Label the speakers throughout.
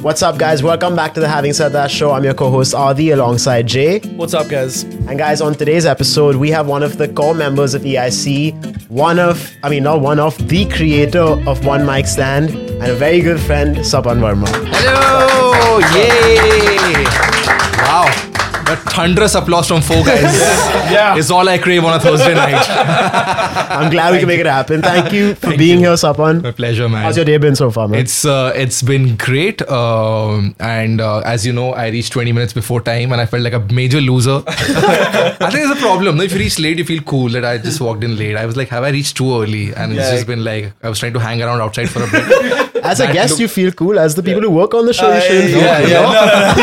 Speaker 1: What's up, guys? Welcome back to the Having Said That show. I'm your co host, Adi, alongside Jay.
Speaker 2: What's up, guys?
Speaker 1: And, guys, on today's episode, we have one of the core members of EIC, one of, I mean, not one of, the creator of One Mic Stand, and a very good friend, Sapan Verma.
Speaker 3: Hello! Yay! Wow. That thunderous applause from four guys
Speaker 2: Yeah.
Speaker 3: is all I crave on a Thursday night.
Speaker 1: I'm glad we can make it happen. Thank you for being here, Sapan.
Speaker 3: My pleasure, man.
Speaker 1: How's your day been so far, man?
Speaker 3: It's uh, it's been great, um, and uh, as you know, I reached 20 minutes before time, and I felt like a major loser. I think it's a problem. No, if you reach late, you feel cool that I just walked in late. I was like, have I reached too early? And it's
Speaker 2: Yeah.
Speaker 3: just been like I was trying to hang around outside for a bit.
Speaker 1: as a
Speaker 3: that
Speaker 1: guest,
Speaker 3: look- Uh,
Speaker 1: you feel cool. As the people who work on the show, you shouldn't feel
Speaker 3: yeah,
Speaker 1: cool.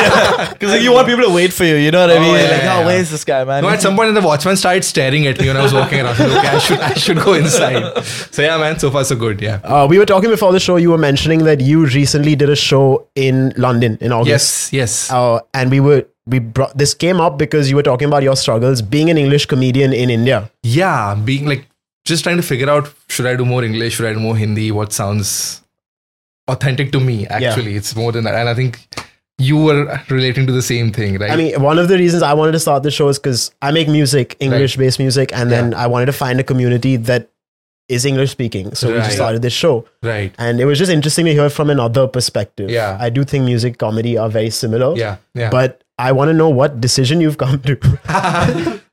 Speaker 3: yeah.
Speaker 2: Because like, you want people to wait for you. You know what I mean?
Speaker 3: yeah,
Speaker 2: like,
Speaker 3: yeah,
Speaker 2: oh,
Speaker 3: yeah.
Speaker 2: where's this guy, man?
Speaker 3: No, at some point, the watchman started staring at me when I was walking around. I was like, okay, I should I should go inside. So yeah, man. So far, so good. Yeah.
Speaker 1: Uh, we were talking before the show. You were mentioning that you recently did a show in London in August.
Speaker 3: Yes, yes.
Speaker 1: uh, and we were we brought this came up because you were talking about your struggles being an English comedian in India.
Speaker 3: yeah, being like just trying to figure out should I do more English, should I do more Hindi, what sounds authentic to me actually. It's more than that. And I think you were relating to the same thing, right?
Speaker 1: I mean, one of the reasons I wanted to start the show is because I make music, English based music, and then I wanted to find a community that is English speaking. So we just
Speaker 3: Right.
Speaker 1: started this show,
Speaker 3: right.
Speaker 1: and it was just interesting to hear from another perspective.
Speaker 3: Yeah.
Speaker 1: I do think music comedy are very similar.
Speaker 3: Yeah. Yeah.
Speaker 1: but I want to know what decision you've come to.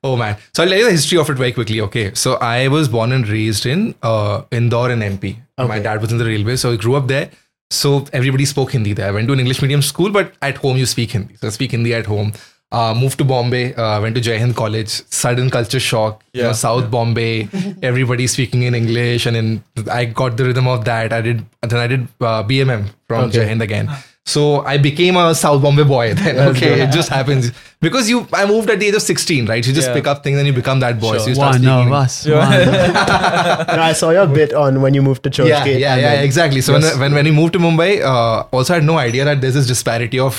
Speaker 3: oh man. So I'll tell you the history of it very quickly. Okay. So I was born and raised in uh, Indore in MP. My dad was in the railway, so I grew up there. So everybody spoke Hindi there. I went to an English medium school, but at home you speak Hindi. So I speak Hindi at home. Uh, moved to Bombay, uh, went to Jai Hind College. Sudden culture shock. You know, South Bombay, everybody speaking in English, and then I got the rhythm of that. I did. Then I did uh, BMM from Jai Hind again. So I became a South Bombay boy then. okay, it just happens because you. I moved at the age of sixteen, right? You just
Speaker 2: Yeah.
Speaker 3: pick up things and you become that boy. So you start
Speaker 4: One
Speaker 3: speaking
Speaker 4: of
Speaker 3: in-
Speaker 4: us.
Speaker 1: And I saw your bit on when you moved to Churchgate.
Speaker 3: Yeah, yeah,
Speaker 1: and
Speaker 3: yeah,
Speaker 1: then-
Speaker 3: exactly. So when, when when we moved to Mumbai, uh, also I had no idea that there's this disparity of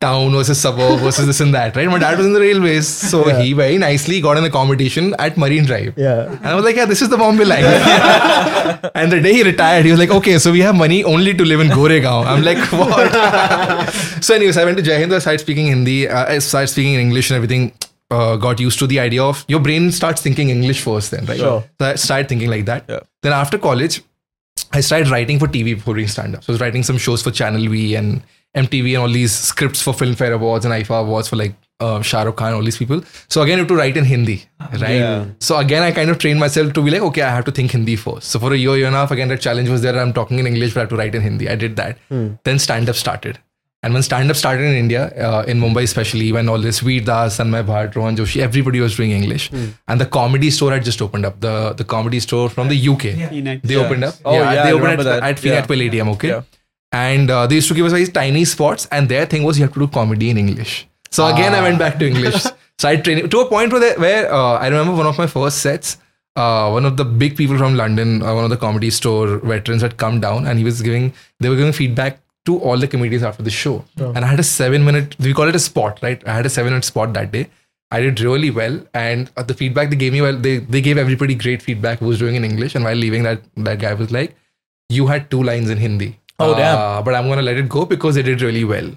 Speaker 3: town versus suburb versus this and that, right? My dad was in the railways, so he very nicely got in the competition at Marine Drive.
Speaker 1: Yeah.
Speaker 3: And I was like, yeah, this is the Bombay line. and the day he retired, he was like, okay, so we have money only to live in Goregaon. I'm like, what? so, anyways, I went to Jai Hind. I started speaking Hindi. Uh, I started speaking English and everything. Uh, got used to the idea of your brain starts thinking English first, then right?
Speaker 2: Sure.
Speaker 3: So I started thinking like that. Then after college, I started writing for TV before doing stand up. So I was writing some shows for Channel V and MTV and all these scripts for Filmfare Awards and IFA Awards for like uh, Shah Rukh Khan, all these people. So again, you have to write in Hindi, right?
Speaker 2: Yeah.
Speaker 3: So again, I kind of trained myself to be like, okay, I have to think Hindi first. So for a year, year and a half, again, that challenge was there. I'm talking in English, but I have to write in Hindi. I did that. Then stand up started. And when stand up started in India, uh, in Mumbai especially, when all this Veer Das, Sanmay Bhatt, Rohan Joshi, everybody was doing English. And the comedy store had just opened up. The the comedy store from the UK. They opened up.
Speaker 2: Oh, yeah,
Speaker 3: they
Speaker 2: I
Speaker 3: opened
Speaker 2: remember
Speaker 3: at,
Speaker 2: that.
Speaker 3: at
Speaker 2: Yeah.
Speaker 3: Fiat Palladium, okay?
Speaker 2: Yeah.
Speaker 3: And uh, they used to give us these tiny spots, and their thing was you have to do comedy in English.
Speaker 2: Ah.
Speaker 3: So again, I went back to English. so I trained to a point where, they, where uh, I remember one of my first sets. Uh, one of the big people from London, uh, one of the comedy store veterans, had come down, and he was giving. They were giving feedback to all the comedians after the show, and I had a seven-minute. We call it a spot, right? I had a seven-minute spot that day. I did really well, and uh, the feedback they gave me, well, they they gave everybody great feedback who was doing in English, and while leaving, that that guy was like, "You had two lines in Hindi."
Speaker 2: Oh, damn.
Speaker 3: Uh, But I'm gonna let it go because they did really well.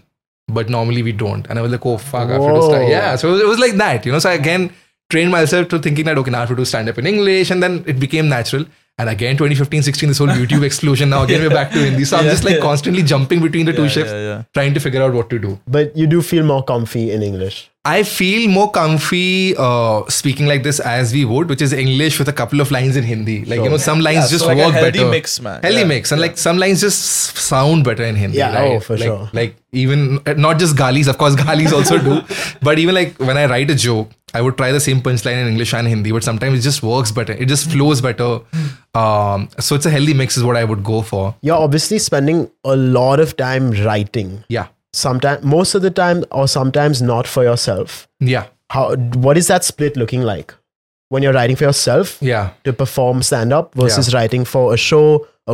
Speaker 3: But normally we don't, and I was like, "Oh fuck, I have to do
Speaker 1: Whoa.
Speaker 3: stand." Yeah, so it was, it was like that, you know. So I again trained myself to thinking that okay, now I have to do stand up in English, and then it became natural. And again, 2015, 16, this whole YouTube explosion. Now again, we're back to Hindi. So I'm
Speaker 2: Yeah,
Speaker 3: just like
Speaker 2: yeah.
Speaker 3: constantly jumping between the two
Speaker 2: Yeah,
Speaker 3: shifts,
Speaker 2: yeah, yeah.
Speaker 3: trying to figure out what to do.
Speaker 1: But you do feel more comfy in English.
Speaker 3: I feel more comfy uh, speaking like this as we would, which is English with a couple of lines in Hindi. Like you know, some lines
Speaker 2: Yeah,
Speaker 3: just
Speaker 2: so like a
Speaker 3: work
Speaker 2: healthy
Speaker 3: better.
Speaker 2: mix, man.
Speaker 3: Healthy
Speaker 2: Yeah.
Speaker 3: mix, and like some lines just s- sound better in Hindi.
Speaker 1: Yeah,
Speaker 3: right?
Speaker 1: oh, for
Speaker 3: like,
Speaker 1: sure.
Speaker 3: Like even uh, not just Galis, of course, Galis also do, but even like when I write a joke, I would try the same punchline in English and Hindi, but sometimes it just works better. It just flows better. Um, so it's a healthy mix, is what I would go for.
Speaker 1: You're obviously spending a lot of time writing.
Speaker 3: Yeah,
Speaker 1: Sometimes, most of the time, or sometimes not for yourself.
Speaker 3: yeah,
Speaker 1: How? What is that split looking like when you're writing for yourself
Speaker 3: yeah.
Speaker 1: to perform stand up versus writing for a show,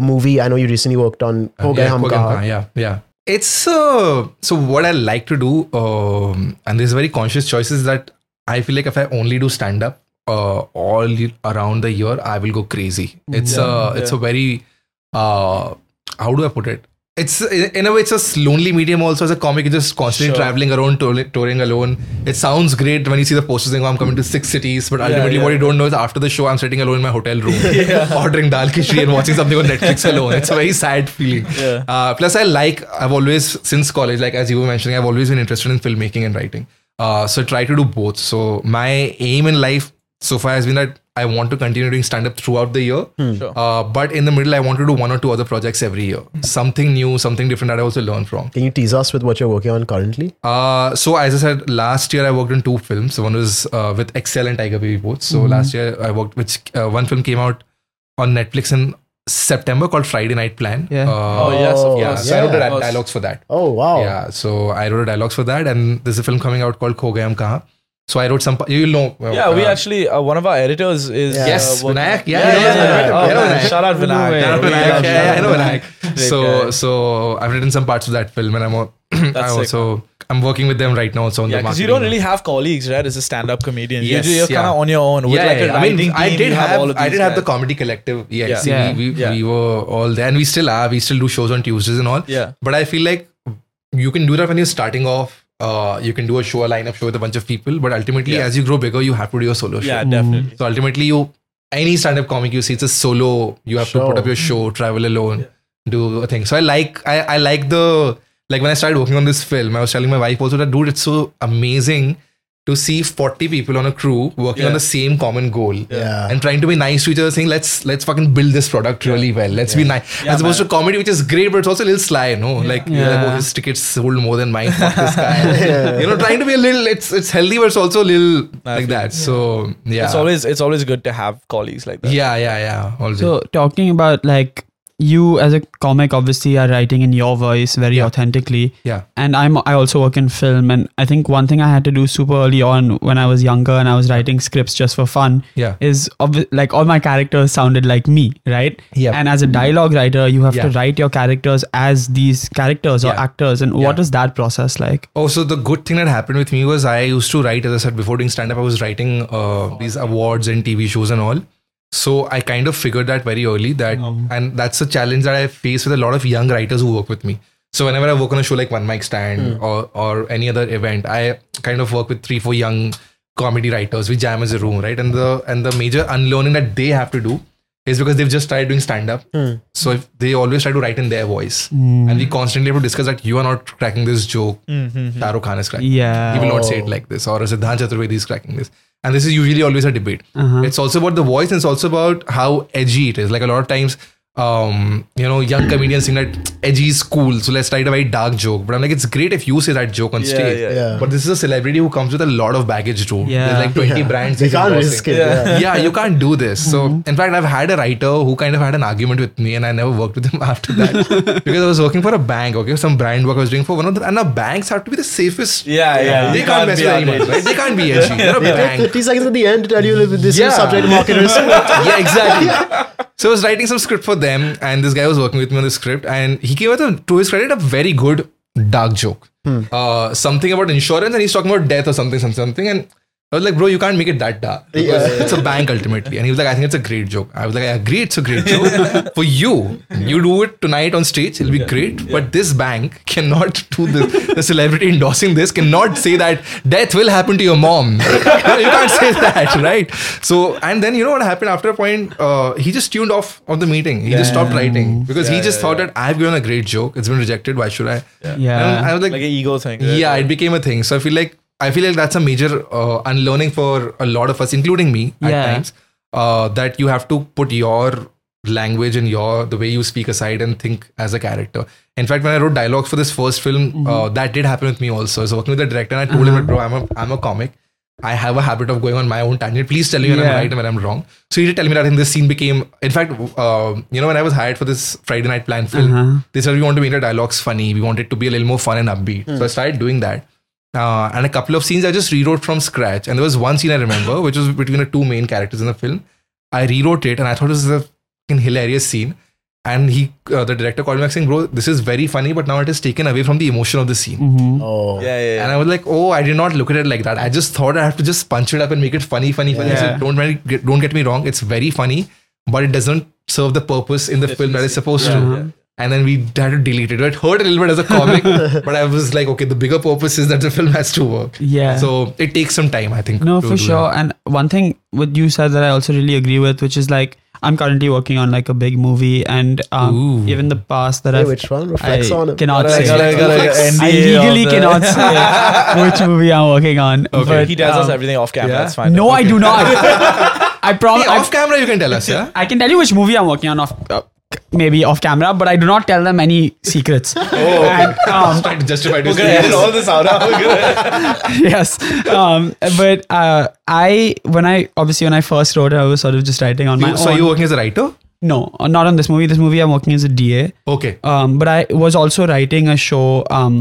Speaker 1: a movie? I know you recently worked on Ho Gaye
Speaker 3: Uh, yeah,
Speaker 1: Hum
Speaker 3: Kogan
Speaker 1: Kaha.
Speaker 3: Kaha, yeah, yeah. It's uh, so what I like to do, um, and this is very conscious choice is that I feel like if I only do stand up uh, all y- around the year, I will go crazy. It's uh, it's a very uh, how do I put it? it's in a way it's a lonely medium also as a comic you're just constantly traveling around tour- touring alone it sounds great when you see the posters saying oh, i'm coming to six cities but ultimately
Speaker 2: yeah.
Speaker 3: what you don't know is after the show i'm sitting alone in my hotel room ordering dal khichdi and watching something on netflix alone it's a very sad feeling uh, plus i like i've always since college like as you were mentioning i've always been interested in filmmaking and writing uh, so try to do both so my aim in life so far has been that I want to continue doing stand up throughout the year. Uh, but in the middle, I want to do one or two other projects every year. Something new, something different that I also learn from.
Speaker 1: Can you tease us with what you're working on currently?
Speaker 3: Uh, so, as I said, last year I worked on two films. One was uh, with Excel and Tiger Baby both. So, last year I worked, which uh, one film came out on Netflix in September called Friday Night Plan.
Speaker 4: Yeah.
Speaker 3: Uh,
Speaker 2: Oh, yes, of
Speaker 1: Oh,
Speaker 3: yeah.
Speaker 2: course.
Speaker 3: So, I wrote the
Speaker 1: yeah.
Speaker 3: di- dialogues for that.
Speaker 1: Oh wow!
Speaker 3: Yeah, so I wrote the dialogues for that, and there's a film coming out called Kho Gaye Hum Kahan. So I wrote some. pa- You'll know. uh,
Speaker 2: Yeah, we
Speaker 3: uh,
Speaker 2: actually uh, one of our editors is uh,
Speaker 1: Yeah.
Speaker 3: Yes,
Speaker 2: working-
Speaker 3: Vinayak. Yeah,
Speaker 2: Yeah, yeah,
Speaker 3: he knows
Speaker 2: yeah.
Speaker 3: Vinayak.
Speaker 2: Oh,
Speaker 3: Yeah,
Speaker 2: man,
Speaker 3: Vinayak.
Speaker 2: Shout out
Speaker 4: No
Speaker 2: Vinayak.
Speaker 4: way.
Speaker 3: Shout
Speaker 2: We
Speaker 3: out Vinayak.
Speaker 2: love
Speaker 3: Yeah, yeah, I know
Speaker 2: Vinayak.
Speaker 3: Vinayak.
Speaker 2: Great
Speaker 3: So,
Speaker 2: guy.
Speaker 3: so I've written some parts of that film, and I'm a, I
Speaker 2: That's sick.
Speaker 3: also I'm working with them right now. So on
Speaker 2: Yeah,
Speaker 3: the
Speaker 2: because
Speaker 3: marketing.
Speaker 2: you don't really have colleagues, right? As a stand-up comedian,
Speaker 3: Yes,
Speaker 2: you, are kind
Speaker 3: yeah.
Speaker 2: of on your own. With
Speaker 3: yeah,
Speaker 2: like a
Speaker 3: yeah, I mean,
Speaker 2: writing
Speaker 3: I
Speaker 2: team,
Speaker 3: did
Speaker 2: you
Speaker 3: have,
Speaker 2: all of
Speaker 3: I
Speaker 2: these
Speaker 3: did have the
Speaker 2: guys.
Speaker 3: comedy collective. Yeah,
Speaker 2: Yeah.
Speaker 3: see,
Speaker 4: Yeah.
Speaker 3: We, we,
Speaker 2: Yeah.
Speaker 3: we were all there, and we still are. We still do shows on Tuesdays and all.
Speaker 2: Yeah.
Speaker 3: but I feel like you can do that when you're starting off. Uh, you can do a show, a lineup show with a bunch of people, but ultimately,
Speaker 2: Yeah.
Speaker 3: as you grow bigger, you have to do your solo show.
Speaker 2: yeah, definitely.
Speaker 3: So ultimately, you any stand-up comic you see, it's a solo. You have to
Speaker 1: Sure.
Speaker 3: put up your show, travel alone, do a thing. So I like, I, I like the like when I started working on this film, I was telling my wife also that dude, it's so amazing to see forty people on a crew working on
Speaker 2: Yeah.
Speaker 3: the same common goal.
Speaker 1: Yeah.
Speaker 3: And trying to be nice to each other, saying let's let's fucking build this product really well. Let's be nice. As opposed to comedy, which is great, but it's also a little sly, no? Like, you're like,
Speaker 4: Yeah.
Speaker 3: oh, his tickets sold more than mine. Fuck this guy. You know, trying to be a little it's it's healthy, but it's also a little like that. So yeah.
Speaker 2: It's always it's always good to have colleagues like that.
Speaker 3: Yeah, yeah, yeah. Always.
Speaker 4: So talking about like you as a comic, obviously are writing in your voice very
Speaker 3: Yeah.
Speaker 4: authentically.
Speaker 3: yeah.
Speaker 4: And I'm I also work in film, and I think one thing I had to do super early on when I was younger and I was writing scripts just for fun
Speaker 3: Yeah.
Speaker 4: is obvi- like all my characters sounded like me, right?
Speaker 3: Yeah.
Speaker 4: And as a dialogue writer, you have to
Speaker 3: Yeah.
Speaker 4: write your characters as these characters or
Speaker 3: Yeah.
Speaker 4: actors. And what
Speaker 3: Yeah.
Speaker 4: is that process like?
Speaker 3: Oh, so the good thing that happened with me was I used to write, as I said before, doing stand up, I was writing uh, these awards and TV shows and all. So I kind of figured that very early that, and that's a challenge that I face with a lot of young writers who work with me. So whenever I work on a show like One Mic Stand or, or any other event, I kind of work with three, four young comedy writers. We jam as a room, right? And the and the major unlearning that they have to do is because they've just tried doing stand up. So if they always try to write in their voice, and we constantly have to discuss that you are not cracking this joke. Taro Khan is cracking. He
Speaker 4: Yeah.
Speaker 3: will not say
Speaker 1: Oh.
Speaker 3: it like this, or Siddhant Chaturvedi is cracking this. And this is usually always a debate.
Speaker 1: Uh-huh.
Speaker 3: It's also about the voice, and it's also about how edgy it is. Like a lot of times, um, you know, young comedians think that edgy is cool, so let's write a very dark joke. But I'm like, it's great if you say that joke on
Speaker 2: Yeah,
Speaker 3: stage.
Speaker 2: yeah.
Speaker 1: Yeah.
Speaker 3: But this is a celebrity who comes with a lot of baggage, dude.
Speaker 4: Yeah.
Speaker 3: There's like 20 brands.
Speaker 1: They
Speaker 3: he's
Speaker 1: can't
Speaker 3: endorsing
Speaker 1: risk it. Yeah. Mm-hmm.
Speaker 3: yeah, you can't do this. So, in fact, I've had a writer who kind of had an argument with me, and I never worked with him after that because I was working for a bank, okay, some brand work I was doing for one of the, and now banks have to be the safest.
Speaker 2: Yeah, yeah.
Speaker 3: They
Speaker 2: You
Speaker 3: can't,
Speaker 2: can't
Speaker 3: mess
Speaker 2: be
Speaker 3: with anyone,
Speaker 2: outrageous.
Speaker 3: right? They can't be edgy. They're a
Speaker 1: They take
Speaker 3: bank.
Speaker 1: 50 seconds at the end to tell you that this is
Speaker 3: Yeah.
Speaker 1: subject market risk.
Speaker 3: yeah, exactly. So I was writing some script for them, and this guy was working with me on the script, and he came with a, to his credit, a very good dark joke, uh, something about insurance, and he's talking about death or something, something, something, and. I was like, bro, you can't make it that dark. Because It's a bank ultimately. And he was like, I think it's a great joke. I was like, I agree, it's a great joke. For you, you do it tonight on stage, it'll be great. But this bank cannot do this. The celebrity endorsing this cannot say that death will happen to your mom. No, you can't say that, right? So, and then you know what happened after a point? Uh, he just tuned off of the meeting. He just stopped writing because he just thought that I've given a great joke. It's been rejected. Why should I? And
Speaker 4: Yeah.
Speaker 3: I was like,
Speaker 2: Like an ego thing. right?
Speaker 3: yeah, it became a thing. So I feel like I feel like that's a major uh, unlearning for a lot of us, including me at
Speaker 4: Yeah.
Speaker 3: times. Uh, that you have to put your language and your the way you speak aside and think as a character. In fact, when I wrote dialogues for this first film, uh, that did happen with me also. I was working with the director and I told him, that, "Bro, I'm a I'm a comic." I have a habit of going on my own tangent. Please tell me when I'm
Speaker 4: Yeah.
Speaker 3: right and when I'm wrong. So he did tell me that in this scene became, in fact, uh, you know, when I was hired for this Friday night plan film, they said we want to make the dialogues funny. We want it to be a little more fun and upbeat. So I started doing that. Uh, and a couple of scenes I just rewrote from scratch. And there was one scene I remember, which was between the two main characters in the film. I rewrote it and I thought this is a fucking hilarious scene. And he, uh, the director called me back saying, bro, this is very funny, but now it is taken away from the emotion of the scene.
Speaker 1: Oh.
Speaker 2: Yeah, yeah, yeah.
Speaker 3: And I was like, oh, I did not look at it like that. I just thought I have to just punch it up and make it funny, funny, funny. I said,
Speaker 4: Yeah.
Speaker 3: don't really get, don't get me wrong, it's very funny, but it doesn't serve the purpose in the film that it's supposed to. and then we had to delete it. It hurt a little bit as a comic, but I was like, okay, the bigger purpose is that the film has to work.
Speaker 4: Yeah.
Speaker 3: So it takes some time, I think.
Speaker 4: No,
Speaker 3: to
Speaker 4: for
Speaker 3: do
Speaker 4: sure.
Speaker 3: that.
Speaker 4: And one thing what you said that I also really agree with, which is like I'm currently working on like a big movie, and um,
Speaker 3: Ooh.
Speaker 4: even the past that
Speaker 1: Hey,
Speaker 4: I've
Speaker 1: which one? Reflects
Speaker 4: I
Speaker 1: on it.
Speaker 4: cannot
Speaker 2: Gotta-
Speaker 4: say.
Speaker 2: gotta- gotta-
Speaker 3: Flex.
Speaker 2: gotta
Speaker 4: I
Speaker 2: NDA of
Speaker 4: legally
Speaker 2: the-
Speaker 4: cannot say which movie I'm working on.
Speaker 2: But
Speaker 4: but,
Speaker 2: he tells us
Speaker 4: um,
Speaker 2: everything off camera.
Speaker 3: yeah.
Speaker 2: That's fine.
Speaker 4: No, I do not. Oh, I promise.
Speaker 3: Hey, off camera, you can tell us, yeah.
Speaker 4: I can tell you which movie I'm working on off, uh, maybe off camera, but I do not tell them any secrets.
Speaker 3: Oh,
Speaker 4: And, um,
Speaker 3: try to justify to
Speaker 2: We're gonna edit all this out. huh? We're gonna-
Speaker 4: yes. Um, but uh, I, when I obviously when I first wrote it, I was sort of just writing on my
Speaker 3: You, so
Speaker 4: own.
Speaker 3: you're working as a writer?
Speaker 4: no, uh, not on this movie. This movie I'm working as a DA.
Speaker 3: Okay.
Speaker 4: Um, but I was also writing a show um,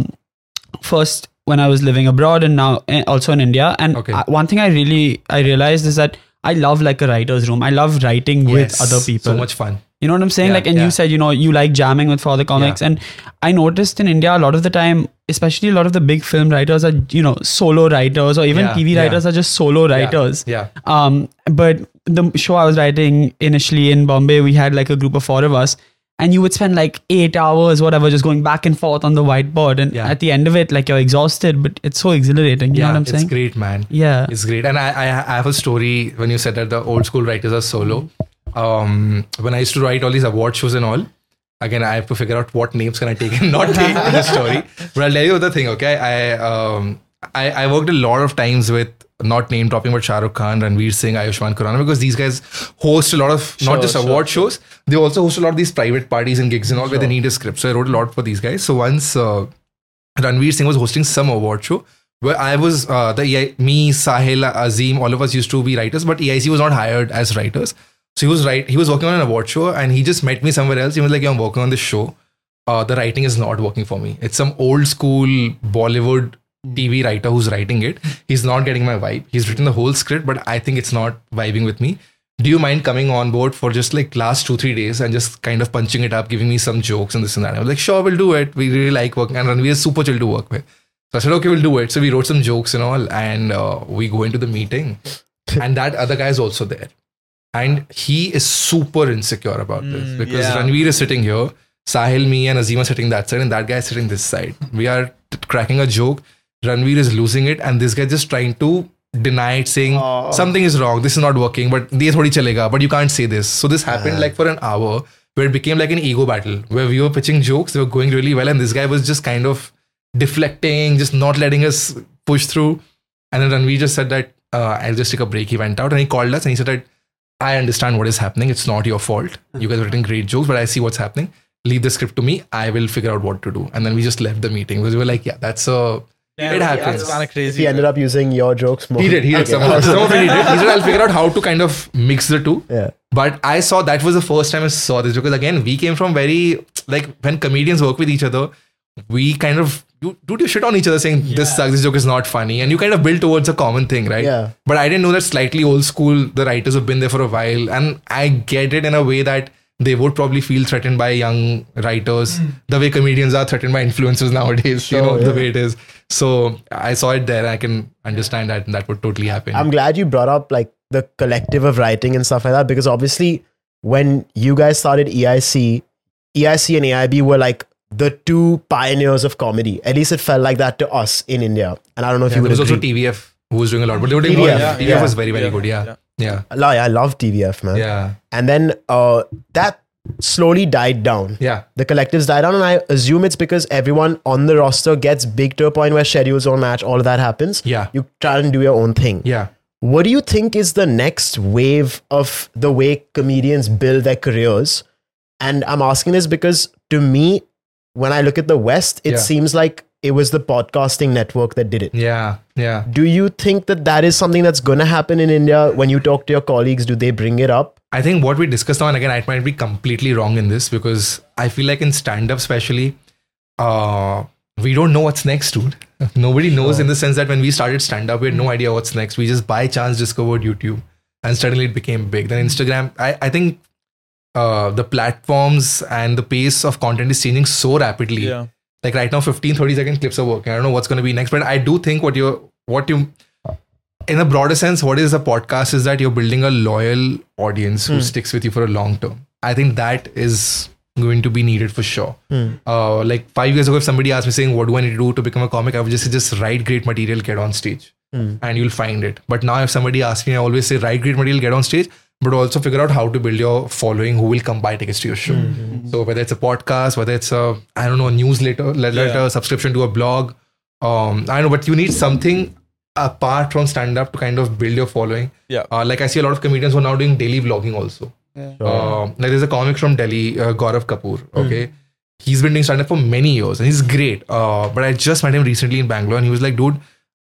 Speaker 4: first when I was living abroad and now eh, also in India. And
Speaker 3: Okay.
Speaker 4: I- one thing I really I realized is that I love like a writer's room. I love writing with
Speaker 3: Yes.
Speaker 4: other people.
Speaker 3: So much fun.
Speaker 4: You know what I'm saying?
Speaker 3: Yeah,
Speaker 4: like, and
Speaker 3: yeah.
Speaker 4: you said, you know, you like jamming with Father Comics. And I noticed in India, a lot of the time, especially a lot of the big film writers are, you know, solo writers or even
Speaker 3: Yeah,
Speaker 4: TV
Speaker 3: yeah.
Speaker 4: writers are just solo writers.
Speaker 3: Yeah.
Speaker 4: Um, but the show I was writing initially in Bombay, we had like a group of four of us. And you would spend like eight hours, whatever, just going back and forth on the whiteboard. And
Speaker 3: Yeah.
Speaker 4: at the end of it, like you're exhausted, but it's so exhilarating. You know what I'm
Speaker 3: it's
Speaker 4: saying?
Speaker 3: great, man.
Speaker 4: Yeah.
Speaker 3: It's great. And I, I, I have a story when you said that the old school writers are solo. Um, when I used to write all these award shows and all, again, I have to figure out what names can I take and not take in the story. But I'll tell you the thing, okay? I, um, I, I worked a lot of times with not name dropping, but Shah Rukh Khan, Ranveer Singh, Ayushman Khurrana, because these guys host a lot of not just award shows, they also host a lot of these private parties and gigs and all where they need a script. So I wrote a lot for these guys. So once uh, Ranveer Singh was hosting some award show where I was uh, the EI, me Sahil Azim all of us used to be writers but EIC was not hired as writers so he was right he was working on an award show and he just met me somewhere else he was like yeah, I'm working on this show uh, the writing is not working for me it's some old school Bollywood TV writer who's writing it he's not getting my vibe he's written the whole script but I think it's not vibing with me do you mind coming on board for just like last two three days and just kind of punching it up giving me some jokes and this and that I was like sure we'll do it we really like working and Ranveer is super chill to work with so I said, okay, we'll do it. So we wrote some jokes and all, and uh, we go into the meeting. And that other guy is also there. And he is super insecure about this because
Speaker 2: yeah.
Speaker 3: Ranveer is sitting here, Sahil, me, and Azim are sitting that side, and that guy is sitting this side. We are t- cracking a joke. Ranveer is losing it, and this guy just trying to deny it, saying something is wrong, this is not working, but ye thodi chalega, but you can't say this. So this happened like for an hour where it became like an ego battle where we were pitching jokes, they were going really well, and this guy was just kind of deflecting, just not letting us push through. And then Ranveer just said that uh, I'll just take a break. He went out and he called us and he said that I understand what is happening. It's not your fault. You guys are writing great jokes, but I see what's happening. Leave the script to me. I will figure out what to do. And then we just left the meeting because we were like, yeah, that's a. it happens.
Speaker 2: That's kind of crazy.
Speaker 1: He ended up using your jokes more.
Speaker 3: He did. He did. Some, of, some of it he did. He said, I'll figure out how to kind of mix the two.
Speaker 1: Yeah.
Speaker 3: But I saw that was the first time I saw this because again we came from very like when comedians work with each other, we kind of you do your shit on each other saying this sucks, this joke is not funny, and you kind of build towards a common thing, right?
Speaker 1: Yeah.
Speaker 3: But I didn't know that slightly old school. The writers have been there for a while, and I get it in a way that they would probably feel threatened by young writers, the way comedians are threatened by influencers nowadays. you know the way it is. So I saw it there. I can understand that, and that would totally happen.
Speaker 1: I'm glad you brought up like the collective of writing and stuff like that because obviously when you guys started E EIC, EIC E and AIB were like the two pioneers of comedy. At least it felt like that to us in India. And I don't know if
Speaker 3: Yeah,
Speaker 1: you
Speaker 3: there
Speaker 1: would
Speaker 3: was also
Speaker 1: agree.
Speaker 3: TVF who was doing a lot, but they were doing
Speaker 1: TVF,
Speaker 3: TVF,
Speaker 1: yeah,
Speaker 3: TVF
Speaker 1: yeah.
Speaker 3: was very very
Speaker 2: Yeah,
Speaker 3: good. Yeah, yeah,
Speaker 1: Like, I love TVF, man.
Speaker 3: yeah,
Speaker 1: And then uh, that slowly died down.
Speaker 3: yeah.
Speaker 1: The collectives died down, and I assume it's because everyone on the roster gets big to a point where schedules don't match, all of that happens.
Speaker 3: Yeah.
Speaker 1: You try and do your own thing.
Speaker 3: yeah.
Speaker 1: What do you think is the next wave of the way comedians build their careers? And I'm asking this because to me, when I look at the West, it
Speaker 3: Yeah.
Speaker 1: seems like it was the podcasting network that did it.
Speaker 3: Yeah, yeah.
Speaker 1: Do you think that that is something that's going to happen in India? When you talk to your colleagues, do they bring it up?
Speaker 3: I think what we discussed now, and again, I might be completely wrong in this because I feel like in stand up, especially, uh, we don't know what's next, dude. Nobody knows in the sense that when we started stand up, we had no idea what's next. We just by chance discovered YouTube and suddenly it became big. Then Instagram, I, I think uh, the platforms and the pace of content is changing so rapidly.
Speaker 2: Yeah.
Speaker 3: Like right now, 15, 30 second clips are working. I don't know what's going to be next, but I do think what you're, what you, in a broader sense, what is a podcast is that you're building a loyal audience who sticks with you for a long term. I think that is going to be needed for sure. Uh, like five years ago, if somebody asked me saying, "What do I need to do to become a comic?" I would just say, "Just write great material, get on stage, Mm. and you'll find it." But now, if somebody asks me, I always say, "Write great material, get on stage." But also figure out how to build your following who will come buy tickets to your show. So whether it's a podcast, whether it's a I don't know newsletter, letter, subscription to a blog, um, I don't know, but you need something apart from stand up to kind of build your following.
Speaker 2: Yeah.
Speaker 3: Uh, like I see a lot of comedians who are now doing daily vlogging also. Um, like there's a comic from Delhi, uh, Gaurav Kapoor. Okay. He's been doing stand up for many years and he's great. Uh, but I just met him recently in Bangalore and he was like, dude,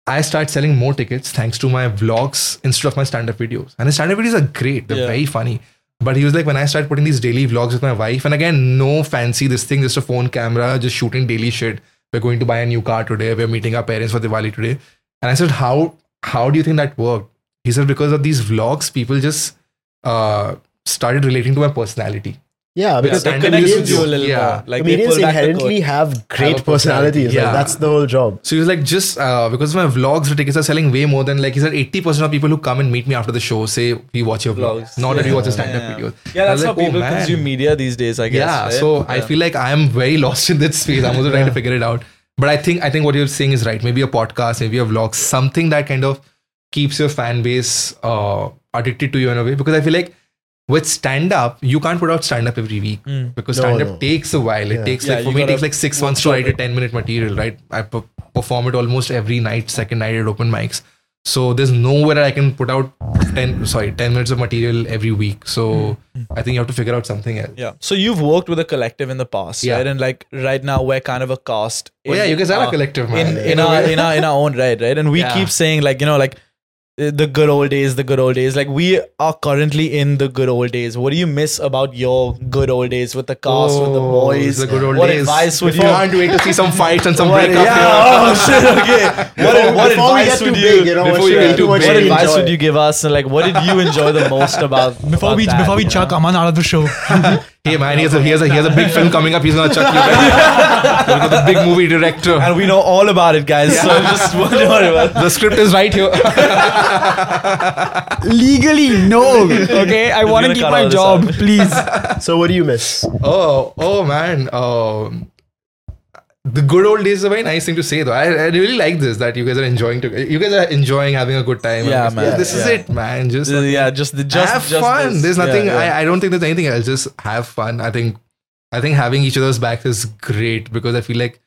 Speaker 3: I start selling more tickets thanks to my vlogs instead of my stand up videos. And his stand up videos are great, they're
Speaker 2: Yeah.
Speaker 3: very funny. But he was like, when I started putting these daily vlogs with my wife, and again, no fancy this thing, just a phone camera, just shooting daily shit. We're going to buy a new car today. We're meeting our parents for Diwali today. And I said, how how do you think that worked? He said, because of these vlogs, people just uh, started relating to my personality.
Speaker 1: Yeah, because
Speaker 3: stand-up
Speaker 1: the comedians,
Speaker 3: used to do a little Yeah.
Speaker 2: more. Like they
Speaker 1: comedians
Speaker 2: pull back the
Speaker 1: inherently
Speaker 2: curtain.
Speaker 1: have great
Speaker 3: Have a personality.
Speaker 1: personalities. Like,
Speaker 3: Yeah.
Speaker 1: that's the whole job.
Speaker 3: So he was like, just uh, because my vlogs, the tickets are selling way more than like he said, eighty percent of people who come and meet me after the show say we watch your vlogs,
Speaker 2: Vlogs.
Speaker 3: not that we watch the stand-up
Speaker 2: Yeah.
Speaker 3: videos.
Speaker 2: Yeah,
Speaker 3: I
Speaker 2: that's
Speaker 3: was
Speaker 2: how
Speaker 3: like, "Oh,
Speaker 2: people
Speaker 3: man."
Speaker 2: consume media these days, I guess.
Speaker 3: yeah
Speaker 2: right?
Speaker 3: so i feel like i'm very lost in that space i'm also trying to figure it out but i think i think what you're saying is right maybe a podcast maybe a vlog something that kind of keeps your fan base uh, addicted to you in a way because i feel like with stand up you can't put out stand up every week because
Speaker 1: No,
Speaker 3: stand up
Speaker 1: no.
Speaker 3: takes a while it
Speaker 1: Yeah.
Speaker 3: takes
Speaker 2: Mm. Yeah,
Speaker 3: like for
Speaker 2: you
Speaker 3: me it
Speaker 2: gotta
Speaker 3: takes like 6 months to write a 10 minute material right i per- perform it almost every night second night at open mics so there's nowhere i can put out 10 sorry 10 minutes of material every week so
Speaker 2: Mm.
Speaker 3: i think you have to figure out something else
Speaker 2: Yeah. So you've worked with a collective in the past,
Speaker 3: Yeah.
Speaker 2: right? And like right now we're kind of a cast.
Speaker 3: Oh, yeah, you guys are a collective, man.
Speaker 2: Uh, In
Speaker 3: Yeah.
Speaker 2: in our in our in our own right, right? And we
Speaker 3: Yeah.
Speaker 2: keep saying like, you know, like uh, the good old days, the good old days. Like we are currently in the good old days. What do you miss about your good old days with the cast, with the
Speaker 3: Oh,
Speaker 2: boys?
Speaker 3: The good old
Speaker 2: what
Speaker 3: days.
Speaker 2: advice would
Speaker 3: you
Speaker 2: you
Speaker 3: can't wait to see some fights and some
Speaker 2: What-
Speaker 3: breakup
Speaker 2: yeah, oh shit, okay. What, what
Speaker 1: Before we
Speaker 2: advice
Speaker 1: get too
Speaker 2: would
Speaker 1: big, you
Speaker 2: you
Speaker 1: know,
Speaker 3: before
Speaker 1: what
Speaker 3: we
Speaker 1: should we
Speaker 3: get too
Speaker 1: do? What
Speaker 3: big.
Speaker 1: should we
Speaker 2: what advice
Speaker 1: enjoy?
Speaker 2: would you give us? And like, what did you enjoy the most about
Speaker 5: Before
Speaker 2: about
Speaker 5: we
Speaker 2: that,
Speaker 5: before we
Speaker 2: you know?
Speaker 5: chuck Aman out of the show,
Speaker 3: Hey man, he has, a, he, has a, he has a big film coming up. He's gonna chuck you. back. Look at the big movie director.
Speaker 2: and we know all about it, guys. So just don't worry about
Speaker 3: The script is right here.
Speaker 4: Legally, no. Okay, I want to
Speaker 2: gonna
Speaker 4: keep
Speaker 2: cut
Speaker 4: my
Speaker 2: all this
Speaker 4: job,
Speaker 2: out.
Speaker 4: please.
Speaker 1: So, what do you miss?
Speaker 3: oh, oh man. Um, the good old days is a very nice thing to say, though. I, I really like this that you guys are enjoying. To, you guys are enjoying having a good time.
Speaker 2: Yeah, man.
Speaker 3: This is
Speaker 2: Yeah.
Speaker 3: it, man. Just
Speaker 2: Uh, yeah, just the just
Speaker 3: have
Speaker 2: just
Speaker 3: fun.
Speaker 2: this.
Speaker 3: There's
Speaker 2: Yeah,
Speaker 3: nothing.
Speaker 2: yeah.
Speaker 3: I, I don't think there's anything else. Just have fun. I think I think having each other's backs is great because I feel like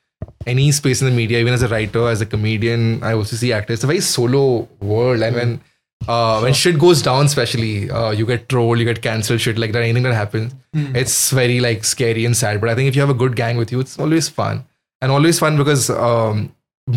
Speaker 3: any space in the media, even as a writer, as a comedian, I also see actors. It's a very solo world, and when uh, when shit goes down, especially uh, you get trolled, you get cancelled, shit like that. Anything that happens, it's very like scary and sad. But I think if you have a good gang with you, it's always fun and always fun because um,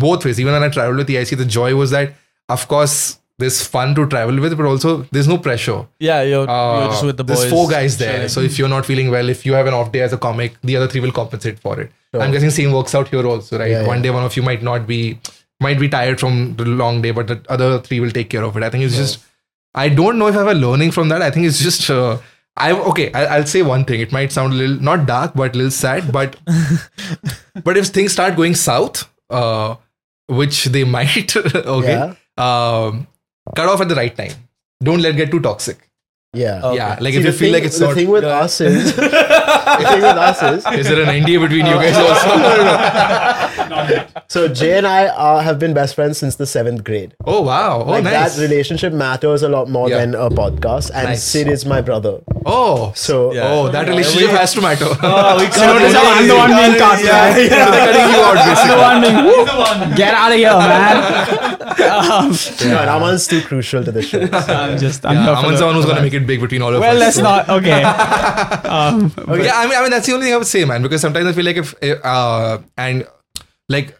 Speaker 3: both ways. Even when I traveled with EIC, the joy was that of course there's fun to travel with, but also there's no pressure.
Speaker 2: yeah, you're, you're just
Speaker 3: Uh,
Speaker 2: with the boys.
Speaker 3: There's four guys there. So if you're not feeling well, if you have an off day as a comic, the other three will compensate for it. I'm guessing same works out here also, right?
Speaker 1: Yeah,
Speaker 3: one
Speaker 1: yeah.
Speaker 3: day one of you might not be might be tired from the long day, but the other three will take care of it. I think it's just I don't know if I have a learning from that. I think it's just uh, I okay. I, I'll say one thing. It might sound a little not dark, but a little sad. But but if things start going south, uh, which they might, okay, um, cut off at the right time. Don't let it get too toxic.
Speaker 1: Yeah.
Speaker 3: Yeah, like
Speaker 1: See,
Speaker 3: if
Speaker 1: the
Speaker 3: you
Speaker 1: thing-
Speaker 3: feel like it's
Speaker 1: the
Speaker 3: not.
Speaker 1: thing with us is the thing with us is
Speaker 3: is there an NDA between you guys also?
Speaker 1: so Jay and I are, have been best friends since the seventh grade.
Speaker 3: Oh wow! Oh
Speaker 1: like
Speaker 3: nice.
Speaker 1: that relationship matters a lot more
Speaker 3: Yeah.
Speaker 1: than a podcast. And
Speaker 3: Nice.
Speaker 1: Sid is my brother.
Speaker 3: oh,
Speaker 1: So
Speaker 2: Yeah.
Speaker 3: oh, that relationship has to matter.
Speaker 4: I'm the one being cut. right?
Speaker 3: Yeah.
Speaker 4: I'm the one being. Get out of here, man.
Speaker 1: no, Raman's too crucial to the show.
Speaker 4: I'm just. I'm here for
Speaker 3: Aman's
Speaker 4: the-
Speaker 3: the one who's gonna make it big between all of
Speaker 4: Well,
Speaker 3: us.
Speaker 4: let's not. Okay. Um,
Speaker 3: Yeah, I mean, I mean that's the only thing I would say, man. Because sometimes I feel like if uh, and like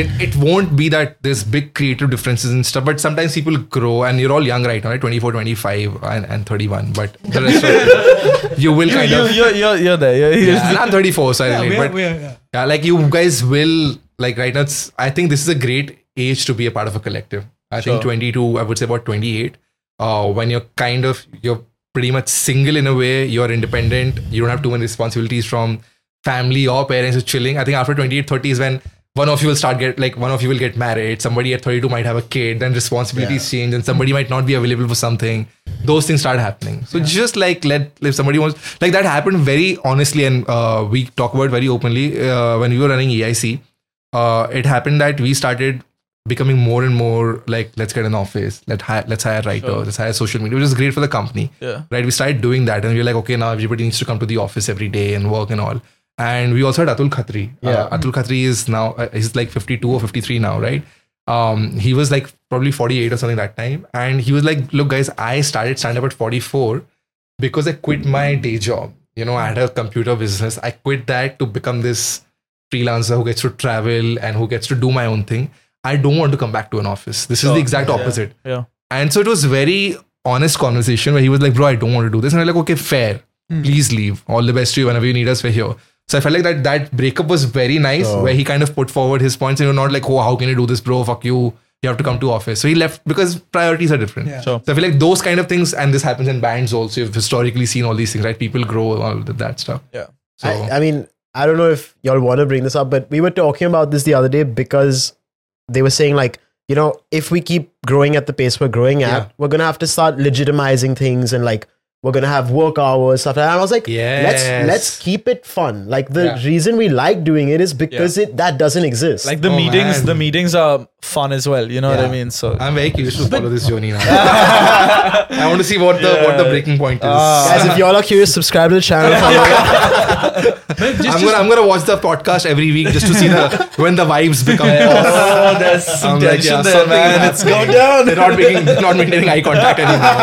Speaker 3: it, it won't be that there's big creative differences and stuff. But sometimes people grow, and you're all young right now, right? 24, 25, and, and 31. But the rest of you will kind
Speaker 2: you,
Speaker 3: of.
Speaker 2: you're, you're, you're there. You're, you're
Speaker 3: Yeah, and I'm 34, so I relate.
Speaker 5: we're,
Speaker 3: but
Speaker 5: we're, yeah.
Speaker 3: Yeah, like you guys will like right now. It's, I think this is a great age to be a part of a collective. I think 22, I would say about 28. Uh, when you're kind of you're pretty much single in a way, you're independent. You don't have too many responsibilities from family or parents. You're chilling. I think after 28, 30 is when one of you will start get like one of you will get married. Somebody at 32 might have a kid. Then responsibilities change, and somebody might not be available for something. those things start happening. So just like let if somebody wants like that happened very honestly and uh, we talk about it very openly uh, when we were running EIC. Uh, it happened that we started becoming more and more like let's get an office, let hire, let's hire writers, let's hire social media, which is great for the company
Speaker 2: Yeah.
Speaker 3: right? We started doing that, and we were like, okay, now everybody needs to come to the office every day and work and all. And we also had Atul Khatri.
Speaker 1: Yeah.
Speaker 3: Uh, Atul Khatri is now uh, he's like 52 or 53 now, right? Um, he was like probably 48 or something that time, and he was like, look, guys, I started stand up at 44 because I quit my day job. You know, I had a computer business. I quit that to become this freelancer who gets to travel and who gets to do my own thing. I don't want to come back to an office. This is
Speaker 2: Sure.
Speaker 3: the exact
Speaker 2: Yeah.
Speaker 3: opposite.
Speaker 2: Yeah.
Speaker 3: And so it was very honest conversation where he was like, bro, I don't want to do this. And I'm like, okay, fair. Please leave. All the best to you. Whenever you need us, we're here. So I felt like that that breakup was very nice
Speaker 1: Oh.
Speaker 3: where he kind of put forward his points and you're not like, oh, how can you do this, bro? Fuck you. You have to come to office. So he left because priorities are different.
Speaker 5: Yeah.
Speaker 2: Sure.
Speaker 3: So I feel like those kind of things, and this happens in bands also. You've historically seen all these things, right? People grow, all of that stuff.
Speaker 2: Yeah.
Speaker 3: So
Speaker 1: I, I mean, I don't know if y'all want to bring this up, but we were talking about this the other day because they were saying like, you know, if we keep growing at the pace we're growing at,
Speaker 3: Yeah.
Speaker 1: we're gonna have to start legitimizing things and like we're gonna have work hours stuff. like that. And I was like,
Speaker 3: Yes.
Speaker 1: let's let's keep it fun. Like the
Speaker 3: Yeah.
Speaker 1: reason we like doing it is because it that doesn't exist.
Speaker 2: Like the
Speaker 3: Oh,
Speaker 2: meetings,
Speaker 3: man.
Speaker 2: the meetings are fun as well. You know what I
Speaker 3: Yeah.
Speaker 2: mean? So
Speaker 3: I'm very curious to follow this journey now. I want to see what the what the
Speaker 2: Yeah.
Speaker 3: breaking point is.
Speaker 1: guys, if y'all are curious, subscribe to the channel.
Speaker 3: I'm gonna I'm gonna watch the podcast every week just to see the when the vibes become. off.
Speaker 2: oh, there's some
Speaker 3: I'm like,
Speaker 2: tension
Speaker 3: yeah,
Speaker 2: there,
Speaker 3: something
Speaker 2: man.
Speaker 3: is
Speaker 2: It's go
Speaker 3: happening.
Speaker 2: down.
Speaker 3: They're not making they're not maintaining eye contact anymore.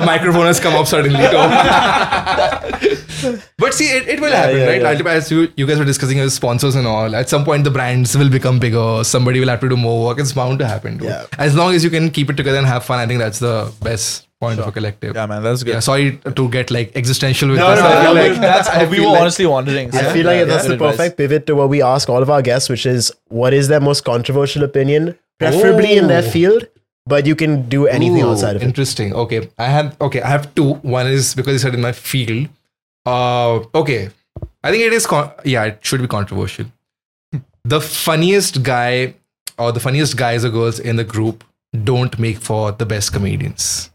Speaker 3: the microphone has come up suddenly. too. but see, it, it will happen,
Speaker 2: yeah,
Speaker 3: right?
Speaker 2: yeah.
Speaker 3: Ultimately, as you, you guys were discussing with sponsors and all, at some point the brands will become bigger. Somebody will have to do more work. It's bound to happen. Dude.
Speaker 1: Yeah.
Speaker 3: As long as you can keep it together and have fun, I think that's the best point of a collective.
Speaker 2: Yeah, man, that's good.
Speaker 3: Yeah, sorry to get like existential with
Speaker 2: No,
Speaker 3: this.
Speaker 2: no,
Speaker 3: I feel
Speaker 2: no,
Speaker 3: like-
Speaker 2: that's
Speaker 3: I
Speaker 2: we
Speaker 3: feel
Speaker 2: were
Speaker 3: like-
Speaker 2: honestly wondering.
Speaker 1: I feel like that's the perfect pivot to what we ask all of our guests, which is what is their most controversial opinion, preferably in their
Speaker 3: Ooh.
Speaker 1: field, but you can do anything
Speaker 3: Ooh,
Speaker 1: outside of it.
Speaker 3: interesting okay i have okay i have two one is because it's said in my field uh okay i think it is con- yeah it should be controversial the funniest guy or the funniest guys or girls in the group don't make for the best comedians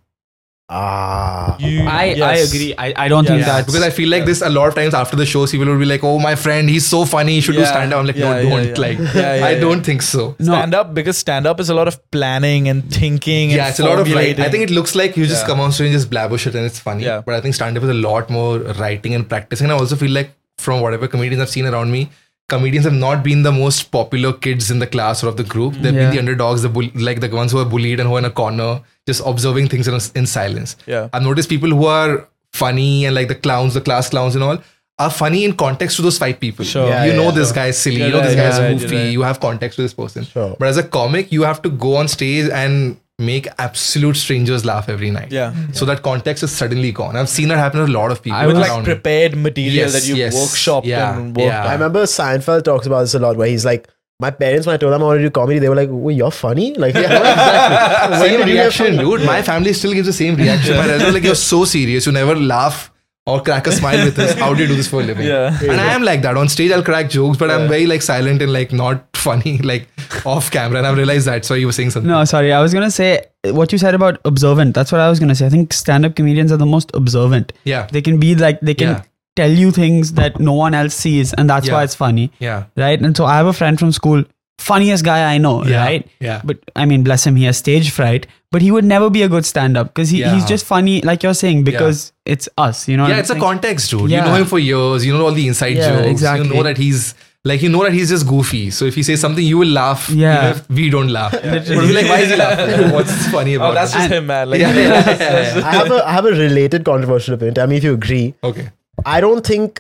Speaker 1: Ah,
Speaker 4: I,
Speaker 2: Yes.
Speaker 4: I agree. I, I don't think
Speaker 2: Yeah.
Speaker 4: that's
Speaker 3: because i feel like this a lot of times after the shows people will be like oh my friend he's so funny he should do
Speaker 2: Yeah.
Speaker 3: stand up i'm like
Speaker 2: Yeah,
Speaker 3: no
Speaker 2: yeah,
Speaker 3: don't
Speaker 2: yeah.
Speaker 3: like
Speaker 2: Yeah, yeah,
Speaker 3: i
Speaker 2: yeah.
Speaker 3: don't think so
Speaker 4: no,
Speaker 2: stand up because stand up is a lot of planning and thinking.
Speaker 3: yeah,
Speaker 2: and
Speaker 3: it's a lot of writing.
Speaker 2: formulating.
Speaker 3: I think it looks like you just
Speaker 2: Yeah.
Speaker 3: come on stage and just blabber shit and it's funny.
Speaker 2: Yeah.
Speaker 3: But I think stand up is a lot more writing and practicing. And I also feel like from whatever comedians I've seen around me, comedians have not been the most popular kids in the class or of the group. They've been
Speaker 4: Yeah.
Speaker 3: the underdogs, the bull- like the ones who are bullied and who are in a corner, just observing things in, a- in silence.
Speaker 2: Yeah.
Speaker 3: I've noticed people who are funny and like the clowns, the class clowns and all. Are funny in context to those five people.
Speaker 2: Sure. Yeah,
Speaker 3: you
Speaker 1: yeah,
Speaker 3: know
Speaker 1: yeah.
Speaker 3: this guy's silly.
Speaker 2: You're
Speaker 3: you know this
Speaker 2: right,
Speaker 3: guy's
Speaker 2: you're right, you're
Speaker 3: goofy.
Speaker 2: right.
Speaker 3: You have context to this person.
Speaker 1: Sure.
Speaker 3: But as a comic, you have to go on stage and make absolute strangers laugh every night.
Speaker 2: Yeah.
Speaker 3: So that context is suddenly gone. I've seen that happen to a lot of people.
Speaker 4: I would
Speaker 2: with
Speaker 3: around
Speaker 2: like
Speaker 3: me.
Speaker 2: prepared material
Speaker 3: Yes,
Speaker 2: that you've
Speaker 3: yes.
Speaker 2: workshopped
Speaker 3: Yeah,
Speaker 2: and worked
Speaker 3: yeah.
Speaker 1: I
Speaker 2: on.
Speaker 1: remember Seinfeld talks about this a lot, where he's like, "My parents, when I told them I want to do comedy, they were like, well, you're funny.' Like,
Speaker 3: exactly.
Speaker 1: When
Speaker 3: same
Speaker 1: did you
Speaker 3: reaction,
Speaker 1: have fun?
Speaker 3: dude. My family still gives the same reaction. My relatives are like, you're so serious. You never laugh or crack a smile with us. How do you do this for a living?
Speaker 2: Yeah.
Speaker 3: And I am like that. On stage, I'll crack jokes, but I'm very like silent and like not funny, like off camera. And I've realized that. So you were saying something.
Speaker 4: No, sorry. I was gonna say what you said about observant. That's what I was gonna say. I think stand-up comedians are the most observant.
Speaker 3: Yeah.
Speaker 4: They can be like they can
Speaker 3: Yeah.
Speaker 4: tell you things that no one else sees, and that's why
Speaker 3: Yeah.
Speaker 4: it's funny,
Speaker 3: Yeah.
Speaker 4: right? And so I have a friend from school, funniest guy I know,
Speaker 3: Yeah.
Speaker 4: right?
Speaker 3: Yeah.
Speaker 4: But I mean, bless him, he has stage fright, but he would never be a good stand-up because he, he's
Speaker 3: Yeah.
Speaker 4: just funny, like you're saying, because it's us, you know. what
Speaker 3: yeah,
Speaker 4: I'm
Speaker 3: it's a
Speaker 4: saying?
Speaker 3: context, dude.
Speaker 4: Yeah.
Speaker 3: You know him for years. You know all the inside
Speaker 4: Yeah,
Speaker 3: jokes.
Speaker 4: exactly.
Speaker 3: You know that he's like you know that he's just goofy. So if he says something, you will laugh. even
Speaker 4: Yeah.
Speaker 3: if we don't laugh. But we'll be like, why is he laughing? What's funny about?
Speaker 2: Oh, that's
Speaker 3: it?
Speaker 2: just him, man. Like,
Speaker 3: yeah, yeah, yeah, yeah, yeah.
Speaker 1: I have a I have a related controversial opinion. Tell me if you agree.
Speaker 3: Okay.
Speaker 1: I don't think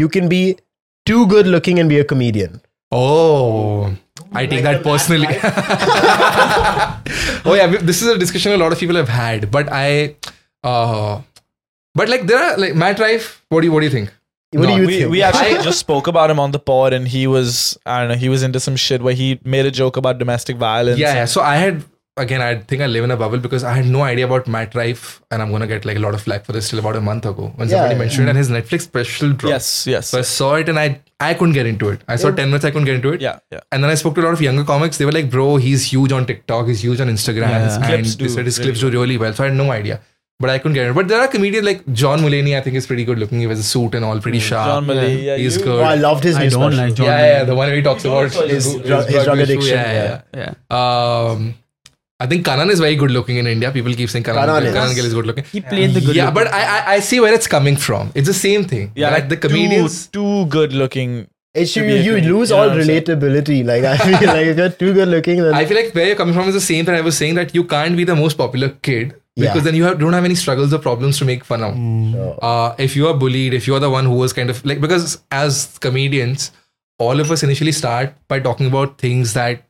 Speaker 1: you can be too good looking and be a comedian.
Speaker 3: Oh, I take that personally. oh yeah, we- this is a discussion a lot of people have had, but I, uh, but like there are like Matt Rife. What do you what do you think?
Speaker 1: What
Speaker 3: No,
Speaker 1: do you
Speaker 2: we,
Speaker 1: think?
Speaker 2: we actually just spoke about him on the pod, and he was I don't know he was into some shit where he made a joke about domestic violence.
Speaker 3: Yeah, yeah. So I had again, I think I live in a bubble because I had no idea about Matt Rife, and I'm gonna get like a lot of flack for this till about a month ago when
Speaker 1: Yeah,
Speaker 3: somebody
Speaker 1: yeah.
Speaker 3: mentioned it and his Netflix special dropped.
Speaker 2: Yes. Yes.
Speaker 3: So I saw it and I I couldn't get into it. I saw ten minutes, I couldn't get into it.
Speaker 2: yeah. Yeah.
Speaker 3: And then I spoke to a lot of younger comics. They were like, "Bro, he's huge on TikTok. He's huge on Instagram."
Speaker 4: Yeah.
Speaker 3: And
Speaker 2: Clips
Speaker 3: they
Speaker 2: do
Speaker 3: said
Speaker 2: really
Speaker 3: his clips do really well. So I had no idea. but I couldn't get it. But there are comedians like John Mulaney. I think is pretty good looking. He wears a suit and all, pretty sharp.
Speaker 2: John Mulaney, yeah,
Speaker 3: he's
Speaker 2: you-
Speaker 3: good.
Speaker 1: Oh, I loved his
Speaker 4: I
Speaker 1: new
Speaker 4: don't
Speaker 1: special.
Speaker 4: like John.
Speaker 3: yeah,
Speaker 4: Mulaney.
Speaker 3: yeah, the one where he talks about
Speaker 2: also
Speaker 3: his,
Speaker 2: his
Speaker 1: drug- his drug
Speaker 3: issue.
Speaker 1: addiction,
Speaker 3: Yeah, yeah, yeah.
Speaker 4: yeah.
Speaker 3: Um, I think Kanan is very good looking in India. People keep saying Kanan,
Speaker 1: Kanan
Speaker 3: Kanan,
Speaker 1: is.
Speaker 3: Gill is good looking.
Speaker 4: He played the good.
Speaker 3: yeah, but I, I I see where it's coming from. It's the same thing.
Speaker 2: yeah,
Speaker 3: that
Speaker 2: like
Speaker 3: the comedians.
Speaker 2: too, too good looking.
Speaker 1: It's you,
Speaker 2: to be a
Speaker 1: you
Speaker 2: comedian.
Speaker 1: lose
Speaker 2: You know
Speaker 1: all
Speaker 2: what I'm saying?
Speaker 1: relatability. Like I feel like if you're too good looking, then
Speaker 3: I feel like where you're coming from is the same thing I was saying that you can't be the most popular kid
Speaker 1: Yeah.
Speaker 3: because then you have, don't have any struggles or problems to make fun of.
Speaker 4: Hmm.
Speaker 3: Uh, if you are bullied, if you're the one who was kind of like because as comedians, all of us initially start by talking about things that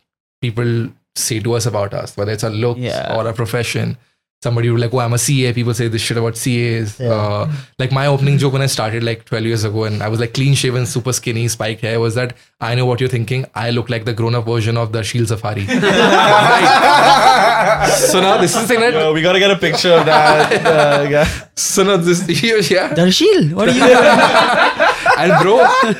Speaker 3: people say to us about us, whether it's our looks
Speaker 4: Yeah.
Speaker 3: or our profession. Somebody would like, oh, I'm a CA. People say this shit about CAs.
Speaker 1: Yeah.
Speaker 3: Uh, like my opening joke when I started like 12 years ago, and I was like clean shaven, super skinny, spiked hair. Was that I know what you're thinking? I look like the grown up version of the Shield Safari. Right. so now this is the thing that
Speaker 2: Yo, Uh, we gotta get a picture of that uh, guy.
Speaker 3: so now this yeah.
Speaker 4: Darshil, what are you doing?
Speaker 3: And bro,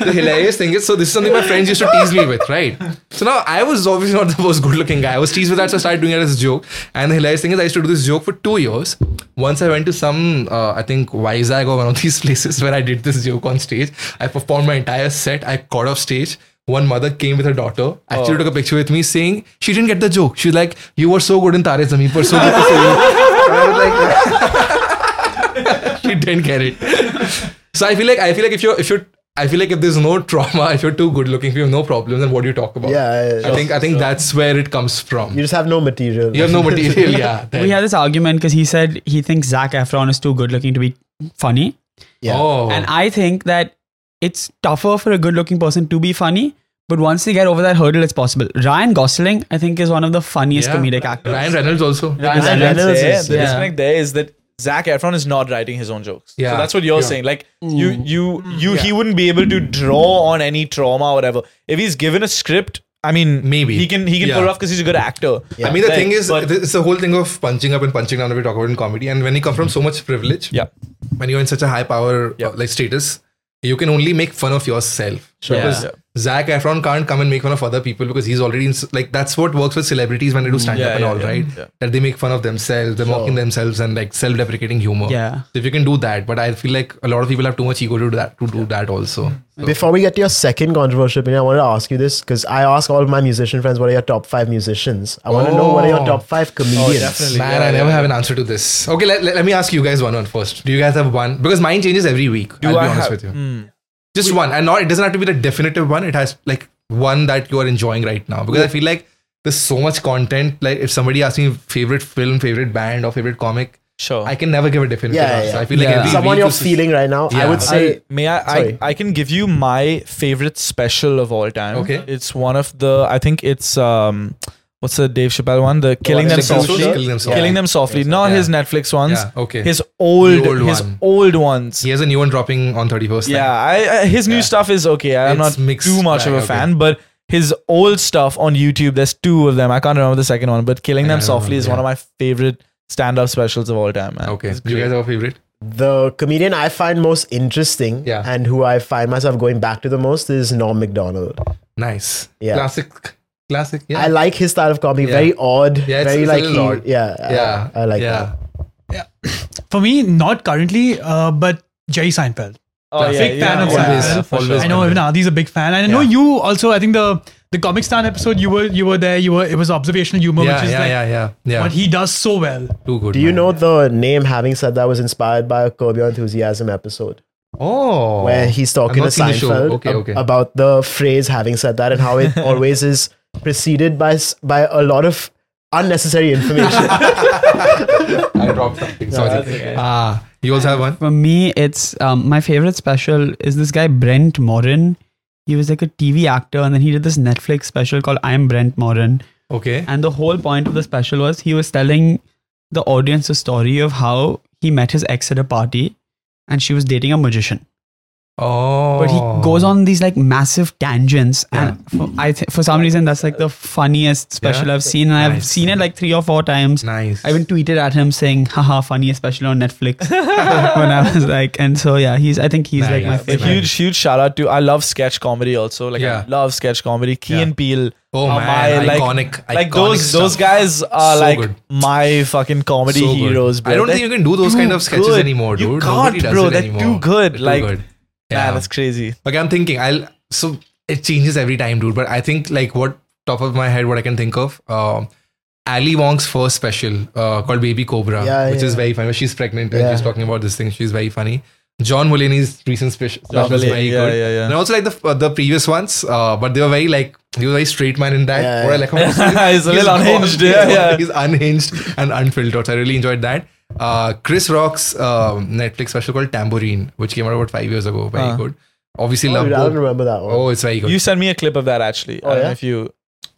Speaker 3: the hilarious thing is, so this is something my friends used to tease me with, right? So now I was obviously not the most good-looking guy. I was teased with that, so I started doing it as a joke. And the hilarious thing is, I used to do this joke for two years. Once I went to some, uh, I think Vizag or one of these places where I did this joke on stage. I performed my entire set. I caught off stage. One mother came with her daughter. Actually, took a picture with me, saying she didn't get the joke. She was like, "You were so good in Tare Zameen Par, so good to see you." And I was like, she didn't get it. So I feel like I feel like if you're if you're I feel like if there's no trauma, if you're too good looking, if you have no problems, then what do you talk about?
Speaker 1: Yeah,
Speaker 3: I think I think that's where it comes from.
Speaker 1: you just have no material.
Speaker 3: You have no material, yeah. then.
Speaker 4: We had this argument because he said he thinks Zach Efron is too good looking to be funny.
Speaker 1: Yeah.
Speaker 3: Oh,
Speaker 4: And I think that it's tougher for a good looking person to be funny. But once they get over that hurdle, it's possible. Ryan Gosling, I think, is one of the funniest
Speaker 3: Yeah.
Speaker 4: comedic actors.
Speaker 3: Ryan Reynolds also.
Speaker 4: Ryan
Speaker 2: And
Speaker 1: Reynolds
Speaker 2: that's
Speaker 1: is-
Speaker 2: it. the
Speaker 4: yeah.
Speaker 2: disconnect there is that Zach Efron is not writing his own jokes.
Speaker 3: Yeah. Mm.
Speaker 2: So that's what you're
Speaker 3: Yeah.
Speaker 2: saying. Like you, you, you, he wouldn't be able to draw on any trauma or whatever. If he's given a script, I mean,
Speaker 3: Maybe.
Speaker 2: he can he can pull it
Speaker 3: Yeah.
Speaker 2: off because he's a good actor.
Speaker 3: I mean, the
Speaker 2: Like,
Speaker 3: thing is,
Speaker 2: but-
Speaker 3: it's the whole thing of punching up and punching down that we talk about in comedy. And when you come from so much privilege,
Speaker 2: Yeah.
Speaker 3: when you're in such a high power
Speaker 2: Yeah.
Speaker 3: uh, like status, you can only make fun of yourself.
Speaker 1: Sure.
Speaker 3: Because
Speaker 2: Yeah.
Speaker 3: Zach Efron can't come and make fun of other people because he's already in, s- like that's what works with celebrities when they do stand
Speaker 2: Mm, Yeah,
Speaker 3: up and
Speaker 2: yeah,
Speaker 3: all right.
Speaker 2: yeah. Yeah.
Speaker 3: That they make fun of themselves, they're mocking themselves and like self-deprecating humor.
Speaker 4: Yeah.
Speaker 3: So if you can do that, but I feel like a lot of people have too much ego to do that to do that also.
Speaker 2: Mm.
Speaker 3: So-
Speaker 1: Before we get to your second controversial opinion, I wanted to ask you this because I ask all of my musician friends, "What are your top five musicians?" I want to know what are your
Speaker 3: Oh.
Speaker 1: top five comedians.
Speaker 2: definitely.
Speaker 3: Man,
Speaker 2: Yeah,
Speaker 3: I
Speaker 2: yeah,
Speaker 3: never
Speaker 2: yeah.
Speaker 3: have an answer to this. Okay, let, let, let me ask you guys one one first. Do you guys have one? Because mine changes every week. I'll be
Speaker 2: I
Speaker 3: honest
Speaker 2: have-
Speaker 3: with you. Just one. And not it doesn't have to be the definitive one. It has like one that you are enjoying right now. Because I feel like there's so much content. Like if somebody asks me favorite film, favorite band, or favorite comic,
Speaker 2: Sure.
Speaker 3: I can never give a definitive
Speaker 1: Yeah,
Speaker 3: answer.
Speaker 1: yeah.
Speaker 3: I feel like
Speaker 4: Yeah.
Speaker 3: every
Speaker 1: Someone
Speaker 3: week
Speaker 1: you're
Speaker 3: this is-
Speaker 1: feeling right now, I
Speaker 3: Yeah.
Speaker 1: would say
Speaker 2: May I,
Speaker 1: Sorry.
Speaker 2: I? I can give you my favorite special of all time.
Speaker 3: Okay.
Speaker 2: It's one of the. I think it's um, what's the Dave Chappelle one? The Killing Them
Speaker 3: Killing Them
Speaker 2: Softly.
Speaker 3: Softly? Killing Them Softly.
Speaker 2: Killing Them Softly. Not
Speaker 3: Yeah.
Speaker 2: his Netflix ones.
Speaker 3: Yeah, okay.
Speaker 2: His old,
Speaker 3: The old
Speaker 2: his
Speaker 3: one.
Speaker 2: old ones.
Speaker 3: He has a new one dropping on 31st.
Speaker 2: Yeah. I, I his new
Speaker 3: Yeah.
Speaker 2: stuff is okay. I'm
Speaker 3: It's
Speaker 2: not
Speaker 3: mixed
Speaker 2: too much of a
Speaker 3: bag, okay.
Speaker 2: fan, but his old stuff on YouTube. There's two of them. I can't remember the second one, but Killing Them
Speaker 3: I don't
Speaker 2: Softly is
Speaker 3: remember,
Speaker 2: one of my favorite stand-up specials of all time. Man.
Speaker 3: Okay.
Speaker 2: It's
Speaker 3: Do you
Speaker 2: great.
Speaker 3: guys have a favorite?
Speaker 1: the comedian I find most interesting
Speaker 3: Yeah.
Speaker 1: and who I find myself going back to the most is Norm Macdonald.
Speaker 3: Nice.
Speaker 1: Yeah.
Speaker 3: Classic. Classic. Yeah.
Speaker 1: I like his style of comedy.
Speaker 3: Yeah.
Speaker 1: Very odd.
Speaker 3: Yeah, it's-
Speaker 1: very
Speaker 3: it's a
Speaker 1: like
Speaker 3: little
Speaker 1: he,
Speaker 3: odd.
Speaker 1: yeah. I-
Speaker 3: yeah.
Speaker 1: I, like
Speaker 3: yeah.
Speaker 1: that.
Speaker 5: For me, not currently, uh, but Jerry Seinfeld.
Speaker 2: Oh, yeah,
Speaker 5: big fan
Speaker 2: yeah,
Speaker 5: of
Speaker 2: yeah,
Speaker 5: Seinfeld.
Speaker 2: yeah, for sure.
Speaker 5: I know even Adi's a big fan, and I know
Speaker 3: Yeah.
Speaker 5: you also. I think the the Comic Stan episode you were you were there. You were it was observational humor,
Speaker 3: Yeah,
Speaker 5: which is
Speaker 3: yeah,
Speaker 5: like
Speaker 3: yeah, yeah, yeah.
Speaker 5: what he does so well.
Speaker 3: Too good.
Speaker 1: Do you
Speaker 3: man.
Speaker 1: know the name having said that was inspired by a Curb Your Enthusiasm episode
Speaker 3: Oh,
Speaker 1: where he's talking to
Speaker 3: I've not seen the show.
Speaker 1: Seinfeld
Speaker 3: Okay,
Speaker 1: ab-
Speaker 3: okay.
Speaker 1: about the phrase having said that and how it always is preceded by s- by a lot of unnecessary information.
Speaker 3: I dropped something. Sorry. Ah, you also have one.
Speaker 4: For me, it's um, my favorite special is this guy Brent Morin. He was like a TV actor, and then he did this Netflix special called "I'm Brent Morin."
Speaker 2: Ah.
Speaker 3: Okay.
Speaker 4: And the whole point of the special was he was telling the audience a story of how he met his ex at a party, and she was dating a magician.
Speaker 3: Oh.
Speaker 4: but he goes on these like massive tangents and for, i th- for some reason that's like the funniest special
Speaker 3: Yeah?
Speaker 4: i've seen and i've
Speaker 3: Nice.
Speaker 4: seen it like three or four times
Speaker 3: Nice.
Speaker 4: i even tweeted at him saying haha funniest special on netflix when i was like and so yeah he's i think he's like my
Speaker 3: Nice.
Speaker 2: A
Speaker 4: favorite
Speaker 3: Right.
Speaker 2: huge, huge shout out to I love sketch comedy also. Like
Speaker 3: Yeah.
Speaker 2: I love sketch comedy. Key
Speaker 3: Yeah.
Speaker 2: and Peele.
Speaker 3: Oh,
Speaker 2: are
Speaker 3: man,
Speaker 2: my,
Speaker 3: iconic-
Speaker 2: Like
Speaker 3: iconic
Speaker 2: those those
Speaker 3: stuff.
Speaker 2: guys are
Speaker 3: So
Speaker 2: like
Speaker 3: good.
Speaker 2: my fucking comedy
Speaker 3: So good.
Speaker 2: heroes. Bro.
Speaker 3: I don't
Speaker 2: They're
Speaker 3: think you can do those kind
Speaker 2: too
Speaker 3: of sketches
Speaker 2: good.
Speaker 3: anymore, dude.
Speaker 2: You
Speaker 3: Nobody
Speaker 2: can't,
Speaker 3: does
Speaker 2: bro.
Speaker 3: it
Speaker 2: They're
Speaker 3: anymore.
Speaker 2: too good.
Speaker 3: They're too
Speaker 2: like
Speaker 3: good.
Speaker 2: man,
Speaker 3: Yeah.
Speaker 2: that's crazy.
Speaker 3: Okay, I'm thinking. I'll so it changes every time, dude. But I think like what top of my head, what I can think of, um, Ali Wong's first special uh, called Baby Cobra,
Speaker 1: Yeah,
Speaker 3: which is
Speaker 1: yeah.
Speaker 3: very funny. She's pregnant
Speaker 1: Yeah.
Speaker 3: and she's talking about this thing. She's very funny. John Mulaney's recent special, special is
Speaker 2: Mulaney,
Speaker 3: very
Speaker 2: yeah,
Speaker 3: good.
Speaker 2: yeah, yeah.
Speaker 3: And I also like the uh, the previous ones, uh, but they were very like he was very straight man in that.
Speaker 1: Yeah,
Speaker 3: what I
Speaker 1: yeah.
Speaker 3: like about him is
Speaker 2: He's a little
Speaker 3: gone.
Speaker 2: unhinged, yeah,
Speaker 3: He's gone.
Speaker 2: yeah.
Speaker 3: He's unhinged and unfiltered. So I really enjoyed that. Uh, Chris Rock's um, Netflix special called Tambourine, which came out about five years ago. Very good. Obviously,
Speaker 1: Oh, Dude,
Speaker 3: love.
Speaker 1: I
Speaker 3: Boat.
Speaker 1: don't remember that one.
Speaker 3: Oh, it's very good.
Speaker 2: Uh. You sent me a clip of that actually.
Speaker 3: Oh,
Speaker 2: I don't know
Speaker 1: yeah?
Speaker 2: if you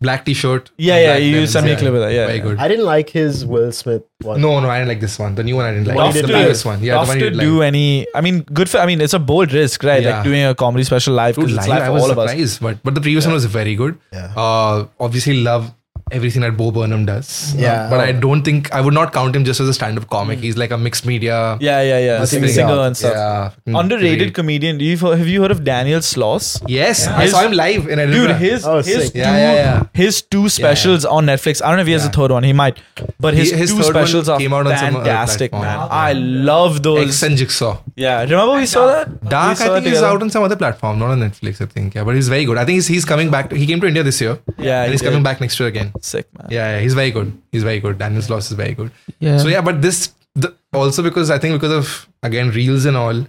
Speaker 3: Black t-shirt.
Speaker 2: Yeah,
Speaker 3: and
Speaker 2: yeah,
Speaker 3: black
Speaker 2: you
Speaker 3: denim.
Speaker 2: sent me a clip of that, yeah,
Speaker 3: very
Speaker 2: yeah.
Speaker 3: good.
Speaker 1: I didn't like his Will Smith one.
Speaker 3: Oh. no, no, I didn't like this one. The new one I didn't like.
Speaker 1: Tough
Speaker 3: the
Speaker 1: to-
Speaker 3: previous one. Yeah, the
Speaker 2: tough
Speaker 3: one
Speaker 2: to
Speaker 3: you didn't
Speaker 2: do
Speaker 3: like.
Speaker 2: any. I mean, good for. I mean, it's a bold risk, right?
Speaker 3: Yeah.
Speaker 2: Like doing a comedy special live
Speaker 3: Dude,
Speaker 2: because
Speaker 3: live,
Speaker 2: it's live
Speaker 3: I
Speaker 2: for
Speaker 3: was
Speaker 2: all of us.
Speaker 3: surprised, but but the previous one was very good.
Speaker 1: Yeah.
Speaker 3: Uh, obviously, love everything that Bo Burnham does. Uh,
Speaker 1: Yeah. Hmm.
Speaker 3: but I don't think I would not count him just as a stand-up comic. He's like a mixed media.
Speaker 2: Yeah, yeah, yeah.
Speaker 1: Nothing
Speaker 2: Sing-
Speaker 1: is
Speaker 2: Singer
Speaker 1: out.
Speaker 2: and stuff.
Speaker 3: yeah.
Speaker 2: Underrated
Speaker 3: Great.
Speaker 2: comedian. Do you have you heard of Daniel Sloss?
Speaker 3: Yes, I
Speaker 2: His-
Speaker 3: saw him live in
Speaker 2: Dude,
Speaker 3: Edinburgh.
Speaker 2: his
Speaker 1: Oh,
Speaker 2: his
Speaker 1: sick.
Speaker 2: two,
Speaker 3: Yeah, yeah, yeah.
Speaker 2: his two specials on Netflix. I don't know if he has a
Speaker 3: Yeah.
Speaker 2: third one. He might, but his,
Speaker 3: He- his
Speaker 2: two
Speaker 3: third
Speaker 2: specials
Speaker 3: one
Speaker 2: are
Speaker 3: came out on some other
Speaker 2: fantastic, man.
Speaker 3: platform.
Speaker 2: I love those.
Speaker 3: X and Jigsaw.
Speaker 2: yeah, remember we saw that? We
Speaker 3: Dark,
Speaker 2: saw
Speaker 3: I
Speaker 2: that
Speaker 3: think, is
Speaker 2: together.
Speaker 3: out on some other platform, not on Netflix, I think. Yeah, but he's very good. I think he's, he's coming back. To, he came to India this year.
Speaker 2: Yeah,
Speaker 3: and
Speaker 2: he
Speaker 3: he's
Speaker 2: did.
Speaker 3: coming back next year again.
Speaker 2: Sick man.
Speaker 3: Yeah, yeah, he's very good. He's very good. Daniel's loss is very good.
Speaker 4: yeah
Speaker 3: So yeah, but this the, also because I think because of again reels and all,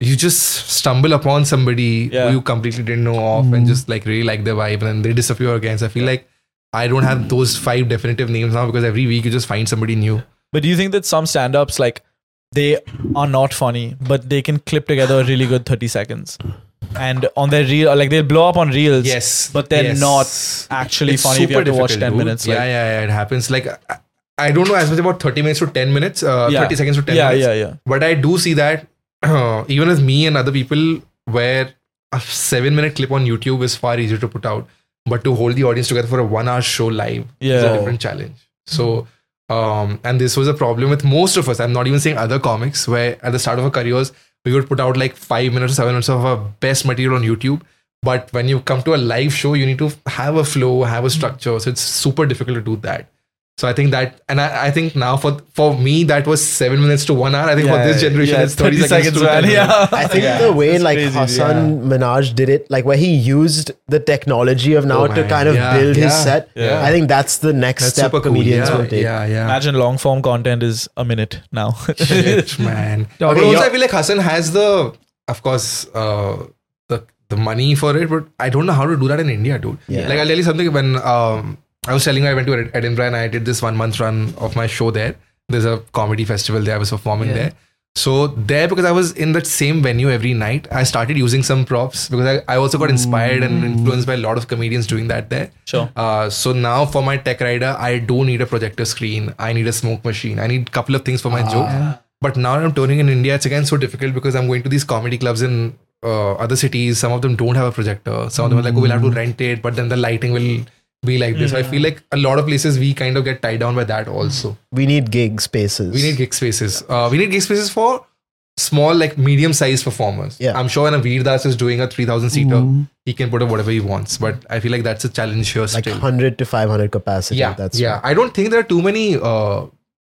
Speaker 3: you just stumble upon somebody
Speaker 2: Yeah. Mm.
Speaker 3: who you completely didn't know of and just like really like their vibe and then they disappear again. So I feel like I don't
Speaker 2: Mm.
Speaker 3: have those five definitive names now because every week you just find somebody new.
Speaker 2: But do you think that some stand-ups like they are not funny, but they can clip together a really good thirty seconds, and on their reel, like they'll blow up on reels.
Speaker 3: Yes,
Speaker 2: but they're
Speaker 3: yes.
Speaker 2: not actually
Speaker 3: It's
Speaker 2: funny. If you
Speaker 3: super
Speaker 2: have to watch
Speaker 3: difficult,
Speaker 2: ten
Speaker 3: dude.
Speaker 2: minutes, like,
Speaker 3: yeah, yeah, yeah, it happens. Like I, I don't know as much about thirty minutes to ten minutes, uh,
Speaker 2: Yeah.
Speaker 3: thirty seconds to ten
Speaker 2: yeah,
Speaker 3: minutes.
Speaker 2: yeah, yeah.
Speaker 3: But I do see that even as me and other people, where a seven minute clip on YouTube is far easier to put out, but to hold the audience together for a one hour show live is
Speaker 2: Yeah.
Speaker 3: a different challenge. So, um, and this was a problem with most of us. I'm not even saying other comics, where at the start of our careers, we would put out like five minutes or seven minutes of our best material on YouTube. But when you come to a live show, you need to have a flow, have a structure. So it's super difficult to do that. So I think that, and I, I think now for for me that was seven minutes to one hour. I think
Speaker 2: yeah,
Speaker 3: for this generation,
Speaker 2: Uh, yeah,
Speaker 3: it's thirty, seconds, to
Speaker 2: man,
Speaker 3: 10 minutes.
Speaker 2: Yeah.
Speaker 1: I think the way
Speaker 2: That's
Speaker 1: like
Speaker 2: crazy,
Speaker 1: Hassan Minaj did it, like where he used the technology of now
Speaker 3: Oh,
Speaker 1: to
Speaker 3: man.
Speaker 1: kind of
Speaker 3: Yeah,
Speaker 1: build his
Speaker 3: yeah,
Speaker 1: set.
Speaker 3: yeah.
Speaker 1: I think that's the next
Speaker 3: That's
Speaker 1: step
Speaker 3: super cool.
Speaker 1: comedians
Speaker 3: Yeah,
Speaker 1: will take.
Speaker 3: yeah, yeah.
Speaker 2: Imagine long form content is a minute now.
Speaker 3: Shit, man.
Speaker 4: Dog,
Speaker 3: but also,
Speaker 4: you're-
Speaker 3: I feel like Hassan has the, of course, uh, the the money for it. But I don't know how to do that in India, dude. Like I'll tell you something. When um, I was telling you, I went to Ed- Edinburgh and I did this one month run of my show there. There's a comedy festival there. I was performing there. So there, because I was in that same venue every night, I started using some props because I, I also got inspired and influenced by a lot of comedians doing that there.
Speaker 2: Sure.
Speaker 3: Uh, so now for my tech rider, I do need a projector screen. I need a smoke machine. I need a couple of things for my joke. But now I'm touring in India. It's again so difficult because I'm going to these comedy clubs in uh, other cities. Some of them don't have a projector. Some of them are like, oh, we'll have to
Speaker 1: Hmm.
Speaker 3: rent it. But then the lighting will be like this. So I feel like a lot of places we kind of get tied down by that also.
Speaker 1: We need gig spaces.
Speaker 3: We need gig spaces. Uh, we need gig spaces for small, like medium sized performers.
Speaker 1: Yeah. Hmm.
Speaker 3: I'm sure when a Veer Das is doing a 3,000 seater, he can put up whatever he wants. But I feel like that's a challenge here
Speaker 1: like
Speaker 3: still.
Speaker 1: 100 to 500 capacity.
Speaker 3: yeah.
Speaker 1: That's
Speaker 3: yeah. I don't think there are too many uh,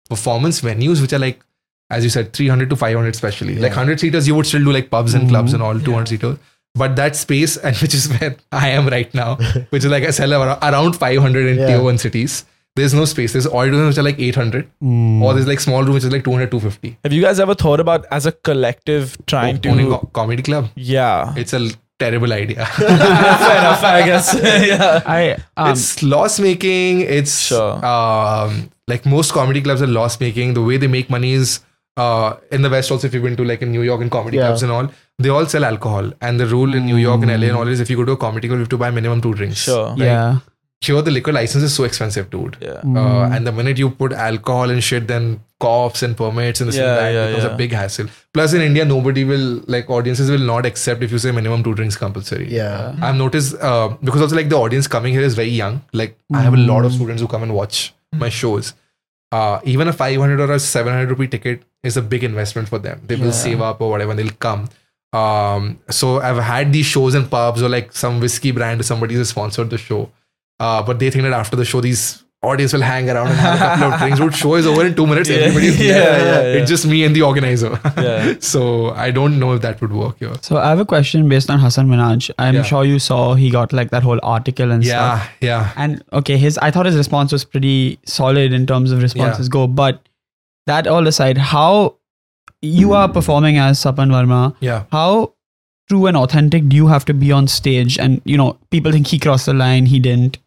Speaker 3: performance venues which are like, as you said, 300 to 500 especially. Like 100 seaters, you would still do like pubs and clubs
Speaker 1: Mm-hmm.
Speaker 3: and all, 200 seaters. But that space, and which is where I am right now, which is like I sell ar- around 500 in
Speaker 1: Yeah.
Speaker 3: tier one cities. There's no space. There's auditoriums which are like 800,
Speaker 1: Mm.
Speaker 3: or there's like small room which is like 200, 250.
Speaker 2: Have you guys ever thought about as a collective trying to?
Speaker 3: Owning a comedy club.
Speaker 2: yeah.
Speaker 3: It's a l- terrible idea.
Speaker 2: Fair enough, I guess. yeah.
Speaker 4: i um,
Speaker 3: it's loss making. It's
Speaker 2: Sure.
Speaker 3: um, like most comedy clubs are loss making. The way they make money is uh, in the West. Also, if you've been to like in New York and comedy
Speaker 1: Yeah.
Speaker 3: clubs and all, they all sell alcohol. And the rule in New York and LA and all is if you go to a comedy club, you have to buy minimum two drinks.
Speaker 2: Sure.
Speaker 4: yeah
Speaker 3: Here, the liquor license is so expensive, dude.
Speaker 2: Yeah.
Speaker 3: Uh, and the minute you put alcohol and shit, then cops and permits and this
Speaker 2: Yeah,
Speaker 3: and that
Speaker 2: yeah,
Speaker 3: becomes
Speaker 2: yeah.
Speaker 3: a big hassle. Plus, in India, nobody will like audiences will not accept if you say minimum two drinks compulsory.
Speaker 1: Yeah.
Speaker 3: I've noticed uh, because also like the audience coming here is very young. Like I have a lot of students who come and watch my shows. Uh, even a 500 or a 700 rupee ticket is a big investment for them. They will save up or whatever and they'll come. Um, so I've had these shows in pubs or like some whiskey brand or somebody who sponsored the show. Uh, but they think that after the show, these audience will hang around and have a couple of drinks. Dude, show is over in two minutes. Everybody's
Speaker 2: Yeah,
Speaker 3: there.
Speaker 2: yeah, yeah.
Speaker 3: It's just me and the organizer.
Speaker 2: Yeah.
Speaker 3: so I don't know if that would work here.
Speaker 4: So I have a question based on Hassan Minaj. I'm
Speaker 3: Yeah.
Speaker 4: sure you saw he got like that whole article and stuff.
Speaker 3: Yeah, yeah.
Speaker 4: And okay, his I thought his response was pretty solid in terms of responses go. But that all aside, how you are performing as Sapan Verma,
Speaker 3: Yeah.
Speaker 4: how true and authentic do you have to be on stage? And you know, people think he crossed the line, he didn't.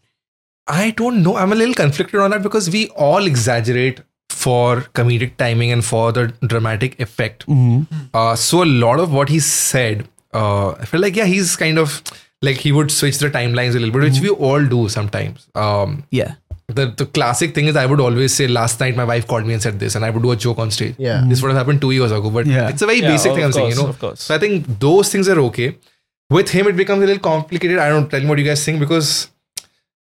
Speaker 3: I don't know. I'm a little conflicted on that because we all exaggerate for comedic timing and for the dramatic effect. Uh, so a lot of what he said, uh, I feel like yeah, he's kind of like he would switch the timelines a little bit, which we all do sometimes. Um,
Speaker 4: Yeah.
Speaker 3: the the classic thing is I would always say last night my wife called me and said this, and I would do a joke on stage.
Speaker 1: Yeah.
Speaker 3: this would have happened two years ago, but
Speaker 4: Yeah.
Speaker 3: it's a very
Speaker 2: Yeah,
Speaker 3: basic
Speaker 2: of
Speaker 3: thing. I'm saying, you
Speaker 2: course,
Speaker 3: know.
Speaker 2: of course.
Speaker 3: So I think those things are okay. With him, it becomes a little complicated. I don't tell me what you guys think because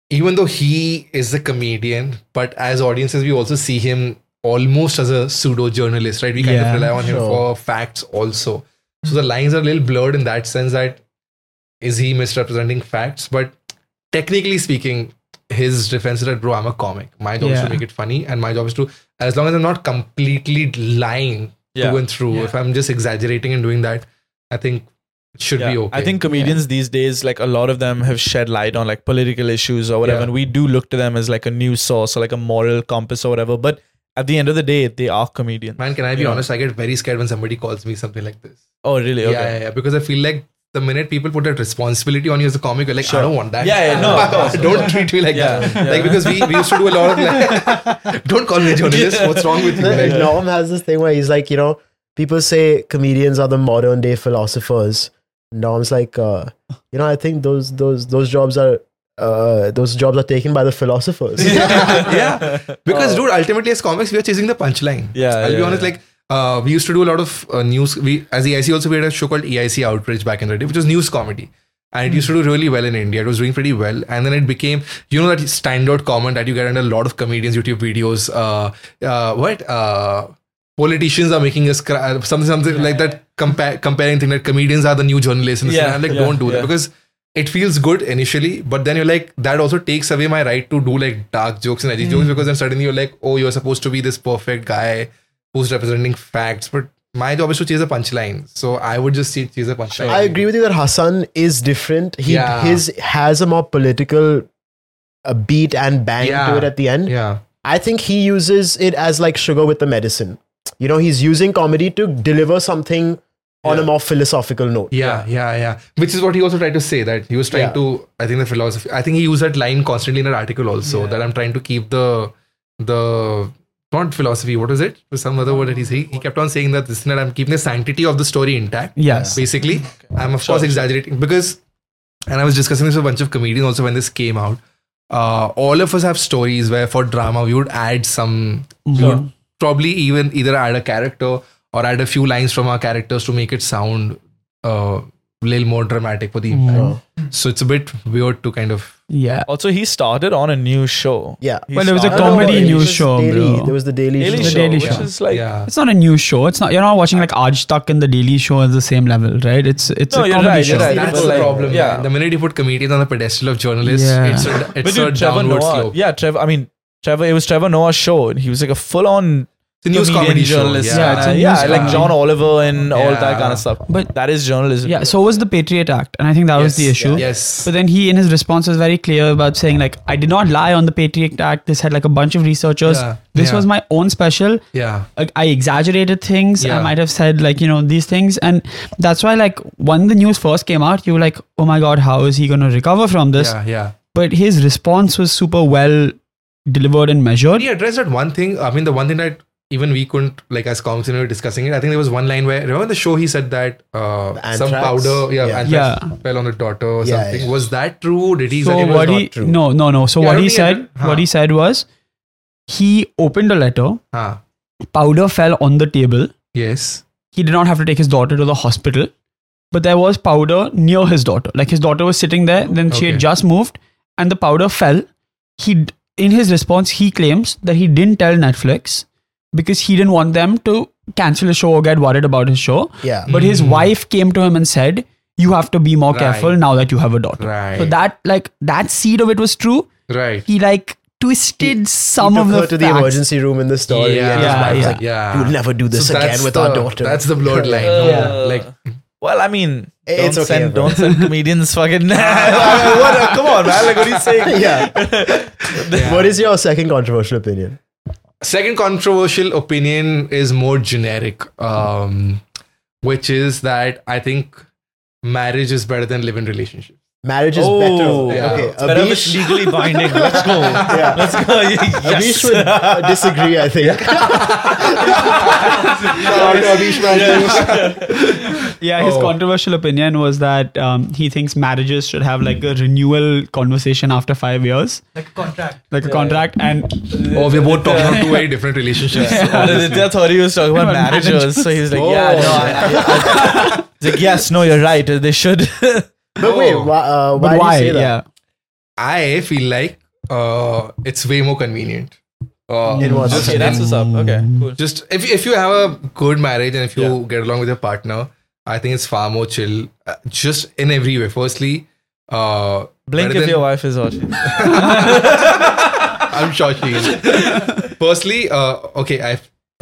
Speaker 3: even though he is a comedian, but as audiences, we also see him almost as a pseudo journalist, right? We kind
Speaker 4: Yeah,
Speaker 3: of rely on him
Speaker 1: sure.
Speaker 3: for facts also. So the lines are a little blurred in that sense that is he misrepresenting facts? But technically speaking, his defense is that, bro, I'm a comic. My job is to
Speaker 4: Yeah.
Speaker 3: make it funny, and my job is to, as long as I'm not completely lying
Speaker 2: Yeah.
Speaker 3: through and through, if I'm just exaggerating and doing that, I think it should be okay.
Speaker 2: I think comedians these days, like a lot of them have shed light on like political issues or whatever.
Speaker 3: Yeah.
Speaker 2: And we do look to them as like a news source or like a moral compass or whatever. But at the end of the day, they are comedians.
Speaker 3: man, can I be
Speaker 2: Yeah.
Speaker 3: honest? I get very scared when somebody calls me something like this.
Speaker 2: Oh, really? Okay.
Speaker 3: Yeah, yeah, yeah, because I feel like the minute people put that responsibility on you as a comic, you're like, I don't want that.
Speaker 2: Yeah, yeah, no, of course.
Speaker 3: don't treat me like
Speaker 2: Yeah,
Speaker 3: that.
Speaker 2: yeah.
Speaker 3: Like because we, we used to do a lot of like, don't call me a journalist. What's wrong with you? Like,
Speaker 1: Like, Norm has this thing where he's like, you know, people say comedians are the modern day philosophers. Norm's like, uh, you know, I think those those those jobs are uh, those jobs are taken by the philosophers.
Speaker 3: yeah. Because, dude, ultimately as comics, we are chasing the punchline.
Speaker 2: Uh, Yeah,
Speaker 3: I'll be
Speaker 2: yeah,
Speaker 3: honest,
Speaker 2: yeah.
Speaker 3: like, uh, we used to do a lot of uh, news. We as EIC also we had a show called EIC Outrage back in the day, which was news comedy, and
Speaker 2: Hmm.
Speaker 3: it used to do really well in India. It was doing pretty well, and then it became you know that standout comment that you get in a lot of comedians' YouTube videos. Uh, uh, what uh, politicians are making us cry, something something like that. Compa- comparing thing that comedians are the new journalists, and this
Speaker 2: Yeah,
Speaker 3: and that. I'm like
Speaker 2: yeah,
Speaker 3: don't do
Speaker 2: yeah.
Speaker 3: that because it feels good initially, but then you're like, that also takes away my right to do like dark jokes and edgy jokes because then suddenly you're like, oh, you're supposed to be this perfect guy who's representing facts, but my job is to chase a punchline. So I would just say chase a punchline.
Speaker 1: I agree with you that Hassan is different. He
Speaker 3: Yeah.
Speaker 1: his has a more political uh, beat and bang
Speaker 3: Yeah.
Speaker 1: to it at the end.
Speaker 3: Yeah.
Speaker 1: I think he uses it as like sugar with the medicine. You know, he's using comedy to deliver something on a more philosophical note.
Speaker 3: Yeah, yeah, yeah. Which is what he also tried to say that he was trying
Speaker 1: Yeah.
Speaker 3: to. I think the philosophy. I think he used that line constantly in an article also that I'm trying to keep the the not philosophy. What is it? It was Some other word that he he, he kept on saying that this and that I'm keeping the sanctity of the story intact.
Speaker 4: Yes.
Speaker 3: basically, I'm of course exaggerating because, and I was discussing this with a bunch of comedians also when this came out. Uh, all of us have stories where for drama we would add some we would probably even either add a character or add a few lines from our characters to make it sound uh, little more dramatic for the
Speaker 4: Mm.
Speaker 3: impact. So it's a bit weird to kind of
Speaker 4: Yeah.
Speaker 2: Also, he started on a new show.
Speaker 1: Yeah.
Speaker 2: He
Speaker 4: Well, it was a
Speaker 1: I
Speaker 2: started-
Speaker 1: don't know,
Speaker 4: comedy
Speaker 1: it
Speaker 4: news
Speaker 1: was
Speaker 4: show,
Speaker 1: Daily,
Speaker 4: bro.
Speaker 1: There was the Daily,
Speaker 2: Daily
Speaker 1: Show.
Speaker 2: Show,
Speaker 4: Daily
Speaker 2: which
Speaker 4: Show.
Speaker 2: is like
Speaker 3: yeah
Speaker 4: It's not a news show. It's not you're not watching like Aaj Tak and the Daily Show at the same level, right? It's it's
Speaker 2: No,
Speaker 4: a
Speaker 2: you're
Speaker 4: comedy
Speaker 2: right,
Speaker 4: show.
Speaker 2: you're right.
Speaker 3: that's
Speaker 2: but
Speaker 3: the
Speaker 2: like-
Speaker 3: problem
Speaker 2: yeah.
Speaker 3: man. the minute you put comedians on the pedestal of journalists
Speaker 4: Yeah.
Speaker 3: it's a,
Speaker 2: But
Speaker 3: it's a
Speaker 2: dude, Trevor
Speaker 3: downward
Speaker 2: Noah.
Speaker 3: slope
Speaker 2: Yeah, Trevor. I mean, Trevor. It was Trevor Noah's show, and he was like a full-on
Speaker 3: it's a news
Speaker 2: comedian
Speaker 3: comedy
Speaker 2: journalist.
Speaker 3: show
Speaker 4: Yeah, it's a
Speaker 2: Yeah,
Speaker 4: news
Speaker 2: yeah, like
Speaker 4: comedy.
Speaker 2: John Oliver and all that
Speaker 3: Yeah.
Speaker 2: kind of stuff.
Speaker 4: But-
Speaker 2: that is journalism.
Speaker 4: Yeah, so was the Patriot Act, and I think that was the issue.
Speaker 3: yes
Speaker 4: But then he, in his response, was very clear about saying like, I did not lie on the Patriot Act. This had like a bunch of researchers.
Speaker 3: Yeah,
Speaker 4: This
Speaker 3: yeah.
Speaker 4: was my own special.
Speaker 3: yeah
Speaker 4: Like, I exaggerated things. I
Speaker 3: Yeah.
Speaker 4: might have said like you know these things, and that's why like when the news first came out, you were like, oh my god, how is he going to recover from this?
Speaker 3: yeah yeah
Speaker 4: But his response was super well delivered and measured.
Speaker 3: But he addressed that one thing. I mean, the one thing that even we couldn't, like, as comics, when we were discussing it, I think there was one line where, remember the show he said that uh,
Speaker 1: The
Speaker 3: some
Speaker 1: anthrax?
Speaker 3: powder, yeah,
Speaker 1: Yeah.
Speaker 3: anthrax
Speaker 4: Yeah.
Speaker 3: fell on the daughter or
Speaker 1: Yeah,
Speaker 3: something.
Speaker 1: yeah.
Speaker 3: Was that true? Did he?
Speaker 4: so
Speaker 3: it was
Speaker 4: what
Speaker 3: not
Speaker 4: he
Speaker 3: true.
Speaker 4: no no no. So
Speaker 3: Yeah, I
Speaker 4: what
Speaker 3: don't
Speaker 4: he
Speaker 3: think it-
Speaker 4: said,
Speaker 3: huh.
Speaker 4: what he said was, he opened a letter
Speaker 3: Huh.
Speaker 4: powder fell on the table.
Speaker 3: Yes.
Speaker 4: He did not have to take his daughter to the hospital, but there was powder near his daughter. Like his daughter was sitting there, then she had
Speaker 3: Okay.
Speaker 4: just moved, and the powder fell. He, d- in his response, he claims that he didn't tell Netflix because he didn't want them to cancel his show or get worried about his show.
Speaker 1: Yeah. Mm.
Speaker 4: But his wife came to him and said, "You have to be more
Speaker 3: Right.
Speaker 4: careful now that you have a daughter."
Speaker 3: Right.
Speaker 4: So that, like, that seed of it was true.
Speaker 3: right.
Speaker 4: He like twisted some
Speaker 1: Took
Speaker 4: of the
Speaker 1: her to the
Speaker 4: facts.
Speaker 1: emergency room in the story, and his
Speaker 4: Yeah,
Speaker 1: wife was
Speaker 4: yeah.
Speaker 1: like,
Speaker 3: yeah.
Speaker 1: "You'll never do this
Speaker 3: So that's
Speaker 1: again with
Speaker 3: the,
Speaker 1: our daughter."
Speaker 3: That's the blurred line.
Speaker 2: Uh,
Speaker 3: no?
Speaker 2: Yeah.
Speaker 3: Like
Speaker 2: Well, I mean,
Speaker 1: It's
Speaker 2: don't
Speaker 1: okay,
Speaker 2: send
Speaker 1: bro.
Speaker 2: don't send comedians fucking. what, come on, man! Like, what are you saying?
Speaker 1: yeah. What is your second controversial opinion?
Speaker 3: second controversial opinion is more generic, um, which is that I think marriage is better than live-in relationship.
Speaker 1: Marriage is
Speaker 4: Oh,
Speaker 1: better.
Speaker 3: yeah.
Speaker 1: Okay,
Speaker 2: It's better if it's
Speaker 1: Abish,
Speaker 2: legally binding. Let's go.
Speaker 1: Yeah.
Speaker 2: Let's go. yes.
Speaker 1: Abish would uh, disagree. I think.
Speaker 4: Yeah, his
Speaker 3: Oh.
Speaker 4: controversial opinion was that um, he thinks marriages should have like a renewal conversation after five years,
Speaker 5: Like a contract.
Speaker 4: like a contract, and
Speaker 3: Oh, we're both talking about two very different relationships.
Speaker 2: Aditya thought he was talking about
Speaker 4: About
Speaker 2: marriages, so he's like,
Speaker 3: Oh.
Speaker 2: yeah, no, I- I- I- He's like, yes, no, you're right. They should.
Speaker 1: But wait, why, uh, why,
Speaker 4: Oh. but why?
Speaker 1: do you say that?
Speaker 4: Yeah,
Speaker 3: I feel like uh, it's way more convenient. Uh,
Speaker 1: It was.
Speaker 3: just,
Speaker 2: okay, that's what's up. Okay, cool.
Speaker 3: just if if you have a good marriage and if you get along with your partner, I think it's far more chill. uh, Just in every way. Firstly, uh,
Speaker 2: Blink
Speaker 3: better
Speaker 2: if
Speaker 3: than-
Speaker 2: your wife is watching.
Speaker 3: I'm sure she is. Firstly, uh, okay, I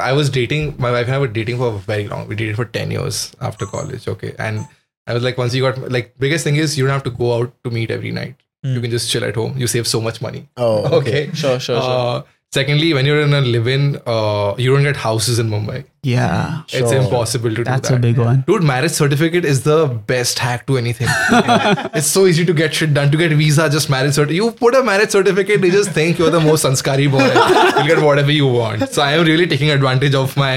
Speaker 3: I was dating my wife and I were dating for very long. We dated for ten years after college. Okay, and I was like, once you got like biggest thing is you don't have to go out to meet every night. You can just chill at home. You save so much money.
Speaker 1: Oh, okay.
Speaker 3: Okay.
Speaker 2: Sure, sure, sure.
Speaker 3: Uh, secondly, when you're in a live-in, uh, you don't get houses in Mumbai.
Speaker 4: yeah,
Speaker 3: It's
Speaker 1: Sure.
Speaker 3: impossible to
Speaker 4: that's
Speaker 3: do
Speaker 4: a
Speaker 3: that.
Speaker 4: big one.
Speaker 3: Dude, marriage certificate is the best hack to anything. it's so easy to get shit done. To get visa, just marriage certificate. You put a marriage certificate, they just think you're the most sanskari boy. You'll get whatever you want. So I am really taking advantage of my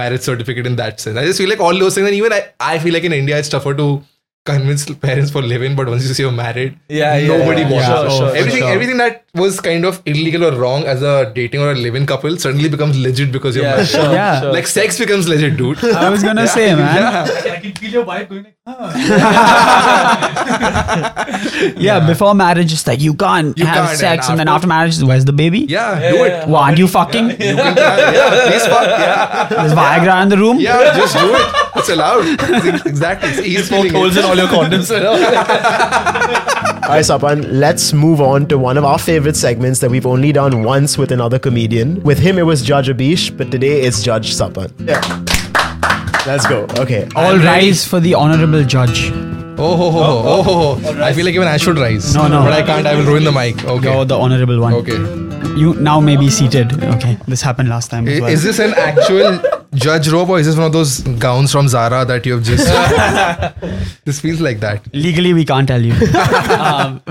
Speaker 3: marriage certificate in that sense. I just feel like all those things, and even I, I feel like in India it's tougher to convince parents for living, but once you say you're married,
Speaker 2: Yeah, yeah,
Speaker 3: nobody
Speaker 2: yeah.
Speaker 3: wants
Speaker 2: Sure,
Speaker 3: it.
Speaker 2: sure, for
Speaker 3: everything,
Speaker 2: sure.
Speaker 3: everything that was kind of illegal or wrong as a dating or a live-in couple suddenly becomes legit because you're
Speaker 2: yeah,
Speaker 3: married.
Speaker 2: sure,
Speaker 4: Yeah.
Speaker 2: sure.
Speaker 3: Like sex becomes legit, dude.
Speaker 4: I was gonna say, man. Yeah.
Speaker 5: I can feel your wife going like, huh.
Speaker 4: before marriage, it's like you can't
Speaker 3: You
Speaker 4: have
Speaker 3: can't,
Speaker 4: sex,
Speaker 3: and
Speaker 4: and then
Speaker 3: after-
Speaker 4: after marriage, where's the baby?
Speaker 3: Yeah, do it.
Speaker 4: Why aren't you fucking?
Speaker 3: yeah, yeah, please fuck. Yeah,
Speaker 4: There's Viagra in the room.
Speaker 3: yeah, just do it. It's allowed. It's exactly. It's easy.
Speaker 2: Poke holes in all your condoms.
Speaker 1: All right, Sapan, let's move on to one of our favorite segments that we've only done once with another comedian. With him, it was Judge Abish, but today it's Judge Sapan. Yeah. Let's go. Okay.
Speaker 4: All rise for the honorable judge.
Speaker 3: Oh, ho, ho, ho, oh, ho, ho. I feel like even I should rise.
Speaker 4: No, no.
Speaker 3: But I can't. I will ruin the mic. Okay.
Speaker 4: You're the honorable one.
Speaker 3: Okay.
Speaker 4: You now may be seated. Okay, this happened last time as
Speaker 3: I-
Speaker 4: well.
Speaker 3: Is this an actual judge robe or is this one of those gowns from Zara that you have just? this feels like that.
Speaker 4: legally we can't tell you um,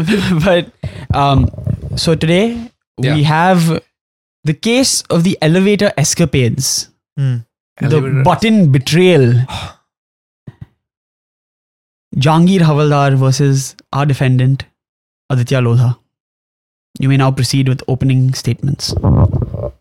Speaker 4: but um, so today
Speaker 3: Yeah.
Speaker 4: we have the case of the elevator escapades the
Speaker 3: Elevator-
Speaker 4: button betrayal Jangir Havaldar versus our defendant Aditya Lodha you may now proceed with opening statements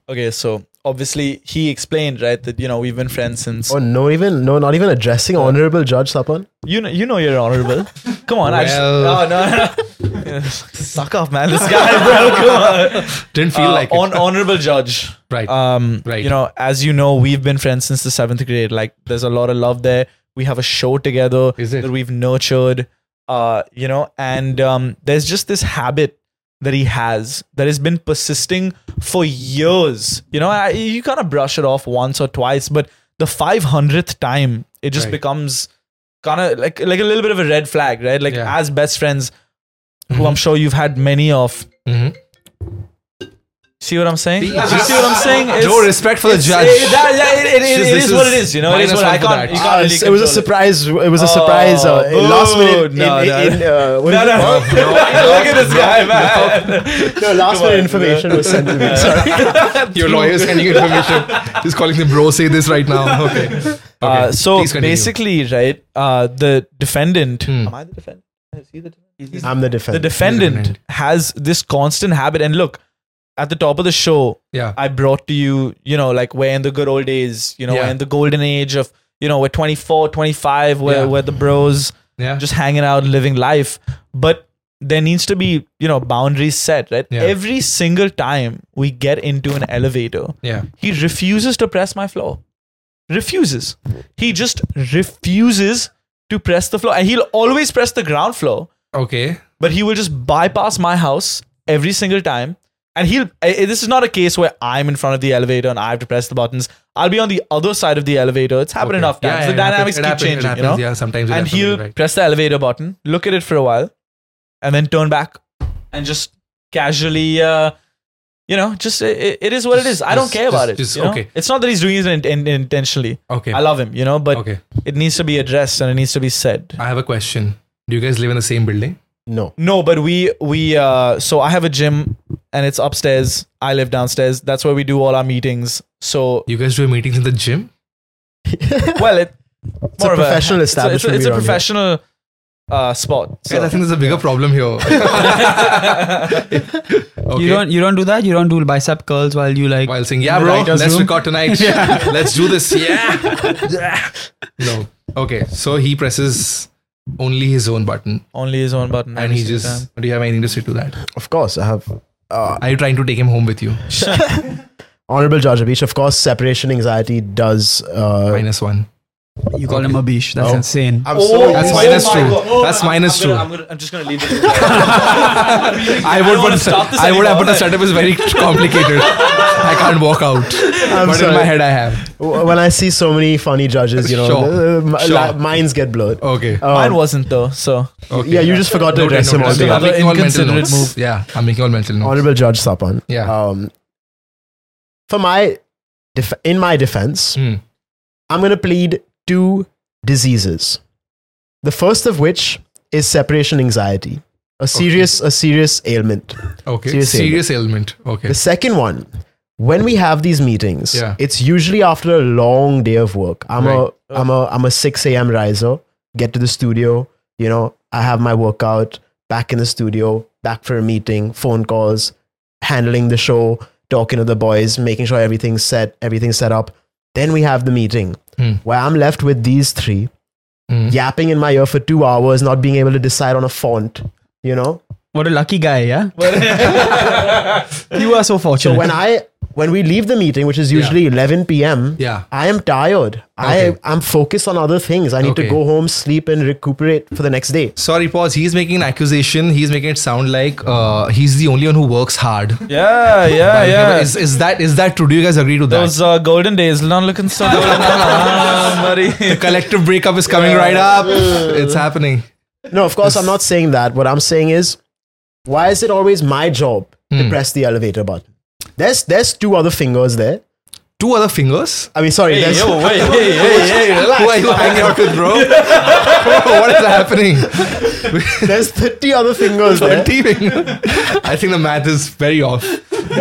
Speaker 2: Okay, so obviously he explained right that you know we've been friends since
Speaker 1: Oh, no, even no, not even addressing Honorable Judge Sapan.
Speaker 2: you know you know you're honorable. Come on, I just
Speaker 3: Well.
Speaker 2: no no no. Yeah, Suck off, man. This guy, bro. Come on.
Speaker 3: Didn't feel
Speaker 2: Uh,
Speaker 3: like
Speaker 2: hon-
Speaker 3: it.
Speaker 2: honorable judge.
Speaker 3: Right.
Speaker 2: Um,
Speaker 3: Right.
Speaker 2: You know, as you know, we've been friends since the seventh grade. Like, there's a lot of love there. We have a show together
Speaker 3: Is it?
Speaker 2: that we've nurtured. Uh, you know, and um, there's just this habit that he has that has been persisting for years. You know, I, you kind of brush it off once or twice, but the five hundredth time, it just
Speaker 3: Right.
Speaker 2: becomes kind of like like a little bit of a red flag, right? Like
Speaker 3: Yeah. Mm-hmm.
Speaker 2: as best friends, who I'm sure you've had many of.
Speaker 3: Mhm. Mm-hmm.
Speaker 2: See what I'm saying? You see what I'm saying? It's-
Speaker 3: No respect for the
Speaker 2: it's-
Speaker 3: judge.
Speaker 2: it- that- yeah, it- it- it-
Speaker 3: This
Speaker 2: it is what
Speaker 3: is
Speaker 2: it is. You know, it is
Speaker 3: minus
Speaker 2: what I
Speaker 3: one for
Speaker 2: can't.
Speaker 3: that.
Speaker 2: You
Speaker 1: Ah,
Speaker 2: can't really
Speaker 1: it was a
Speaker 2: control
Speaker 1: surprise. It was a surprise. Uh,
Speaker 2: Oh,
Speaker 1: last minute.
Speaker 2: no,
Speaker 1: in,
Speaker 2: no.
Speaker 1: in, uh, what is
Speaker 2: No, no,
Speaker 1: it?
Speaker 3: Oh,
Speaker 2: no, Look at this guy, man.
Speaker 1: No, last
Speaker 2: Come
Speaker 1: minute
Speaker 2: on.
Speaker 1: information was sent to me. Sorry.
Speaker 3: Your lawyer is sending you information. He's calling him bro. Say this right now. Okay. okay.
Speaker 2: Uh, so
Speaker 3: Please continue.
Speaker 2: basically, right, uh, the defendant.
Speaker 3: Hmm.
Speaker 2: Am I the defendant? Is he the defendant?
Speaker 1: I'm the
Speaker 2: the
Speaker 1: defendant.
Speaker 2: defendant
Speaker 3: defendant.
Speaker 2: has this constant habit and look at the top of the show,
Speaker 3: Yeah.
Speaker 2: I brought to you, you know, like we're in the good old days, you know,
Speaker 3: Yeah.
Speaker 2: we're in the golden age of, you know, we're 24, 25, we're,
Speaker 3: Yeah.
Speaker 2: we're the bros
Speaker 3: Yeah.
Speaker 2: just hanging out, living life. But there needs to be, you know, boundaries set, right?
Speaker 3: Yeah.
Speaker 2: Every single time we get into an elevator,
Speaker 3: yeah.
Speaker 2: he refuses to press my floor. Refuses. He just refuses to press the floor. And he'll always press the ground floor
Speaker 3: Okay.
Speaker 2: but he will just bypass my house every single time and he'll I- I- this is not a case where i'm in front of the elevator and i have to press the buttons i'll be on the other side of the elevator it's happened
Speaker 3: Okay.
Speaker 2: enough times
Speaker 3: Yeah, yeah,
Speaker 2: the
Speaker 3: it
Speaker 2: dynamics
Speaker 3: happens, it
Speaker 2: keep
Speaker 3: happens, it
Speaker 2: changing you know
Speaker 3: happens. Yeah, sometimes it
Speaker 2: and
Speaker 3: happens,
Speaker 2: he'll
Speaker 3: right.
Speaker 2: press the elevator button look at it for a while and then turn back and just casually uh, you know just it, it is what it is
Speaker 3: Just-
Speaker 2: i don't
Speaker 3: just-
Speaker 2: care about
Speaker 3: just-
Speaker 2: it
Speaker 3: just-
Speaker 2: you know?
Speaker 3: okay.
Speaker 2: it's not that he's doing it in, in, intentionally
Speaker 3: Okay.
Speaker 2: i love him you know but
Speaker 3: okay.
Speaker 2: it needs to be addressed and it needs to be said
Speaker 3: I have a question. Do you guys live in the same building?
Speaker 1: No.
Speaker 2: No, but we we uh so I have a gym and it's upstairs. I live downstairs. That's where we do all our meetings. So
Speaker 3: You guys do meetings in the gym?
Speaker 2: well, it, it's
Speaker 1: a professional
Speaker 2: it's a- It's a,
Speaker 1: establishment
Speaker 2: it's a
Speaker 1: we run here.
Speaker 2: professional uh spot. So
Speaker 3: Guys, I think there's a bigger problem here. okay.
Speaker 4: You don't you don't do that. You don't do bicep curls while you like.
Speaker 3: While saying, yeah,
Speaker 4: in the
Speaker 3: bro,
Speaker 4: writer's
Speaker 3: let's
Speaker 4: room?"
Speaker 3: record tonight. Let's do this. Yeah. Yeah. No. Okay. So he presses only his own button
Speaker 2: only his own button.
Speaker 3: and
Speaker 2: every
Speaker 3: he
Speaker 2: single
Speaker 3: just. Do you have anything to say to that?
Speaker 1: Of course, I have uh,
Speaker 3: Are you trying to take him home with you?
Speaker 1: honorable George Beach. Of course, separation anxiety does. Uh,
Speaker 3: Minus one.
Speaker 4: you call him a beach. That's
Speaker 1: Oh.
Speaker 4: insane.
Speaker 1: I'm
Speaker 2: time.
Speaker 1: so
Speaker 3: That's
Speaker 2: Oh
Speaker 3: minus
Speaker 2: my
Speaker 3: two.
Speaker 2: God. Oh,
Speaker 3: That's
Speaker 2: I'm-
Speaker 3: minus
Speaker 2: I'm gonna-
Speaker 3: two.
Speaker 2: I'm, gonna, I'm just gonna leave it.
Speaker 3: I
Speaker 2: don't
Speaker 3: would,
Speaker 2: wanna
Speaker 3: but
Speaker 2: stop this
Speaker 3: I would have, but the
Speaker 2: anymore.
Speaker 3: setup is very complicated. I can't walk out.
Speaker 2: oh,
Speaker 3: but in
Speaker 1: sorry.
Speaker 3: my head, I have.
Speaker 1: when I see so many funny judges, you know,
Speaker 3: Sure.
Speaker 1: uh, my-
Speaker 3: Sure. Oh.
Speaker 1: la- minds get blurred.
Speaker 3: Okay.
Speaker 1: Um,
Speaker 2: Mine wasn't though. So
Speaker 3: okay.
Speaker 1: yeah, you just forgot to
Speaker 3: Noted,
Speaker 1: address him
Speaker 3: noted.
Speaker 2: altogether.
Speaker 3: I'm
Speaker 1: altogether.
Speaker 3: making all mental
Speaker 2: Inconsiderate
Speaker 3: notes.
Speaker 2: move.
Speaker 3: Yeah, I'm making all mental notes.
Speaker 1: Honorable Judge Sapan.
Speaker 3: Yeah.
Speaker 1: Um, for my, def- in my defense,
Speaker 3: Hmm.
Speaker 1: I'm going to plead two diseases. The first of which is separation anxiety, a serious, a serious ailment.
Speaker 3: Okay.
Speaker 1: Serious
Speaker 3: Serious, ailment.
Speaker 1: The
Speaker 3: Okay.
Speaker 1: second one, when we have these meetings,
Speaker 3: Yeah.
Speaker 1: it's usually after a long day of work. I'm
Speaker 3: Right.
Speaker 1: a I'm a I'm a 6 a.m. riser, get to the studio, you know, I have my workout, back in the studio, back for a meeting, phone calls, handling the show, talking to the boys, making sure everything's set, everything's set up. Then we have the meeting
Speaker 3: Hmm.
Speaker 1: where I'm left with these three
Speaker 3: Hmm.
Speaker 1: yapping in my ear for two hours, not being able to decide on a font, you know?
Speaker 4: What a lucky guy, yeah. you are so fortunate.
Speaker 1: So when I when we leave the meeting, which is usually 11 p.m.,
Speaker 3: Yeah.
Speaker 1: I am tired.
Speaker 3: Okay.
Speaker 1: I I'm focused on other things. I need to
Speaker 3: Okay.
Speaker 1: go home, sleep, and recuperate for the next day.
Speaker 3: Sorry, pause. He's making an accusation. He's making it sound like uh, he's the only one who works hard.
Speaker 2: yeah, yeah,
Speaker 3: Okay, but
Speaker 2: yeah.
Speaker 3: Is, is that is that true? Do you guys agree to that?
Speaker 2: Those uh, golden days not looking so good. Ah, buddy.
Speaker 3: the collective breakup is coming right up. It's happening.
Speaker 1: No, of course I'm not saying that. What I'm saying is, why is it always my job
Speaker 3: Hmm.
Speaker 1: to press the elevator button? There's there's two other fingers there.
Speaker 3: Two other fingers.
Speaker 1: I mean, sorry. there's,
Speaker 2: Yo, wait, hey, hey, hey.
Speaker 3: Who are you hanging out with, bro? what is happening?
Speaker 1: there's 30 other fingers there.
Speaker 3: Twenty fingers. I think the math is very off. But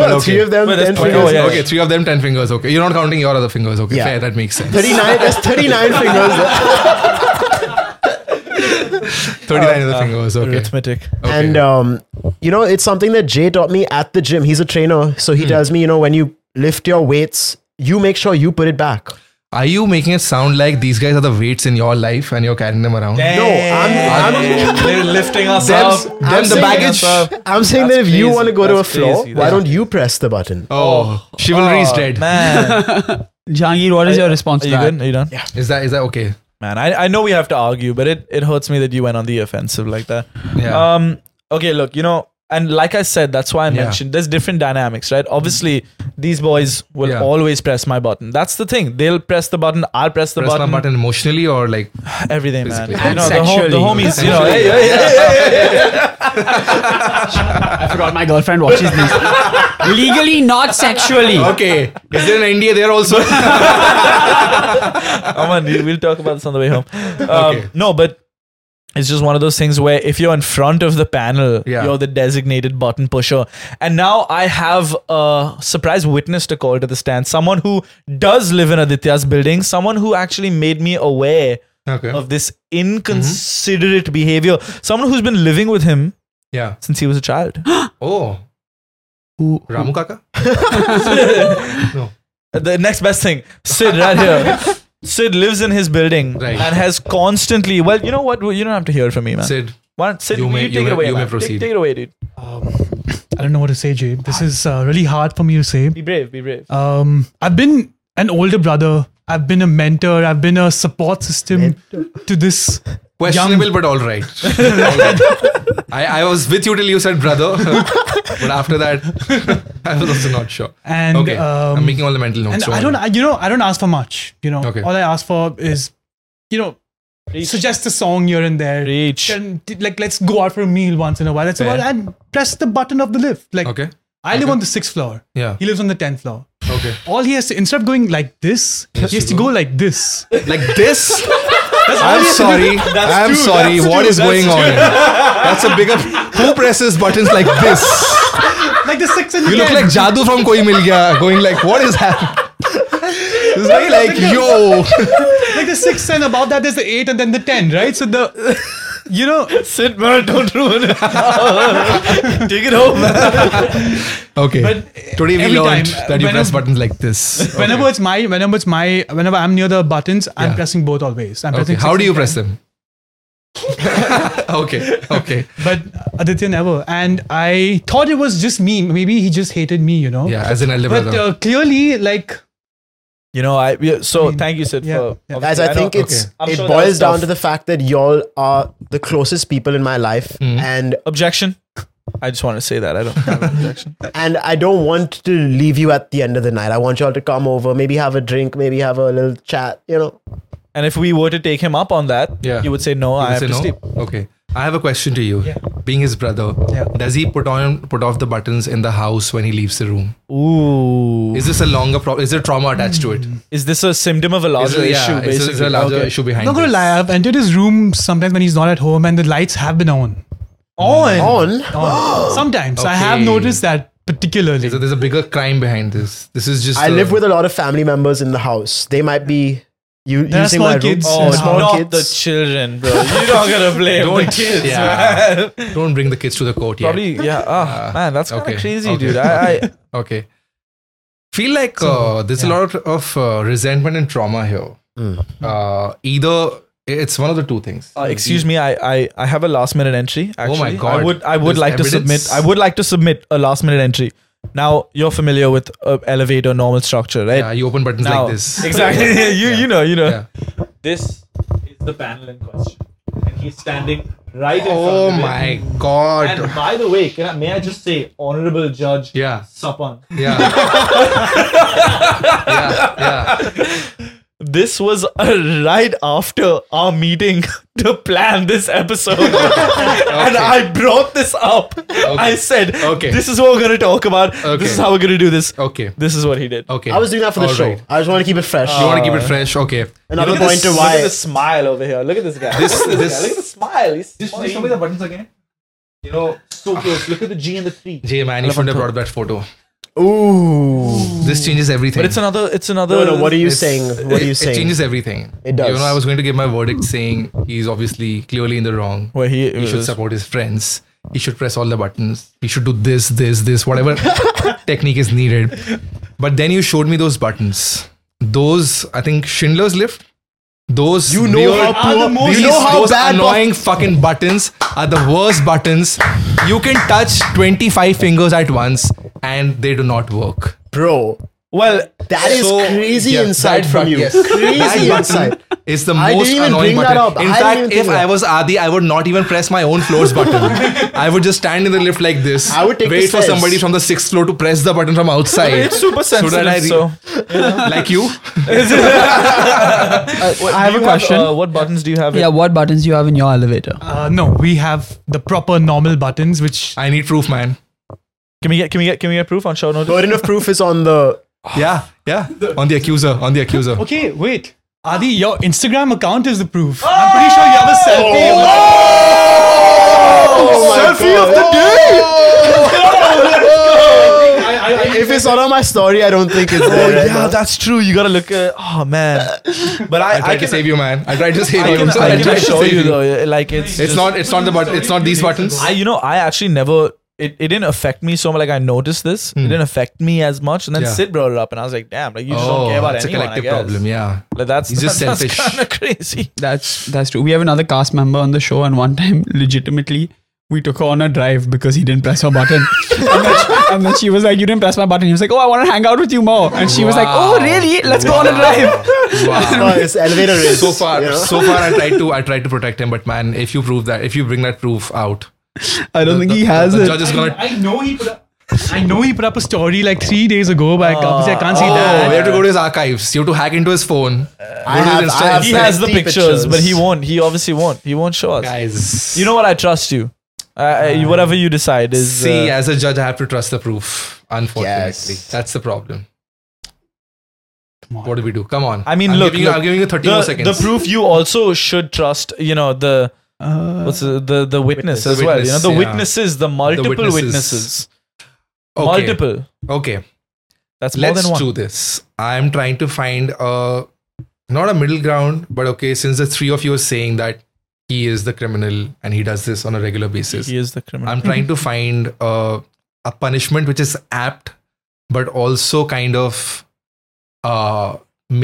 Speaker 1: No,
Speaker 3: okay.
Speaker 1: Three of them,
Speaker 2: Wait, there's
Speaker 1: ten
Speaker 2: twenty-
Speaker 1: fingers.
Speaker 2: oh, yeah.
Speaker 3: Okay, three of them, ten fingers. Okay, you're not counting your other fingers. Okay,
Speaker 1: Yeah.
Speaker 3: fair. That makes sense.
Speaker 1: 39. There's 39 fingers there.
Speaker 3: Thirty-nine other fingers. Okay.
Speaker 2: Arithmetic.
Speaker 3: Okay.
Speaker 1: And um, you know, it's something that Jay taught me at the gym. He's a trainer, so
Speaker 2: Hmm.
Speaker 1: he tells me, you know, when you lift your weights, you make sure you put it back.
Speaker 2: Um,
Speaker 3: Are you making it sound like these guys are the weights in your life and you're carrying them around?
Speaker 1: No, I'm, I'm,
Speaker 2: They're lifting us
Speaker 3: Deb's-
Speaker 2: up.
Speaker 3: Deb's the
Speaker 1: saying-
Speaker 3: baggage.
Speaker 1: I'm saying that if
Speaker 2: That's
Speaker 1: you
Speaker 2: crazy.
Speaker 1: want to go to a
Speaker 2: That's
Speaker 1: floor,
Speaker 2: crazy.
Speaker 1: why
Speaker 2: That's-
Speaker 1: don't you press the button?
Speaker 3: Oh, chivalry is dead.
Speaker 2: Man,
Speaker 4: Jangir, what is your response
Speaker 2: are
Speaker 4: to
Speaker 2: you
Speaker 4: that?
Speaker 2: good? Are you done? Yeah.
Speaker 3: Is that is that okay?
Speaker 2: Man, I, I know we have to argue, but it, it hurts me that you went on the offensive like that.
Speaker 3: Yeah.
Speaker 2: Um. Okay. Look, you know, and like I said, that's why I
Speaker 3: Yeah.
Speaker 2: mentioned there's different dynamics, right? Obviously, these boys will
Speaker 3: Yeah.
Speaker 2: always press my button. That's the thing. They'll press the button. I'll press the
Speaker 3: Press
Speaker 2: button.
Speaker 3: my button emotionally or like
Speaker 2: Everything, man.
Speaker 3: Physically.
Speaker 2: You know, the, hom- the homies.
Speaker 4: Sexually.
Speaker 2: You know, hey, hey, hey, hey.
Speaker 4: I forgot my girlfriend watches this. Legally, not sexually.
Speaker 3: okay. Is there an India there also?
Speaker 2: Aman, we- we'll talk about this on the way home. Um,
Speaker 3: Okay.
Speaker 2: No, but it's just one of those things where if you're in front of the panel,
Speaker 3: Yeah.
Speaker 2: you're the designated button pusher. And now I have a surprise witness to call to the stand. Someone who does live in Aditya's building, someone who actually made me aware
Speaker 3: okay.
Speaker 2: of this inconsiderate
Speaker 3: Mm-hmm.
Speaker 2: behavior, someone who's been living with him
Speaker 3: Yeah.
Speaker 2: since he was a child.
Speaker 3: Oh.
Speaker 4: Who?
Speaker 3: Ramu Kaka? no.
Speaker 2: The next best thing, Sid right here. Sid lives in his building
Speaker 3: Right.
Speaker 2: and has constantly. Well, you know what? You don't have to hear it from me, man.
Speaker 3: Sid.
Speaker 2: Why don't, Sid,
Speaker 3: You
Speaker 2: you,
Speaker 3: may-
Speaker 2: take
Speaker 3: you
Speaker 2: it
Speaker 3: may-
Speaker 2: away.
Speaker 3: you may
Speaker 2: man. Take-
Speaker 3: proceed.
Speaker 2: Take, it away, dude.
Speaker 5: I don't know what to say, Jay. This is uh, really hard for me to say.
Speaker 2: Be brave. Be brave.
Speaker 3: Uh,
Speaker 5: Um, I've been an older brother. I've been a mentor. I've been a support system to this.
Speaker 3: Questionable, but all right. I, I was with you till you said brother, but after that, I was also not sure.
Speaker 5: And
Speaker 3: okay, I'm
Speaker 5: um,
Speaker 3: making all the mental notes.
Speaker 5: and I don't, I, you know, I don't ask for much. You know,
Speaker 3: Okay.
Speaker 5: all I ask for is, you know, suggest a song here and there.
Speaker 2: Reach.
Speaker 5: Can- like, let's go out for a meal once in a while. That's
Speaker 3: Fair.
Speaker 5: about, and press the button of the lift. Like,
Speaker 3: Okay.
Speaker 5: I live on the sixth floor.
Speaker 3: Yeah.
Speaker 5: He lives on the tenth floor.
Speaker 3: Okay.
Speaker 5: All he has to, instead of going like this, he has to go like this.
Speaker 3: Like this. I'm sorry. I'm
Speaker 2: two,
Speaker 3: sorry.
Speaker 2: that's
Speaker 3: What
Speaker 2: two,
Speaker 3: is
Speaker 2: that's
Speaker 3: going
Speaker 2: two.
Speaker 3: on? That's a bigger. Who presses buttons like this?
Speaker 5: like the six and
Speaker 3: You look like Jadoo from Koi Mil Gaya, going like, what is happening? It's very like, yo.
Speaker 5: like the six and above that there's the eight and then the ten, right? So the you know
Speaker 2: Sid, man, don't ruin it. take it home. Man.
Speaker 3: Okay. Today we
Speaker 5: every
Speaker 3: learned
Speaker 5: time,
Speaker 3: that you
Speaker 5: when
Speaker 3: press
Speaker 5: I'm-
Speaker 3: buttons like this.
Speaker 5: whenever it's my whenever it's my whenever I'm near the buttons, I'm
Speaker 3: Yeah.
Speaker 5: pressing both always. I'm
Speaker 3: Okay.
Speaker 5: pressing
Speaker 3: How
Speaker 5: six
Speaker 3: do you
Speaker 5: and
Speaker 3: press them? okay. Okay.
Speaker 5: ten, But uh, Aditya never. And I thought it was just me. Maybe he just hated me, you know.
Speaker 3: Yeah, as an elder
Speaker 5: But
Speaker 3: brother.
Speaker 5: uh, clearly, like
Speaker 2: You know, I. yeah, So thank you, Sid.
Speaker 5: yeah,
Speaker 2: for
Speaker 5: yeah.
Speaker 1: Guys, I think
Speaker 2: know-
Speaker 1: it's
Speaker 3: okay.
Speaker 2: I'm
Speaker 1: it
Speaker 2: sure that was
Speaker 1: boils down
Speaker 2: tough.
Speaker 1: to the fact that y'all are the closest people in my life,
Speaker 2: Hmm.
Speaker 1: and
Speaker 2: objection. I just want to say that I don't have an objection.
Speaker 1: and I don't want to leave you at the end of the night. I want y'all to come over, maybe have a drink, maybe have a little chat. You know,
Speaker 2: And if we were to take him up on that,
Speaker 3: Yeah.
Speaker 2: you would say
Speaker 5: uh,
Speaker 2: no. I have
Speaker 3: Say
Speaker 2: to
Speaker 3: no?
Speaker 2: sleep.
Speaker 3: Okay. I have a question to you. Being his brother, does he put on put off the buttons in the house when he leaves the room?
Speaker 2: Ooh,
Speaker 3: Is this a longer problem? Is there trauma attached to it?
Speaker 5: Hmm.
Speaker 2: is this a symptom of a
Speaker 3: Is
Speaker 2: larger
Speaker 3: there,
Speaker 2: issue?
Speaker 3: yeah, is there- is there a
Speaker 2: basically?
Speaker 3: larger
Speaker 2: Okay.
Speaker 3: issue behind
Speaker 5: I'm not gonna
Speaker 3: this?
Speaker 5: lie, I've entered his room sometimes when he's not at home and the lights have been on. On.
Speaker 1: on
Speaker 5: On. Sometimes. I have
Speaker 3: Okay.
Speaker 5: noticed that particularly.
Speaker 3: So there's a bigger crime behind this. This is just.
Speaker 1: I
Speaker 3: a-
Speaker 1: live with a lot of family members in the house. They might be you
Speaker 5: There are
Speaker 1: using
Speaker 5: small
Speaker 1: my room.
Speaker 5: kids.
Speaker 1: Oh,
Speaker 2: Oh,
Speaker 5: Yeah.
Speaker 1: small
Speaker 2: not
Speaker 1: kids.
Speaker 2: the children, bro. You're not gonna blame the
Speaker 3: Don't-
Speaker 2: kids,
Speaker 3: yeah.
Speaker 2: man.
Speaker 3: Don't bring the kids to the court yet.
Speaker 2: Probably, yeah. Ah, man, that's kind of
Speaker 3: okay,
Speaker 2: crazy,
Speaker 3: okay.
Speaker 2: dude. I, I
Speaker 3: Okay. Feel like uh, there's a lot of uh, resentment and trauma here.
Speaker 2: Hmm.
Speaker 3: Uh, either it's one of the two things.
Speaker 2: uh, excuse me. I, I, I have a last minute entry. Actually, I
Speaker 3: Oh God.
Speaker 2: would, I would
Speaker 3: There's
Speaker 2: like to
Speaker 3: evidence.
Speaker 2: submit. I would like to submit a last minute entry. Now you're familiar with uh, elevator normal structure, right?
Speaker 3: Yeah, you open buttons
Speaker 2: now,
Speaker 3: like this.
Speaker 2: Exactly. you, you know, you know.
Speaker 3: Yeah.
Speaker 2: This is the panel in question, and he's standing right in
Speaker 3: Oh my god.
Speaker 2: And by the way, can I, may I just say, honorable judge,
Speaker 3: Yeah.
Speaker 2: Sapan.
Speaker 3: Yeah. yeah. Yeah.
Speaker 2: This was uh, right after our meeting to plan this episode, and I brought this up. I said,
Speaker 3: Okay.
Speaker 2: this is what we're gonna talk about.
Speaker 3: Okay.
Speaker 2: This is how we're gonna do this."
Speaker 3: Okay.
Speaker 2: This is what he did.
Speaker 3: Okay.
Speaker 1: I was doing that for the
Speaker 3: All
Speaker 1: show. Uh,
Speaker 3: Oh, right. Oh.
Speaker 1: I just want to keep it fresh.
Speaker 3: you want to keep it fresh? Okay.
Speaker 1: Another
Speaker 2: Look at
Speaker 1: point
Speaker 2: this-
Speaker 1: to
Speaker 2: Look at
Speaker 1: why
Speaker 2: the smile over here. Look at this guy.
Speaker 3: This-
Speaker 2: look, at
Speaker 3: this-
Speaker 2: guy. look at the smile. He's
Speaker 3: show me the buttons again. You know,
Speaker 2: so close. Look at the G and the three.
Speaker 3: Jay, man, you should have brought that photo.
Speaker 1: Ooh.
Speaker 3: This changes everything.
Speaker 2: But it's another. It's another.
Speaker 1: No, no, what are you
Speaker 3: It's-
Speaker 1: saying? What are you
Speaker 3: it-
Speaker 1: saying?
Speaker 3: It changes everything.
Speaker 1: It does.
Speaker 3: You know, I was going to give my verdict saying he's obviously clearly in the wrong.
Speaker 2: Where he,
Speaker 3: He should support his friends. He should press all the buttons. He should do this, this, this, whatever technique is needed. But then you showed me those buttons. Those, I think, Schindler's Lift. Those
Speaker 1: You know
Speaker 3: weird,
Speaker 1: how poor-
Speaker 3: these,
Speaker 1: you know how
Speaker 3: those
Speaker 1: bad bu-
Speaker 3: annoying fucking buttons are the worst buttons. You can touch 25 fingers at once and they do not work.
Speaker 1: bro.
Speaker 2: Well,
Speaker 1: That is
Speaker 3: So,
Speaker 1: crazy
Speaker 3: yeah,
Speaker 1: insight
Speaker 3: that
Speaker 1: from
Speaker 3: button,
Speaker 1: you.
Speaker 3: yes. That
Speaker 1: Crazy
Speaker 3: button
Speaker 1: insight.
Speaker 3: Is the
Speaker 1: I didn't
Speaker 3: most
Speaker 1: even bring
Speaker 3: annoying
Speaker 1: that
Speaker 3: button.
Speaker 1: up. I
Speaker 3: In
Speaker 1: didn't even
Speaker 3: fact,
Speaker 1: think
Speaker 3: if I
Speaker 1: that.
Speaker 3: was Adi, I would not even press my own floor's button. I would just stand in the lift like this.
Speaker 1: I would take the
Speaker 3: wait for
Speaker 1: stairs.
Speaker 3: somebody from the sixth floor to press the button from outside.
Speaker 2: it's super
Speaker 3: So that I
Speaker 2: sensitive.
Speaker 3: re-
Speaker 2: So,
Speaker 3: like you,
Speaker 4: I have a question.
Speaker 2: uh, what buttons do you have?
Speaker 4: yeah, what buttons do you have in your elevator?
Speaker 5: Uh, no, we have the proper normal buttons, which
Speaker 3: I need proof, man.
Speaker 2: Can we get? Can we get? Can we get proof on show notes?
Speaker 1: Burden of proof is on the.
Speaker 3: Yeah, yeah. On the accuser, on the accuser.
Speaker 5: Okay, wait. Adi, your Instagram account is the proof.
Speaker 3: Ah!
Speaker 5: I'm pretty sure you have a selfie.
Speaker 1: Oh Selfie of the day. If it's not on my story, I don't think
Speaker 3: Oh,
Speaker 1: it's there. right now.
Speaker 2: Oh, that's true. You gotta look. At, oh man, but I,
Speaker 3: I tried
Speaker 2: I
Speaker 3: to
Speaker 2: can.
Speaker 3: save you, man. I tried to save
Speaker 2: I
Speaker 3: you.
Speaker 2: can,
Speaker 3: I'm sorry.
Speaker 2: I
Speaker 3: tried
Speaker 2: can
Speaker 3: to
Speaker 2: show
Speaker 3: save
Speaker 2: you though. yeah, Like it's.
Speaker 3: It's
Speaker 2: just-
Speaker 3: not. It's not the button. It's not these buttons.
Speaker 2: I you know I actually never it, it didn't affect me so much. Like I noticed this, it didn't affect me as much. And then
Speaker 3: Hmm. Yeah.
Speaker 2: Sid brought it up, and I was like, "Damn! Like you just
Speaker 3: oh,
Speaker 2: don't care about
Speaker 3: it's
Speaker 2: anyone."
Speaker 3: a collective
Speaker 2: I guess.
Speaker 3: problem. Yeah.
Speaker 2: Like that's
Speaker 3: He's just
Speaker 2: that's
Speaker 3: selfish.
Speaker 2: Kind of crazy.
Speaker 4: That's that's true. We have another cast member on the show, and one time, legitimately, we took her on a drive because he didn't press her button. and, then she, and then she was like, "You didn't press my button." He was like, "Oh, I want to hang out with you more." And she was like,
Speaker 3: Wow.
Speaker 4: "Oh, really? Let's go on a drive."
Speaker 3: Wow.
Speaker 1: Oh, it's elevator race.
Speaker 3: so far,
Speaker 1: you know?
Speaker 3: so far, I tried to I tried to protect him, but man, if you prove that, if you bring that proof out,
Speaker 4: I don't think
Speaker 3: the,
Speaker 4: he has
Speaker 3: the
Speaker 4: it.
Speaker 3: judge is gonna.
Speaker 5: I know he put up. I know he put up a story like three days ago, but I can't, obviously I can't
Speaker 4: Ah,
Speaker 5: see
Speaker 3: Oh, we
Speaker 5: that.
Speaker 3: have to go to his archives. You have to hack into his phone.
Speaker 1: I
Speaker 3: Go to his
Speaker 1: have-
Speaker 3: Insta
Speaker 1: I have
Speaker 2: He has the
Speaker 1: 70
Speaker 2: pictures, but he won't. He obviously won't. He won't show us.
Speaker 3: guys.
Speaker 2: You know what? I trust you. I, I, whatever you decide is.
Speaker 3: See,
Speaker 2: uh,
Speaker 3: as a judge, I have to trust the proof. Unfortunately,
Speaker 1: Yes.
Speaker 3: that's the problem. What do we do? Come on.
Speaker 2: I mean,
Speaker 3: I'm
Speaker 2: look,
Speaker 3: giving you,
Speaker 2: look.
Speaker 3: I'm giving you 30
Speaker 2: the,
Speaker 3: more seconds.
Speaker 2: the proof you also should trust. You know the
Speaker 4: Uh,
Speaker 2: what's the the, the witness,
Speaker 3: Witness.
Speaker 2: as
Speaker 3: The
Speaker 2: well. You know
Speaker 3: witness,
Speaker 2: the
Speaker 3: yeah.
Speaker 2: witnesses, the multiple
Speaker 3: witnesses.
Speaker 2: witnesses,
Speaker 3: okay.
Speaker 2: multiple.
Speaker 3: Okay,
Speaker 2: That's more
Speaker 3: let's
Speaker 2: than one.
Speaker 3: do this. I'm trying to find a not a middle ground, but okay, since the three of you are saying that he is the criminal and he does this on a regular basis,
Speaker 2: He is the criminal.
Speaker 3: I'm trying to find uh, a punishment which is apt, but also kind of uh,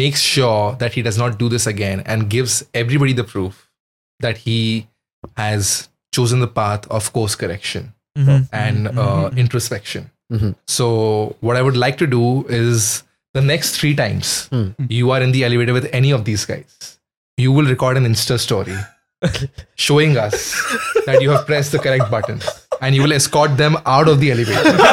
Speaker 3: makes sure that he does not do this again and gives everybody the proof that he has chosen the path of course correction
Speaker 2: Mhm.
Speaker 3: and uh, introspection.
Speaker 1: Mhm.
Speaker 3: So, what I would like to do is the next three times
Speaker 1: Hmm.
Speaker 3: you are in the elevator with any of these guys, you will record an Insta story showing us that you have pressed the correct button and you will escort them out of the elevator.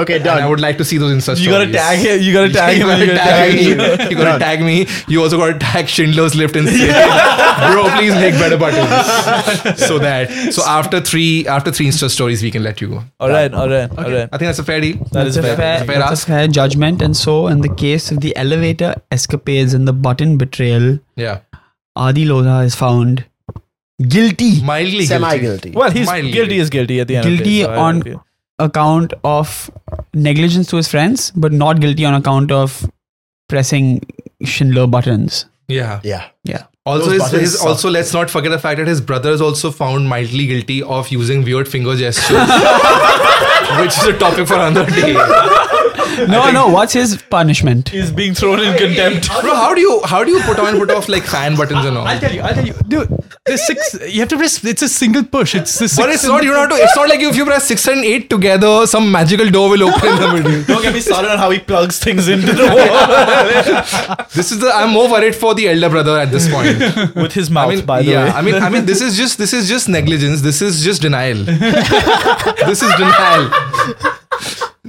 Speaker 1: Okay,
Speaker 3: And I
Speaker 1: done.
Speaker 3: would like to see those Insta stories.
Speaker 2: You gotta tag him. You gotta tag
Speaker 3: You
Speaker 2: him. and
Speaker 3: gotta
Speaker 2: You gotta tag him.
Speaker 3: tag me. You gotta tag me. You also gotta tag Schindler's Lift and say, "Bro, please make better buttons." so that so after three after three Insta stories, we can let you go.
Speaker 2: All right. All right. All right.
Speaker 3: I think that's a fair deal.
Speaker 2: That is
Speaker 4: That's a
Speaker 2: fair.
Speaker 4: fair,
Speaker 3: fair
Speaker 4: that's a
Speaker 3: ask.
Speaker 4: fair judgment. And so, in the case of the elevator escapades and the button betrayal,
Speaker 3: Yeah,
Speaker 4: Adi Lodha is found guilty
Speaker 3: mildly
Speaker 1: Semi
Speaker 3: guilty.
Speaker 1: guilty.
Speaker 2: Well, he's
Speaker 3: Mildly
Speaker 2: guilty. Is guilty at the end.
Speaker 4: Guilty
Speaker 2: of the day, so I
Speaker 4: on-
Speaker 2: don't feel-
Speaker 4: account of negligence to his friends, but not guilty on account of pressing Schindler buttons.
Speaker 3: Yeah.
Speaker 1: Yeah.
Speaker 4: Yeah.
Speaker 3: Also,
Speaker 1: Those
Speaker 3: his,
Speaker 1: buttons
Speaker 3: his
Speaker 1: suck.
Speaker 3: also let's not forget the fact that his brother is also found mildly guilty of using weird finger gestures, which is a topic for another day.
Speaker 4: No, no. What's his punishment?
Speaker 2: He's being thrown in contempt.
Speaker 3: Bro, how do you how do you put on and put off like fan buttons and all?
Speaker 5: I'll tell you. I'll tell you, dude. There's six. You have to press. It's a single
Speaker 4: Oh,
Speaker 5: push. It's the six.
Speaker 3: But it's not you don't have to. It's not like if you press six and eight together, some magical door will open in the middle.
Speaker 2: Don't get me started on how he plugs things into the wall
Speaker 3: This is the. I'm more worried for the elder brother at this point.
Speaker 2: with his
Speaker 3: I
Speaker 2: mouth.
Speaker 3: mean,
Speaker 2: by the
Speaker 3: yeah.
Speaker 2: way,
Speaker 3: I mean, I mean, this is just this is just negligence. This is just denial. this is denial.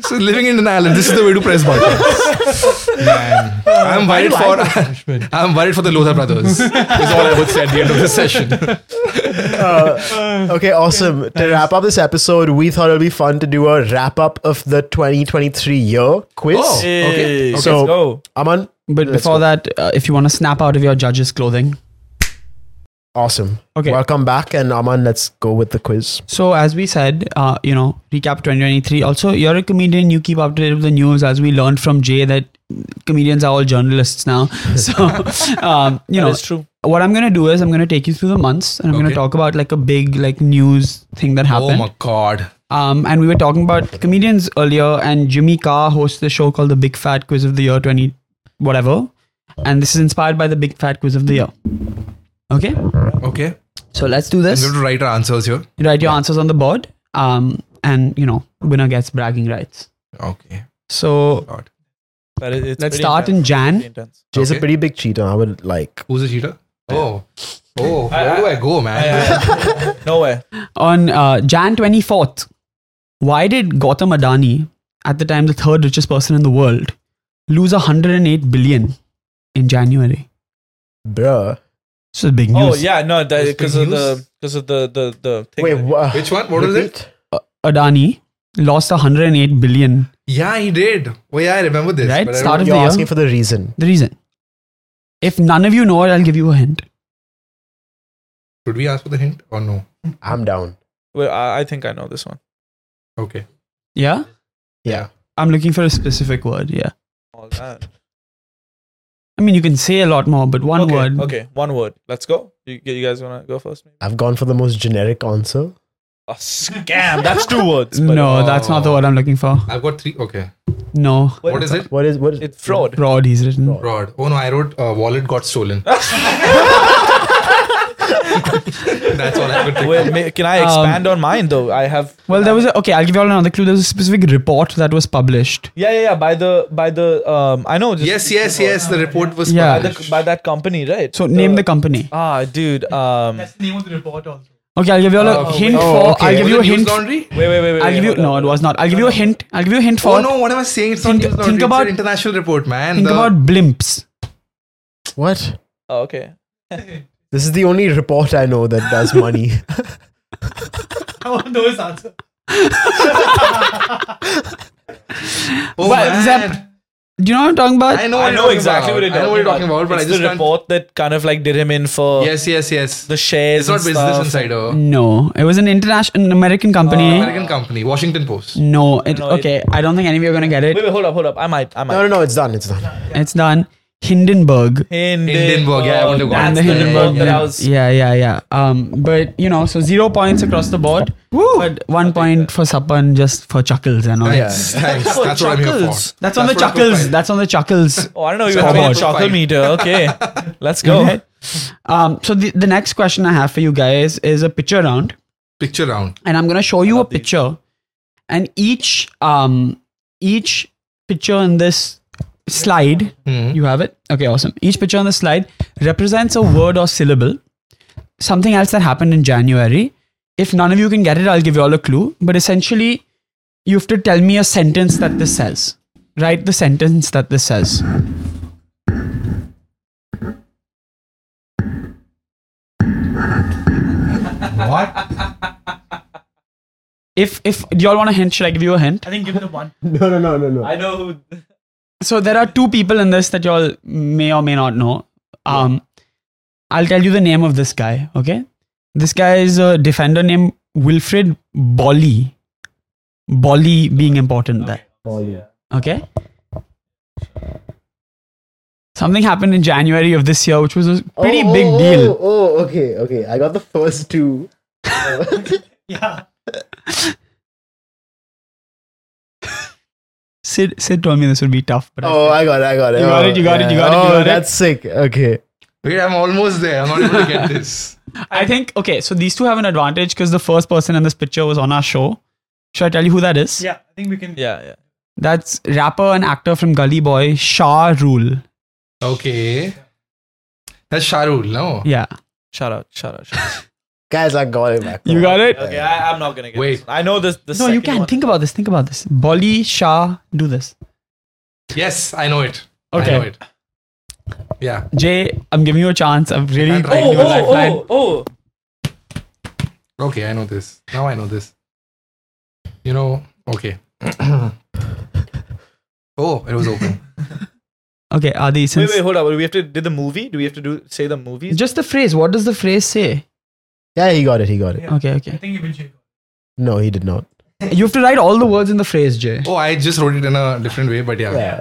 Speaker 3: So living in denial, and this is the way to press buttons. Man, I'm worried for I'm worried for the Lodha brothers. Is all I would say at the end of this session.
Speaker 1: Okay, awesome. To wrap up this episode, we thought it'd be fun to do a wrap up of the 2023 year quiz.
Speaker 3: Oh, okay.
Speaker 2: Hey,
Speaker 3: okay.
Speaker 1: So-
Speaker 2: let's go.
Speaker 1: Aman,
Speaker 4: But before that, uh, if you want to snap out of your judge's clothing.
Speaker 1: awesome.
Speaker 4: Okay.
Speaker 1: Welcome back. And Aman, let's go with the quiz.
Speaker 4: So as we said, uh, you know, recap 2023. Also, you're a comedian. You keep updated with the news, as we learned from Jay that comedians are all journalists now. So, um, you know,
Speaker 2: That is true.
Speaker 4: what I'm gonna do is I'm gonna take you through the months, and I'm gonna
Speaker 3: Okay.
Speaker 4: talk about like a big like news thing that
Speaker 3: Oh
Speaker 4: happened.
Speaker 3: my god.
Speaker 4: Um, and we were talking about comedians earlier, and Jimmy Carr hosts the show called The Big Fat Quiz of the Year 20, whatever. And this is inspired by The Big Fat Quiz of the Year. Okay,
Speaker 3: Okay.
Speaker 4: so let's do
Speaker 3: We
Speaker 4: this.
Speaker 3: have to write our answers here.
Speaker 4: Write your answers on the board, um, and you know, winner gets bragging rights.
Speaker 3: Okay.
Speaker 4: So
Speaker 3: God.
Speaker 2: That is, it's
Speaker 4: Let's
Speaker 2: pretty
Speaker 4: start in
Speaker 2: intense.
Speaker 4: Jan.
Speaker 2: Pretty intense.
Speaker 1: Jay's a
Speaker 3: Okay.
Speaker 1: pretty big cheater. I would like.
Speaker 3: Who's a cheater? Oh. Oh, where do I go, man?
Speaker 2: Nowhere.
Speaker 4: on uh, Jan 24th, why did Gautam Adani, at the time the third richest person in the world, lose 108 billion in January?
Speaker 1: Bruh.
Speaker 4: This is big
Speaker 2: Oh
Speaker 4: news.
Speaker 2: yeah, no,
Speaker 3: It's
Speaker 2: because
Speaker 3: big
Speaker 2: of
Speaker 3: news.
Speaker 2: the because of the the the thing.
Speaker 1: Wait,
Speaker 2: that-
Speaker 1: wha-
Speaker 3: Which one? What was it?
Speaker 1: repeat?
Speaker 4: Adani lost 108 billion.
Speaker 3: Yeah, he did. Oh, yeah, I remember this.
Speaker 4: Right?
Speaker 3: but I
Speaker 4: Start
Speaker 3: don't-
Speaker 4: of
Speaker 1: You're
Speaker 4: the year.
Speaker 1: asking for the reason.
Speaker 4: The reason. If none of you know it, I'll give you a hint.
Speaker 3: Should we ask for the hint or no?
Speaker 1: I'm down.
Speaker 2: Wait, I, I think I know this one.
Speaker 3: Okay.
Speaker 4: Yeah?
Speaker 1: Yeah.
Speaker 4: I'm looking for a specific word. Yeah.
Speaker 3: Oh,
Speaker 2: All that.
Speaker 4: I mean, you can say a lot more, but one
Speaker 2: okay,
Speaker 4: word.
Speaker 2: Okay, one word. Let's go. You, you guys wanna go first? Maybe?
Speaker 1: I've gone for the most generic answer.
Speaker 2: a scam. That's two words. but- uh,
Speaker 4: No, that's not the word I'm looking for.
Speaker 3: I've got three. Okay.
Speaker 4: No.
Speaker 3: What is it?
Speaker 1: What is what? Is,
Speaker 2: It's fraud.
Speaker 4: Fraud, he's written.
Speaker 3: Fraud. Oh no, I wrote uh, wallet got stolen. That's all I could think.
Speaker 2: Well, may, can I
Speaker 4: Um,
Speaker 2: expand on mine though? I have.
Speaker 4: Well, there was a, okay. I'll give you all another clue. There was a specific report that was published.
Speaker 2: Yeah, yeah, yeah. By the by the um, I know. Just
Speaker 3: Yes, yes, yes. The report was
Speaker 2: By,
Speaker 4: Yeah.
Speaker 3: published.
Speaker 2: the, by that company, right?
Speaker 4: So name the company.
Speaker 2: Ah, dude. Um, wait,
Speaker 5: That's the name of the report also.
Speaker 4: Okay, I'll give you all a hint for.
Speaker 1: okay.
Speaker 4: I'll
Speaker 3: Was
Speaker 4: give you
Speaker 3: it
Speaker 4: a
Speaker 3: News
Speaker 4: hint.
Speaker 3: Laundry?
Speaker 2: wait, wait, wait.
Speaker 4: I'll give you
Speaker 2: hold on.
Speaker 4: no. It was not. I'll give you a hint. I'll give you a hint for.
Speaker 3: Oh no, what am I saying? It's
Speaker 4: Think-
Speaker 3: not News
Speaker 4: think
Speaker 3: Laundry.
Speaker 4: about-
Speaker 3: it's an international report, man.
Speaker 4: Think
Speaker 3: The-
Speaker 4: about blimps.
Speaker 1: what?
Speaker 2: Oh, okay.
Speaker 1: This is the only report I know that does money.
Speaker 5: I want to know his answer.
Speaker 3: oh,
Speaker 4: Well,
Speaker 3: man.
Speaker 4: Zap- Do you know what I'm talking about?
Speaker 3: I know.
Speaker 2: I know
Speaker 3: what you're talking
Speaker 2: exactly
Speaker 3: about.
Speaker 2: what you're
Speaker 3: I know what you're talking about, but
Speaker 2: it's
Speaker 3: I just
Speaker 2: the
Speaker 3: can't.
Speaker 2: report that kind of like did him in for
Speaker 3: Yes, yes, yes.
Speaker 2: the shares.
Speaker 3: It's not
Speaker 2: and
Speaker 3: Business
Speaker 2: stuff.
Speaker 3: Insider.
Speaker 4: No, it was an international, an American company.
Speaker 3: American company, Washington Post.
Speaker 4: No, it,
Speaker 2: No, it-
Speaker 4: okay. I don't think any of you are gonna get it.
Speaker 2: Wait, wait, hold up, hold up. I might, I might.
Speaker 1: no, no, no. It's done. It's done.
Speaker 4: It's done. Hindenburg.
Speaker 3: Hindenburg, yeah, I want to go.
Speaker 2: That's
Speaker 3: And
Speaker 2: the
Speaker 3: the
Speaker 2: Hindenburg that I
Speaker 4: yeah,
Speaker 2: was.
Speaker 4: yeah, yeah, yeah. Um, but you know, so zero points across the board. But one point for Sapan just for chuckles and all.
Speaker 3: Thanks. Thanks.
Speaker 2: Oh,
Speaker 3: That's what I'm here for.
Speaker 2: chuckles.
Speaker 4: That's on
Speaker 3: That's what I
Speaker 4: the
Speaker 3: could
Speaker 4: chuckles.
Speaker 3: find.
Speaker 4: That's on the chuckles.
Speaker 2: Oh, I don't know. You
Speaker 3: So
Speaker 2: have a
Speaker 3: about-
Speaker 2: chocolate
Speaker 3: Five.
Speaker 2: meter. Okay, let's go.
Speaker 4: Um, so the, the next question I have for you guys is a picture round,
Speaker 3: Picture round.
Speaker 4: and I'm gonna show you a picture, and each um each picture in this slide
Speaker 3: Mhm.
Speaker 4: you have it okay awesome each picture on the slide represents a word or syllable something else that happened in january if none of you can get it i'll give you all a clue but essentially you have to tell me a sentence that this says write the sentence that this says
Speaker 3: What?
Speaker 4: if if do y'all want a hint should i give you a hint
Speaker 5: I think give the one.
Speaker 1: No, no, no, no, no.
Speaker 2: I know who.
Speaker 4: so there are two people in this that y'all may or may not know um i'll tell you the name of this guy okay this guy is a defender named wilfred bolly bolly being important there okay something happened in january of this year which was a pretty
Speaker 1: Oh,
Speaker 4: big
Speaker 1: oh,
Speaker 4: deal
Speaker 1: Oh, oh, okay, okay. I got the first two.
Speaker 5: Yeah.
Speaker 4: sid sid told me this would be tough but I-
Speaker 1: Oh, I got it. I got it.
Speaker 4: You got
Speaker 1: Oh,
Speaker 4: it, you got it, you
Speaker 1: yeah.
Speaker 4: got it, you
Speaker 1: oh,
Speaker 4: got it.
Speaker 1: that's sick. Okay.
Speaker 3: Wait, I'm almost there. I'm not able to get this.
Speaker 4: I think okay so these two have an advantage because the first person in this picture was on our show should i tell you who that is
Speaker 5: Yeah. I think we can.
Speaker 2: Yeah, yeah.
Speaker 4: That's rapper and actor from Gully Boy, Shah Rule.
Speaker 3: Okay. That's Sharul, no?
Speaker 4: Yeah.
Speaker 2: Shout out, shout out. Shout out.
Speaker 1: Guys, I got it back.
Speaker 4: You got it?
Speaker 2: Okay, I, I'm not gonna get.
Speaker 3: Wait.
Speaker 2: this. I know this. this
Speaker 4: No, you can. Think about this. Think about this. Bolly, Shah, do this.
Speaker 3: Yes, I know it.
Speaker 4: Okay.
Speaker 3: I know it. Yeah.
Speaker 4: Jay, I'm giving you a chance. I'm really
Speaker 3: And
Speaker 4: trying
Speaker 2: Oh,
Speaker 4: to
Speaker 3: Give me a
Speaker 2: oh, oh, oh,
Speaker 3: Okay, I know this. Now I know this. You know, okay. oh, it was open.
Speaker 4: Okay, Adi,
Speaker 2: Wait,
Speaker 4: since
Speaker 2: wait, hold up. Do we have to do the movie? Do we have to do say the movies?
Speaker 4: just the phrase. What does the phrase say?
Speaker 1: Yeah, he got it. He got it.
Speaker 5: Yeah.
Speaker 4: Okay,
Speaker 5: I
Speaker 4: okay.
Speaker 5: think even Jay.
Speaker 1: No, he did not.
Speaker 4: You have to write all the words in the phrase, Jay.
Speaker 3: Oh, I just wrote it in a different way, but yeah.
Speaker 1: Yeah.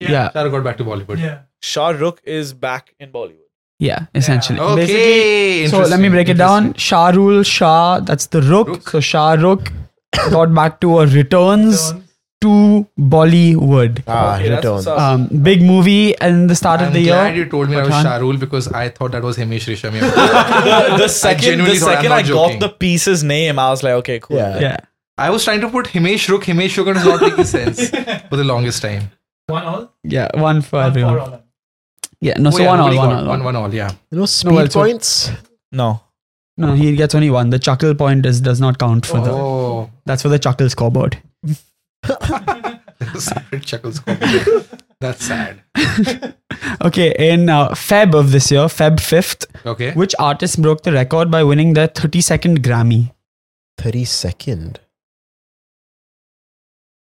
Speaker 4: Yeah.
Speaker 5: Yeah.
Speaker 4: Yeah,
Speaker 3: Shahrukh got back to Bollywood.
Speaker 5: Yeah.
Speaker 2: Shah Rukh is back in Bollywood.
Speaker 4: essentially. Basically,
Speaker 3: Okay.
Speaker 4: so let me
Speaker 3: interesting,
Speaker 4: break it down.
Speaker 3: interesting.
Speaker 4: Shah Rule, Shah, that's the rook.
Speaker 3: Rook.
Speaker 4: So Shah Rukh got back to a returns
Speaker 5: Turn.
Speaker 4: to Bollywood.
Speaker 1: Ah,
Speaker 2: Okay, that's
Speaker 1: return.
Speaker 2: what's up.
Speaker 4: Um, big movie and the start
Speaker 3: I'm
Speaker 4: of the year.
Speaker 3: glad you told me that was
Speaker 4: Pathaan.
Speaker 3: Sharul because I thought that was Himesh Rishami.
Speaker 2: the, the second, the
Speaker 3: genuinely thought I'm
Speaker 2: second
Speaker 3: not
Speaker 2: I
Speaker 3: joking.
Speaker 2: got the piece's name, I was like, okay, cool.
Speaker 1: Yeah.
Speaker 4: yeah.
Speaker 3: I was trying to put Himesh Rook. Himesh Rook does not make any sense for the longest time.
Speaker 5: One all.
Speaker 4: Yeah, one for
Speaker 5: One
Speaker 4: everyone.
Speaker 5: for all.
Speaker 4: Yeah, no,
Speaker 3: Oh,
Speaker 4: so
Speaker 3: yeah,
Speaker 4: one, all,
Speaker 3: nobody
Speaker 4: one,
Speaker 3: got
Speaker 4: all,
Speaker 3: one, one all, yeah.
Speaker 1: You know, speed
Speaker 4: well, so-
Speaker 1: points.
Speaker 2: No.
Speaker 4: No, he gets only one. The chuckle point is does not count for the.
Speaker 3: Oh,
Speaker 4: That's for the chuckle scoreboard.
Speaker 3: separate chuckles. That's sad.
Speaker 4: Okay, in uh, Feb of this year, Feb fifth,
Speaker 3: Okay.
Speaker 4: which artist broke the record by winning their thirty second Grammy?
Speaker 1: 30 second.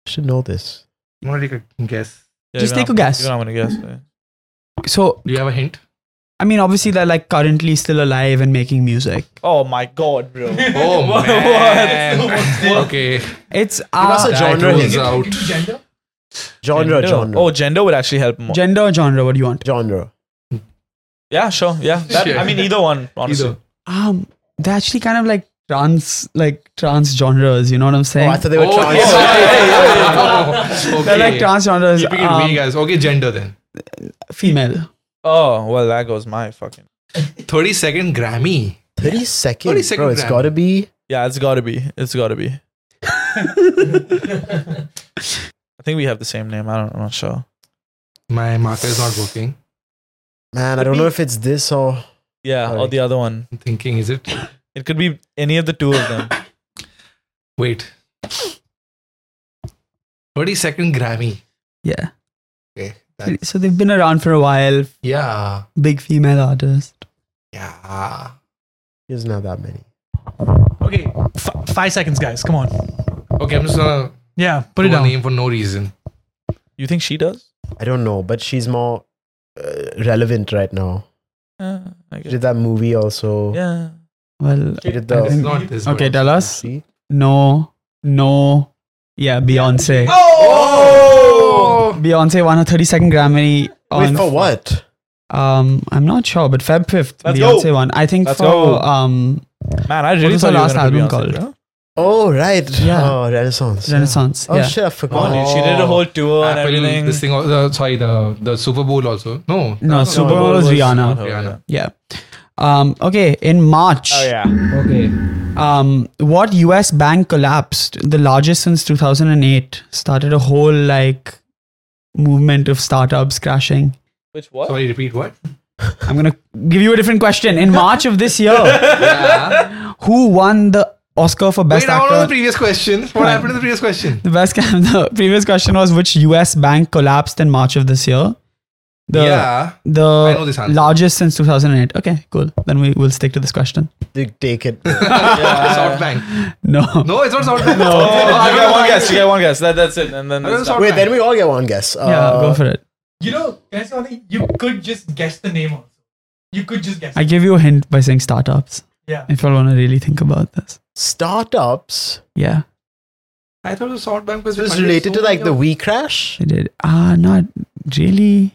Speaker 1: Should know this.
Speaker 3: I'm gonna take a guess.
Speaker 2: Yeah,
Speaker 4: Just
Speaker 2: even
Speaker 4: take a
Speaker 2: I'm-
Speaker 4: guess.
Speaker 2: even I'm gonna guess. yeah.
Speaker 4: So,
Speaker 3: Do you have a hint?
Speaker 4: I mean, obviously they're like currently still alive and making music.
Speaker 2: Oh my god, bro.
Speaker 3: Oh
Speaker 2: What-
Speaker 3: man.
Speaker 2: what's-
Speaker 3: okay.
Speaker 4: It's
Speaker 1: us
Speaker 4: uh,
Speaker 1: a genre
Speaker 3: rules
Speaker 1: hint.
Speaker 3: out.
Speaker 5: Gender.
Speaker 1: Genre, genre.
Speaker 2: Oh, gender would actually help more.
Speaker 4: gender or genre. What do you want?
Speaker 1: genre.
Speaker 2: yeah, sure. Yeah. That,
Speaker 3: Sure.
Speaker 2: I mean, either one, honestly.
Speaker 3: Either.
Speaker 4: Um, they're actually kind of like trans like trans genres. You know what I'm
Speaker 1: Oh,
Speaker 4: saying?
Speaker 1: I thought they were
Speaker 3: Oh,
Speaker 1: trans.
Speaker 3: yeah, yeah, yeah, yeah. Oh,
Speaker 4: They're like
Speaker 3: okay.
Speaker 4: trans genres.
Speaker 3: Keeping it
Speaker 4: um,
Speaker 3: vague as okay, gender then.
Speaker 4: female.
Speaker 2: Oh well, that goes my fucking.
Speaker 3: Thirty second Grammy.
Speaker 1: 30 seconds.
Speaker 3: 30 second
Speaker 1: bro, it's
Speaker 3: Grammy.
Speaker 1: got to be.
Speaker 2: Yeah, it's got to be. It's got to be. I think we have the same name. I don't. I'm not sure.
Speaker 3: My marker is not working.
Speaker 1: Man, I don't know if it's this or.
Speaker 2: Yeah, or
Speaker 1: Alright.
Speaker 2: the other one.
Speaker 3: I'm thinking, is it?
Speaker 2: It could be any of the two of them.
Speaker 3: Wait. Thirty second Grammy.
Speaker 4: Yeah.
Speaker 3: Okay. that-
Speaker 4: So they've been around for a while.
Speaker 3: yeah.
Speaker 4: Big female artist.
Speaker 3: Yeah.
Speaker 1: He doesn't have that many.
Speaker 5: Okay, f- five seconds, guys. Come on.
Speaker 3: Okay, I'm just gonna
Speaker 5: Yeah, put
Speaker 3: put
Speaker 5: it
Speaker 3: a
Speaker 5: down.
Speaker 3: name for no reason.
Speaker 2: You think she does?
Speaker 1: I don't know, but she's more uh, relevant right now.
Speaker 2: Yeah,
Speaker 4: Ah,
Speaker 2: I
Speaker 1: She
Speaker 2: guess.
Speaker 1: did that movie also.
Speaker 2: Yeah.
Speaker 4: Well,
Speaker 1: She did
Speaker 3: It's
Speaker 1: the.
Speaker 3: not this.
Speaker 4: okay,
Speaker 3: one.
Speaker 4: tell us.
Speaker 1: See?
Speaker 4: No, no. Yeah, Beyonce.
Speaker 3: Oh!
Speaker 4: Beyonce won her 32nd Grammy on.
Speaker 1: Wait, for what?
Speaker 4: Um, I'm not sure, but Feb 5th,
Speaker 2: Let's
Speaker 4: Beyonce
Speaker 2: go.
Speaker 4: won. I think
Speaker 2: Let's
Speaker 4: for
Speaker 2: go.
Speaker 4: um
Speaker 2: Man, I really
Speaker 4: was
Speaker 2: thought
Speaker 4: her
Speaker 2: you were
Speaker 4: last
Speaker 2: gonna be
Speaker 4: album
Speaker 2: Beyonce,
Speaker 4: called?
Speaker 2: bro.
Speaker 1: Oh, right.
Speaker 4: Yeah.
Speaker 1: Oh, Renaissance. yeah.
Speaker 4: Renaissance.
Speaker 1: Oh,
Speaker 4: yeah.
Speaker 1: shit, I
Speaker 2: Come on,
Speaker 1: forgot.
Speaker 2: dude. She did a whole tour and
Speaker 3: Apple,
Speaker 2: everything.
Speaker 3: This thing, al- uh, sorry, the the Super Bowl also. No,
Speaker 4: No,
Speaker 3: that's
Speaker 4: Super
Speaker 3: not-
Speaker 4: Bowl was
Speaker 2: not
Speaker 4: Rihanna.
Speaker 2: her,
Speaker 3: Rihanna.
Speaker 4: Yeah. Um, okay, in March,
Speaker 2: Oh yeah.
Speaker 3: Okay.
Speaker 4: um, what US bank collapsed, the largest since 2008, started a whole like movement of startups crashing.
Speaker 2: Which what?
Speaker 3: Sorry, repeat what?
Speaker 4: I'm gonna give you a different question. In March of this year,
Speaker 3: Yeah.
Speaker 4: who won the Oscar for Best
Speaker 3: Wait, I want to the
Speaker 4: Actor?
Speaker 3: previous question. What
Speaker 4: Fine.
Speaker 3: happened to the previous question?
Speaker 4: The best. The previous question was which U.S. bank collapsed in March of this year. The,
Speaker 3: yeah. I know
Speaker 4: The
Speaker 3: this answer.
Speaker 4: largest since 2008. Okay, cool. Then we will stick to this question.
Speaker 1: Dude, Take it.
Speaker 3: Southbank.
Speaker 4: No.
Speaker 3: No, it's not Southbank.
Speaker 4: No.
Speaker 2: Oh, you get one guess. You get one guess. That, that's it. And then
Speaker 3: I don't
Speaker 2: it's
Speaker 3: know,
Speaker 2: done.
Speaker 1: Wait, then we all get one guess. Uh,
Speaker 4: yeah, go for it.
Speaker 5: You know, that's something you could just guess the name also. You could just guess.
Speaker 4: I give you a hint by saying startups.
Speaker 5: yeah.
Speaker 4: If you want to really think about this.
Speaker 1: Startups.
Speaker 4: Yeah,
Speaker 3: I thought it was Southbank was
Speaker 1: This is related to like the We Crash.
Speaker 4: they did. Ah, not really.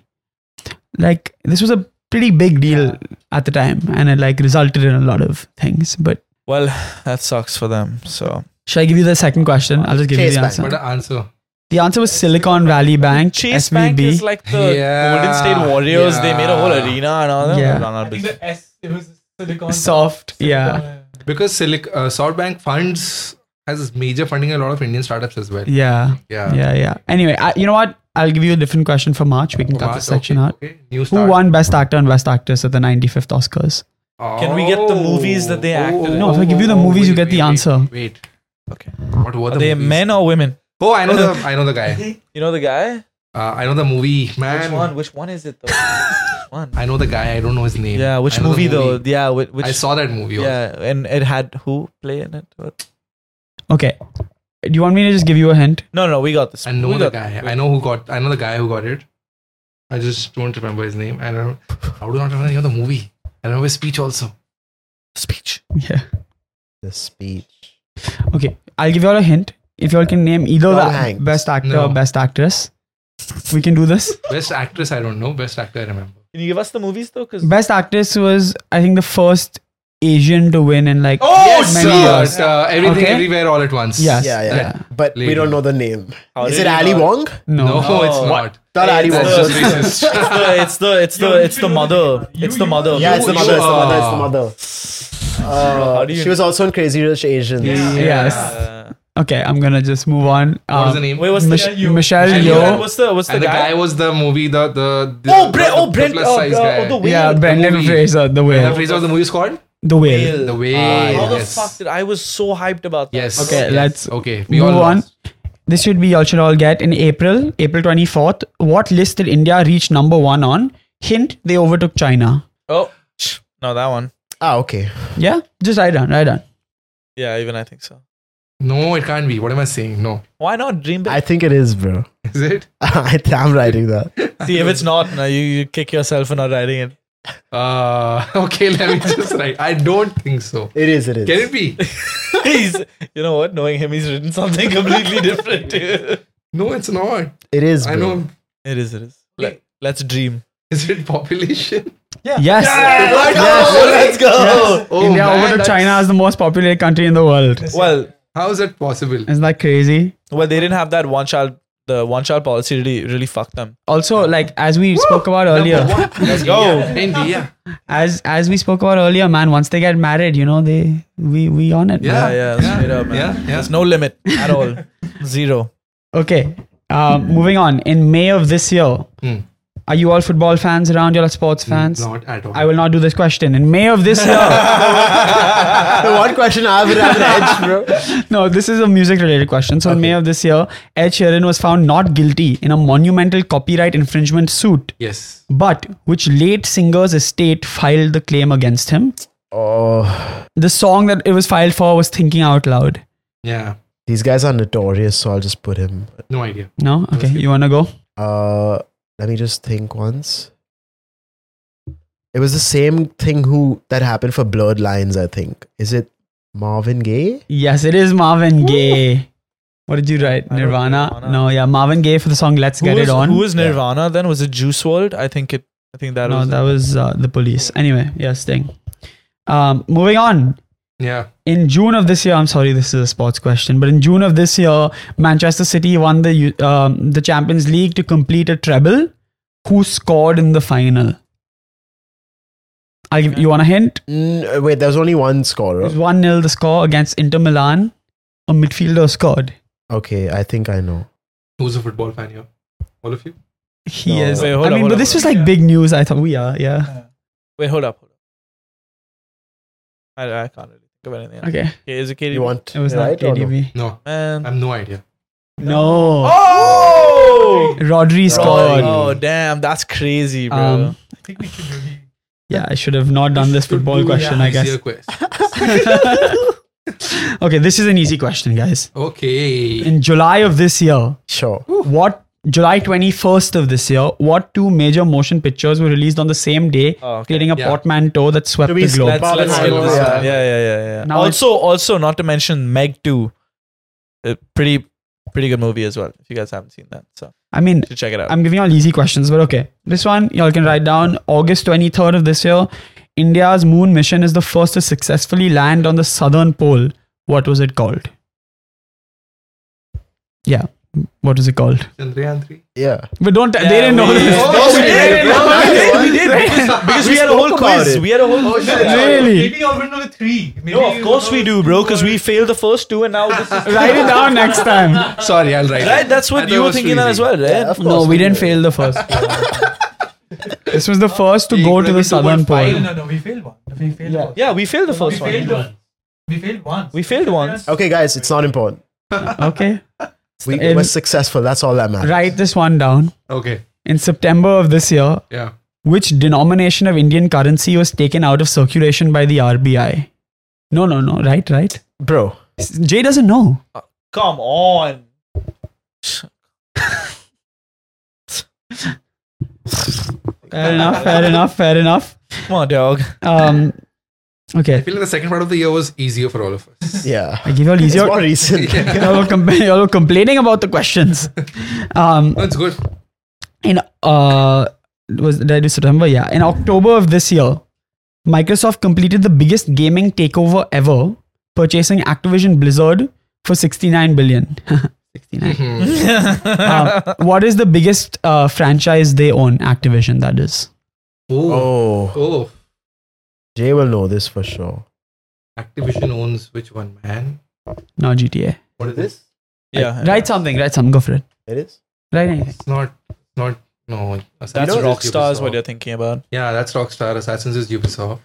Speaker 4: Like this was a pretty big deal at the time, and it like resulted in a lot of things. But
Speaker 2: Well, that sucks for them. So
Speaker 4: should I give you the second question? I'll just give
Speaker 1: Chase
Speaker 4: you the
Speaker 1: Bank.
Speaker 4: answer.
Speaker 3: What the answer?
Speaker 4: The answer was Silicon Valley Bank.
Speaker 2: Chase
Speaker 4: SVB.
Speaker 2: Bank is like the
Speaker 3: Yeah.
Speaker 2: Golden State Warriors. They made a whole
Speaker 3: Yeah.
Speaker 2: arena and all that.
Speaker 4: Yeah.
Speaker 2: Run out
Speaker 5: I think
Speaker 2: business.
Speaker 5: the S, it was silicon.
Speaker 4: soft. Yeah.
Speaker 3: Because Silic, uh, Southbank funds has major funding a lot of Indian startups as well.
Speaker 4: Yeah.
Speaker 3: Yeah.
Speaker 4: Yeah. Yeah. Anyway, I, you know what? I'll give you a different question for March. We can cut
Speaker 3: Okay,
Speaker 4: this section out.
Speaker 3: Oh, okay. New
Speaker 4: Who
Speaker 3: start.
Speaker 4: won Best Actor and Best Actress at the 95th Oscars?
Speaker 2: Can we get the movies that they acted in?
Speaker 4: No, if I give you the movies, you get the
Speaker 3: Oh. wait,
Speaker 4: answer.
Speaker 3: Wait. wait.
Speaker 2: Okay.
Speaker 3: What were
Speaker 2: Are
Speaker 3: the
Speaker 2: they
Speaker 3: movies?
Speaker 2: men or women?
Speaker 3: Oh, I know the I know the guy.
Speaker 2: You know the guy?
Speaker 3: Uh, I know the movie, man.
Speaker 2: Which one? Which one is it though? which one?
Speaker 3: I know the guy. I don't know his name.
Speaker 2: Yeah, which
Speaker 3: I know the
Speaker 2: movie, though? Yeah, which, which
Speaker 3: I saw that movie. also.
Speaker 2: Yeah, and it had who play in it? What?
Speaker 4: Okay. Do you want me to just give you a hint?
Speaker 2: No, no, we got this.
Speaker 3: I know
Speaker 2: we
Speaker 3: the
Speaker 2: got
Speaker 3: guy.
Speaker 2: this.
Speaker 3: I know who got. I know the guy who got it. I just don't remember his name. I don't. How do I not remember the name of the movie? I remember his speech also.
Speaker 2: Speech.
Speaker 4: Yeah.
Speaker 1: The speech.
Speaker 4: Okay. I'll give you all a hint. If you all can name either
Speaker 1: Tom
Speaker 4: the
Speaker 1: Hanks.
Speaker 4: Best Actor
Speaker 3: No.
Speaker 4: or Best Actress, we can do this.
Speaker 3: Best actress, I don't know. Best actor, I remember.
Speaker 2: Can you give us the movies though? Because
Speaker 4: Best Actress was, I think, the first Asian to win in like
Speaker 2: Oh,
Speaker 3: Yes,
Speaker 4: many years.
Speaker 3: sir. Uh, everything,
Speaker 4: Okay.
Speaker 3: everywhere, all at once.
Speaker 4: Yes.
Speaker 1: Yeah, yeah.
Speaker 4: Yeah.
Speaker 1: But we
Speaker 3: Lady.
Speaker 1: don't know the name.
Speaker 2: How
Speaker 1: is
Speaker 2: did
Speaker 1: it
Speaker 2: you
Speaker 1: Ali
Speaker 2: know?
Speaker 1: Wong?
Speaker 4: No.
Speaker 3: No, it's
Speaker 2: No.
Speaker 3: not.
Speaker 1: Not Ali
Speaker 2: it's
Speaker 1: Wong.
Speaker 2: the-
Speaker 1: sorry.
Speaker 3: That's just racist.
Speaker 2: it's the it's the it's the mother. It's the mother.
Speaker 1: Yeah, it's the
Speaker 3: You-
Speaker 1: mother. It's the
Speaker 3: you
Speaker 1: mother. It's
Speaker 3: are-
Speaker 1: the mother.
Speaker 4: Oh.
Speaker 2: Bro, how
Speaker 1: Uh,
Speaker 2: do you-
Speaker 1: she was also in Crazy Rich Asians.
Speaker 4: Yes.
Speaker 2: Uh,
Speaker 4: Okay. I'm gonna just move on.
Speaker 3: What was
Speaker 4: Um,
Speaker 3: the name?
Speaker 2: wait, what's the
Speaker 4: Mich-
Speaker 2: guy you?
Speaker 4: Michelle
Speaker 2: Michelle
Speaker 4: Yeoh.
Speaker 2: Yeoh. What's the what's the
Speaker 3: and the guy
Speaker 2: guy?
Speaker 3: was the movie the the, the
Speaker 2: Oh, Bre-
Speaker 3: the,
Speaker 2: oh,
Speaker 3: the
Speaker 2: Brent-
Speaker 3: plus
Speaker 2: oh,
Speaker 3: size
Speaker 2: uh,
Speaker 3: guy.
Speaker 2: oh, the whale.
Speaker 4: Yeah,
Speaker 2: The
Speaker 4: Brendan
Speaker 3: movie.
Speaker 4: Fraser, the
Speaker 3: the
Speaker 4: whale,
Speaker 3: phrase of the movie is called
Speaker 4: the whale.
Speaker 2: Whale.
Speaker 3: The Whale.
Speaker 2: Ah, How the
Speaker 3: yes.
Speaker 2: fuck did I was so hyped about that?
Speaker 3: Yes.
Speaker 4: Okay,
Speaker 3: Yes.
Speaker 4: let's
Speaker 3: okay.
Speaker 4: move on.
Speaker 3: lost.
Speaker 4: This should be y'all should all get in April, April twenty fourth. What list did India reach number one on? Hint: They overtook China.
Speaker 2: Oh, sh- no, that one.
Speaker 1: Ah, okay.
Speaker 4: Yeah, just write down, write down.
Speaker 2: Yeah, even I think so.
Speaker 3: No, it can't be. What am I saying? No,
Speaker 2: Why not dream
Speaker 1: I
Speaker 2: big?
Speaker 1: think it is, bro.
Speaker 3: is it?
Speaker 1: I th- I'm writing that.
Speaker 2: See if it's not, no, you you kick yourself for not writing it.
Speaker 3: Uh, okay, let me just write. I don't think so.
Speaker 1: It is. It is.
Speaker 3: Can it be?
Speaker 2: he's you know what? Knowing him, he's written something completely different. dude.
Speaker 3: No, it's not.
Speaker 1: It is.
Speaker 3: I
Speaker 1: bro.
Speaker 3: know.
Speaker 2: it is. It is. Let, us dream.
Speaker 3: Is it population?
Speaker 4: Yes.
Speaker 1: Let's go.
Speaker 3: Oh,
Speaker 4: India
Speaker 3: man,
Speaker 4: over to
Speaker 3: that's-
Speaker 4: China as the most populated country in the world.
Speaker 2: Well,
Speaker 3: How is that possible?
Speaker 4: Isn't that crazy?
Speaker 2: well, they didn't have that one child. The one child policy really, really fucked them.
Speaker 4: Also, like as we spoke about earlier,
Speaker 2: Let's go.
Speaker 3: India.
Speaker 4: as as we spoke about earlier, man, once they get married, you know, they we we on it. man.
Speaker 3: Yeah,
Speaker 2: Yeah, yeah, straight up, man.
Speaker 3: yeah, yeah.
Speaker 2: There's no limit at all. Zero.
Speaker 4: Okay. Um, moving on. In May of this year,
Speaker 3: Mm.
Speaker 4: are you all football fans around? You're all
Speaker 3: Hmm.
Speaker 4: sports fans.
Speaker 3: Not at all.
Speaker 4: I will not do this question. In May of this year,
Speaker 1: The one question I would have an edge, bro.
Speaker 4: no, this is a music related question. So, in May of this year, Ed Sheeran was found not guilty in a monumental copyright infringement suit.
Speaker 3: Yes.
Speaker 4: But which late singer's estate filed the claim against him?
Speaker 1: Oh,
Speaker 4: The song that it was filed for was Thinking Out Loud.
Speaker 3: Yeah.
Speaker 1: these guys are notorious, so I'll just put him.
Speaker 3: No idea.
Speaker 4: No? Okay, you wanna go?
Speaker 1: Uh, let me just think once. It was the same thing who that happened for Blurred Lines, I think. Is it Marvin Gaye?
Speaker 4: Yes, it is Marvin Gaye. What did you write?
Speaker 2: I wrote
Speaker 4: Nirvana?
Speaker 2: Nirvana.
Speaker 4: No, yeah, Marvin Gaye for the song Let's Get
Speaker 2: who
Speaker 4: It
Speaker 2: was,
Speaker 4: On.
Speaker 2: Who was Nirvana then? Was it Juice World? I think it. I think that
Speaker 4: no,
Speaker 2: was.
Speaker 4: that was uh, the police. Anyway, yes, thing. Um, moving on.
Speaker 3: Yeah.
Speaker 4: In June of this year, I'm sorry, this is a sports question, but in June of this year, Manchester City won the U- um, the Champions League to complete a treble. Who scored in the final? I give you want a hint.
Speaker 1: Mm, uh, wait, there was only one
Speaker 4: It
Speaker 1: scorer.
Speaker 4: was one 0 the score against Inter Milan. A midfielder scored.
Speaker 1: Okay, I think I know.
Speaker 3: Who's a football fan here? All of you?
Speaker 4: He
Speaker 1: No.
Speaker 4: is.
Speaker 2: Wait, hold
Speaker 4: I
Speaker 2: up, hold
Speaker 4: mean, but
Speaker 2: up,
Speaker 4: this
Speaker 2: hold
Speaker 4: was
Speaker 2: up.
Speaker 4: like big news. I thought we are. Yeah.
Speaker 2: Wait, hold up. Hold up. I, I can't really think of anything. else.
Speaker 4: Okay.
Speaker 2: Okay, is it KDB?
Speaker 1: You want
Speaker 4: It was
Speaker 1: right
Speaker 4: not
Speaker 1: or no?
Speaker 4: KDB.
Speaker 3: No. I
Speaker 2: Man.
Speaker 3: have no idea.
Speaker 4: No.
Speaker 2: Oh!
Speaker 4: Rodri scored.
Speaker 2: Oh, damn. That's crazy, bro.
Speaker 4: Um,
Speaker 5: I think we should really.
Speaker 4: Yeah, I should have not done this football
Speaker 3: Should do
Speaker 4: question,
Speaker 3: an
Speaker 4: I guess.
Speaker 3: easier quest.
Speaker 4: okay, this is an easy question, guys.
Speaker 3: Okay.
Speaker 4: In July of this year,
Speaker 1: Sure.
Speaker 4: what July 21st of this year, what two major motion pictures were released on the same day,
Speaker 2: Oh, okay.
Speaker 4: creating a
Speaker 3: Yeah.
Speaker 4: portmanteau that swept
Speaker 1: To be
Speaker 4: the globe?
Speaker 2: let's let's skip
Speaker 3: Oppenheimer.
Speaker 2: this
Speaker 1: Yeah.
Speaker 2: one. Yeah, yeah, yeah, yeah.
Speaker 4: Now
Speaker 2: also, also, not to mention Meg 2. A pretty, pretty good movie as well. If you guys haven't seen that, so you
Speaker 4: I mean,
Speaker 2: should check it out.
Speaker 4: I'm giving all easy questions, but okay. This one, y'all can write down August 23rd of this year. India's moon mission is the first to successfully land on the southern pole. What was it called? Yeah, what was it called?
Speaker 3: Chandrayaan 3.
Speaker 1: Yeah.
Speaker 4: But don't, they didn't know
Speaker 2: we-
Speaker 4: this.
Speaker 3: Oh, we
Speaker 1: did.
Speaker 4: No, we did.
Speaker 2: because we,
Speaker 1: We
Speaker 2: had a whole
Speaker 1: spoke about
Speaker 2: quiz.
Speaker 1: it.
Speaker 2: We had a whole.
Speaker 4: Really?
Speaker 5: Maybe I'll win number three. Maybe
Speaker 2: Oh, No, of course we do, bro. Because we failed the first two, and now this is
Speaker 4: Write it down next time.
Speaker 3: Sorry, I'll write.
Speaker 2: right.
Speaker 3: it.
Speaker 2: That's
Speaker 3: I
Speaker 2: what
Speaker 3: thought
Speaker 2: you
Speaker 3: it
Speaker 2: were
Speaker 3: was too
Speaker 2: thinking that as
Speaker 3: easy.
Speaker 2: well, right?
Speaker 1: of
Speaker 4: No,
Speaker 1: course
Speaker 4: we didn't fail the first. this was the first to
Speaker 3: You
Speaker 4: go
Speaker 3: could
Speaker 4: to
Speaker 3: have
Speaker 4: the
Speaker 3: been
Speaker 4: southern
Speaker 3: 2.5.
Speaker 5: No,
Speaker 4: pole.
Speaker 5: no, no. We failed one. We failed one.
Speaker 2: Yeah, we failed the
Speaker 5: We
Speaker 2: first
Speaker 5: failed
Speaker 2: one.
Speaker 5: one. We failed once.
Speaker 2: We failed once.
Speaker 1: Okay, guys, it's not important.
Speaker 4: Okay,
Speaker 1: We
Speaker 4: In-
Speaker 1: were successful. That's all that matters.
Speaker 4: write this one down.
Speaker 3: Okay.
Speaker 4: In September of this year,
Speaker 3: Yeah.
Speaker 4: which denomination of Indian currency was taken out of circulation by the RBI? No, no, no. Right, right.
Speaker 1: Bro,
Speaker 4: Jay doesn't know.
Speaker 2: Come on.
Speaker 4: Fair enough. Fair enough. Fair enough.
Speaker 2: Come on, dog.
Speaker 4: Um,
Speaker 3: I
Speaker 4: okay.
Speaker 3: feel like the second part of the year was easier for all of us.
Speaker 1: yeah.
Speaker 4: I give you all
Speaker 1: It's
Speaker 4: easier.
Speaker 1: more recent.
Speaker 4: Y'all were, com- y'all were complaining about the questions. Um,
Speaker 3: That's good.
Speaker 4: in uh, was did I do September? Yeah, in October of this year, Microsoft completed the biggest gaming takeover ever, purchasing Activision Blizzard for sixty-nine billion. sixty-nine. Um, what is the biggest uh, franchise they own? Activision, that is.
Speaker 3: Oh.
Speaker 1: Oh,
Speaker 3: Oh.
Speaker 1: Jay will know this for sure.
Speaker 3: Activision owns which one, man?
Speaker 4: Not GTA.
Speaker 3: What is this?
Speaker 2: yeah.
Speaker 4: Write something. Write something. Go for it.
Speaker 1: It is?
Speaker 4: Write anything.
Speaker 3: It's not. Not. No.
Speaker 2: That's
Speaker 3: Assassin's is
Speaker 2: Rockstar's
Speaker 3: Ubisoft.
Speaker 2: what you're thinking about.
Speaker 3: Yeah, that's Rockstar. Assassin's is Ubisoft.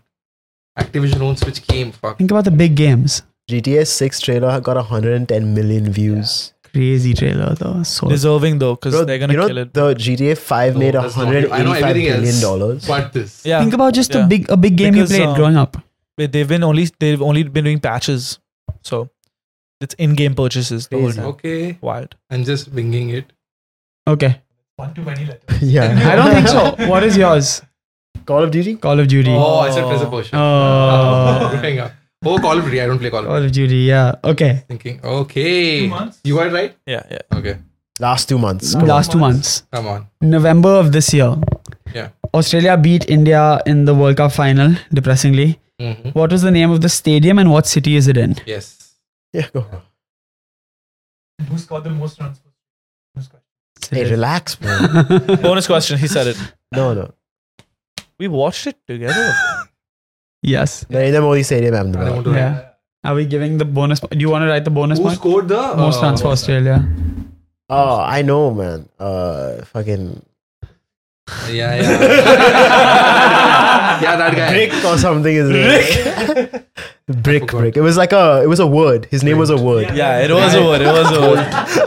Speaker 3: Activision owns which game? Fuck.
Speaker 4: Think about the big games.
Speaker 1: GTA 6 trailer got 110 million views.
Speaker 4: Crazy trailer though. So
Speaker 2: Deserving though, because
Speaker 1: Bro,
Speaker 2: they're gonna
Speaker 1: you know
Speaker 2: kill it.
Speaker 1: The GTA 5
Speaker 3: No,
Speaker 1: made
Speaker 3: that's not- I know
Speaker 1: 185
Speaker 3: everything
Speaker 1: million
Speaker 3: else,
Speaker 1: dollars.
Speaker 3: But this.
Speaker 2: Yeah.
Speaker 4: think about just
Speaker 2: Yeah.
Speaker 4: a big a big game
Speaker 2: Because,
Speaker 4: you played
Speaker 2: uh,
Speaker 4: growing up.
Speaker 2: But they've been only they've only been doing patches, so it's in-game purchases the whole
Speaker 1: Crazy.
Speaker 2: time.
Speaker 3: Okay.
Speaker 2: Wild.
Speaker 3: I'm just winging it.
Speaker 4: Okay.
Speaker 5: One too many letters.
Speaker 1: yeah.
Speaker 4: I don't think so. What is yours?
Speaker 1: Call of Duty?
Speaker 4: Call of Duty.
Speaker 3: Oh, I said Prince of Persia.
Speaker 4: Oh.
Speaker 3: Growing up. Oh, Call of Duty. I don't play Call of Duty.
Speaker 4: Call of Duty, yeah. Okay.
Speaker 3: Thinking. Okay.
Speaker 5: Two months.
Speaker 3: You got it right?
Speaker 2: Yeah, yeah.
Speaker 3: Okay.
Speaker 1: Last two months.
Speaker 4: Last two months.
Speaker 3: Come on.
Speaker 4: November of this year.
Speaker 3: Yeah.
Speaker 4: Australia beat India in the World Cup final, depressingly.
Speaker 3: Mhm.
Speaker 4: What was the name of the stadium and what city is it in?
Speaker 3: Yes.
Speaker 1: Yeah, go.
Speaker 5: Who scored the most runs?
Speaker 1: Hey, relax, bro.
Speaker 2: Bonus question. He said it.
Speaker 1: No, no.
Speaker 2: We watched it together.
Speaker 4: yes.
Speaker 1: Narendra Modi Stadium, I'm the
Speaker 3: I
Speaker 1: man.
Speaker 3: want to
Speaker 4: Yeah.
Speaker 3: write-
Speaker 4: Are we giving the bonus? po- Do you want to write the bonus
Speaker 3: Who
Speaker 4: point?
Speaker 3: scored the
Speaker 4: Most
Speaker 3: uh,
Speaker 4: runs for Australia.
Speaker 1: Oh, I know, man. Uh, fucking
Speaker 3: Yeah, yeah. yeah, that guy.
Speaker 1: brick or something is it? brick,
Speaker 3: forgot.
Speaker 1: brick. It was like a, it was a word. His name was a word.
Speaker 2: yeah, it was a word. It was a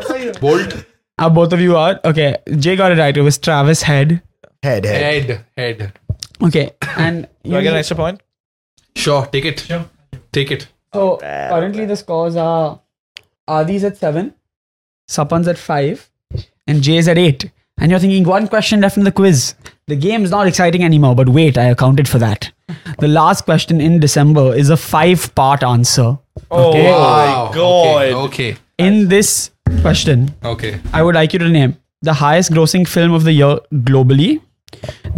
Speaker 2: word.
Speaker 3: Bolt.
Speaker 4: Are Uh, both of you out? Okay. Jay got it right. It was Travis Head.
Speaker 1: Head, head.
Speaker 3: Head. Head.
Speaker 4: Okay. And
Speaker 2: Do I get an extra point?
Speaker 3: Sure. Take it. Sure. Take it.
Speaker 4: so currently the scores are Adi's at seven, Sapan's at five, and Jay's at eight. And you're thinking one question left in the quiz. The game's not exciting anymore, but wait, I accounted for that. The last question in December is a five part answer.
Speaker 2: Oh
Speaker 4: Okay.
Speaker 3: Wow.
Speaker 2: my god.
Speaker 3: Okay.
Speaker 4: In this question,
Speaker 3: Okay. okay.
Speaker 4: I would like you to name the highest grossing film of the year globally,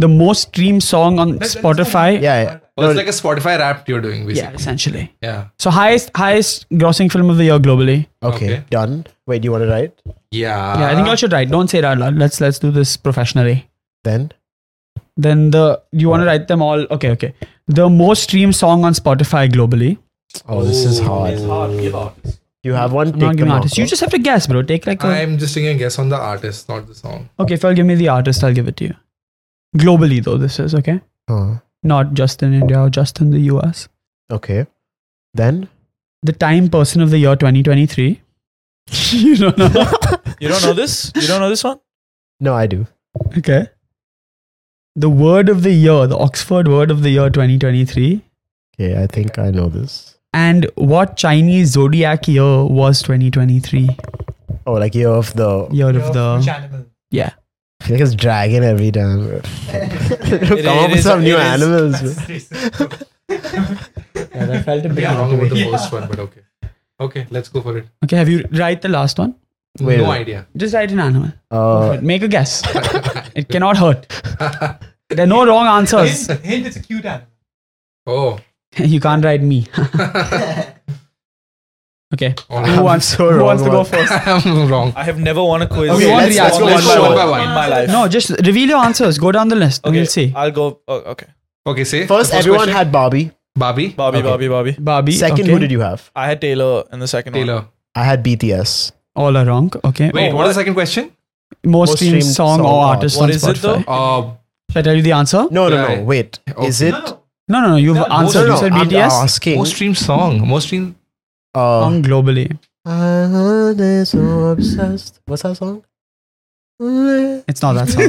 Speaker 4: the most streamed song on Spotify.
Speaker 1: Yeah, yeah.
Speaker 3: Well, Oh, it's like a Spotify rap you're doing,
Speaker 4: Yeah,
Speaker 3: basically.
Speaker 4: essentially.
Speaker 3: Yeah.
Speaker 4: So highest highest grossing film of the year globally.
Speaker 1: Okay,
Speaker 3: Okay.
Speaker 1: done. Wait, do you want to write?
Speaker 3: Yeah.
Speaker 4: yeah, I think y'all should write. Don't say it out loud. Let's let's do this professionally.
Speaker 1: Then
Speaker 4: Then the you want to write them all. Okay, okay. The most streamed song on Spotify globally.
Speaker 1: Oh, this is hard. You have one.
Speaker 4: I'm
Speaker 1: Take
Speaker 4: not
Speaker 1: them
Speaker 4: giving artists.
Speaker 1: artist.
Speaker 4: You just have to guess, bro. Take like a,
Speaker 3: I'm just taking a guess on the artist, not the song.
Speaker 4: okay. If you'll give me the artist, I'll give it to you. Globally though, this is okay.
Speaker 1: Huh.
Speaker 4: Not just in India or just in the US.
Speaker 1: Okay. Then
Speaker 4: The Time Person of the Year 2023. you don't know.
Speaker 2: You don't know this? You don't know this one?
Speaker 1: no, I do.
Speaker 4: Okay. The word of the year, the Oxford word of the year 2023.
Speaker 1: Okay, I think I know this.
Speaker 4: And what Chinese zodiac year was 2023?
Speaker 1: Oh, like year of the.
Speaker 4: Year of the.
Speaker 5: animal?
Speaker 4: Yeah.
Speaker 1: I feel like it's dragon every time. bro.
Speaker 2: It-
Speaker 1: Come
Speaker 2: it
Speaker 1: up with
Speaker 2: is-
Speaker 1: some new
Speaker 2: it is-
Speaker 1: animals. bro.
Speaker 4: I felt a bit
Speaker 3: Yeah, wrong about the
Speaker 4: Okay,
Speaker 3: first one, but okay. Okay, let's go for it.
Speaker 4: have you write the last one?
Speaker 1: Wait,
Speaker 3: no
Speaker 1: wait.
Speaker 3: idea.
Speaker 4: Just write an animal.
Speaker 1: Uh,
Speaker 4: Make a guess. it cannot hurt. There are no wrong answers.
Speaker 5: Hint, it's a cute animal.
Speaker 3: oh.
Speaker 4: you can't write me. okay.
Speaker 3: oh.
Speaker 4: Who wants,
Speaker 1: so
Speaker 4: who
Speaker 1: wrong
Speaker 4: wants to go
Speaker 1: about-
Speaker 4: first?
Speaker 3: I'm wrong.
Speaker 2: I have never won a quiz.
Speaker 4: Okay,
Speaker 2: Won
Speaker 4: let's- let's
Speaker 2: one
Speaker 4: go
Speaker 2: by
Speaker 3: by
Speaker 4: one
Speaker 3: one.
Speaker 2: In my life.
Speaker 4: No, just reveal your answers. Go down the list and
Speaker 2: okay,
Speaker 4: we'll see.
Speaker 2: I'll go. Oh, okay.
Speaker 3: Okay, say.
Speaker 1: first,
Speaker 3: the
Speaker 1: everyone
Speaker 3: question.
Speaker 1: had Bobby.
Speaker 3: Barbie,
Speaker 2: Bobby,
Speaker 1: Okay.
Speaker 2: Bobby, Bobby.
Speaker 4: Barbie.
Speaker 1: Second,
Speaker 4: okay.
Speaker 1: who did you have?
Speaker 2: I had Taylor in the second one.
Speaker 3: Taylor.
Speaker 1: I had BTS.
Speaker 4: All are wrong. Okay.
Speaker 3: Wait,
Speaker 2: Oh,
Speaker 3: what is
Speaker 2: what?
Speaker 3: the second question?
Speaker 4: most,
Speaker 1: Most
Speaker 4: streamed,
Speaker 1: streamed
Speaker 4: song,
Speaker 1: song
Speaker 4: or
Speaker 1: or-
Speaker 4: artist
Speaker 2: What
Speaker 4: on
Speaker 2: is it
Speaker 4: Spotify.
Speaker 2: though?
Speaker 3: Uh,
Speaker 4: Should I tell you the answer?
Speaker 1: No, no,
Speaker 3: Yeah.
Speaker 1: no. Wait,
Speaker 3: Okay.
Speaker 1: is it?
Speaker 4: No, no, no. You've
Speaker 3: No, most-
Speaker 4: answered.
Speaker 1: No,
Speaker 4: you
Speaker 1: no,
Speaker 4: said
Speaker 1: I'm
Speaker 4: BTS
Speaker 1: asking.
Speaker 3: most streamed song. Most streamed.
Speaker 1: uh,
Speaker 4: song globally.
Speaker 1: I am so obsessed. What's that song?
Speaker 4: It's not that song.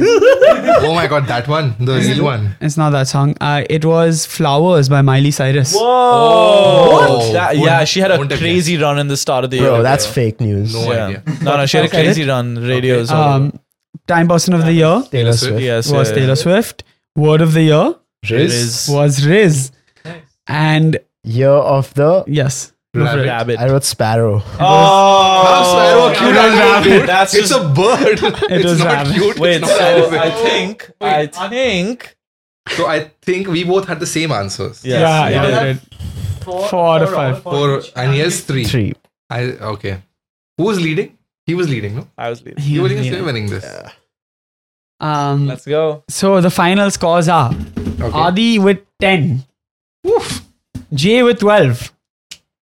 Speaker 3: oh my god, that one. The real one.
Speaker 4: it's not that song. Uh, it was "Flowers" by Miley Cyrus.
Speaker 2: Whoa!
Speaker 3: What?
Speaker 2: That- yeah, she had a
Speaker 3: Won't take
Speaker 2: crazy run in the start of the year.
Speaker 1: Bro, that's fake news.
Speaker 3: No
Speaker 2: Yeah.
Speaker 3: idea.
Speaker 2: No, no, she had a
Speaker 4: Okay.
Speaker 2: crazy run. Radios.
Speaker 4: Um, Time Person of the Year
Speaker 1: Taylor Swift.
Speaker 2: yes,
Speaker 4: was
Speaker 2: yeah,
Speaker 4: Taylor Swift. Word of the Year
Speaker 2: yeah.
Speaker 3: Riz,
Speaker 2: Riz.
Speaker 4: was Riz. And
Speaker 1: Year of the.
Speaker 4: yes,
Speaker 3: Rabbit.
Speaker 2: Rabbit.
Speaker 1: I wrote Sparrow.
Speaker 2: Oh,
Speaker 3: Oh, Sparrow, cute
Speaker 2: That's
Speaker 3: animal,
Speaker 2: rabbit.
Speaker 3: dude.
Speaker 2: That's
Speaker 3: it's
Speaker 2: just.
Speaker 3: a bird. it's
Speaker 4: was
Speaker 3: not
Speaker 4: rabbit.
Speaker 3: cute. it's
Speaker 2: Wait,
Speaker 3: not
Speaker 2: so
Speaker 3: animal.
Speaker 2: I think I think
Speaker 3: So I think we both had the same answers.
Speaker 2: yes,
Speaker 4: yeah,
Speaker 2: we
Speaker 4: yeah,
Speaker 2: did.
Speaker 4: yeah, Four, out of five.
Speaker 3: Four, and he has three.
Speaker 1: Three.
Speaker 3: I okay. Who was leading? He was leading, no?
Speaker 2: I was leading.
Speaker 3: He was
Speaker 4: Yeah.
Speaker 3: leading, still winning this.
Speaker 4: Um,
Speaker 2: Let's go.
Speaker 4: so the final scores are
Speaker 3: Okay.
Speaker 4: Adi with ten, Jay with twelve,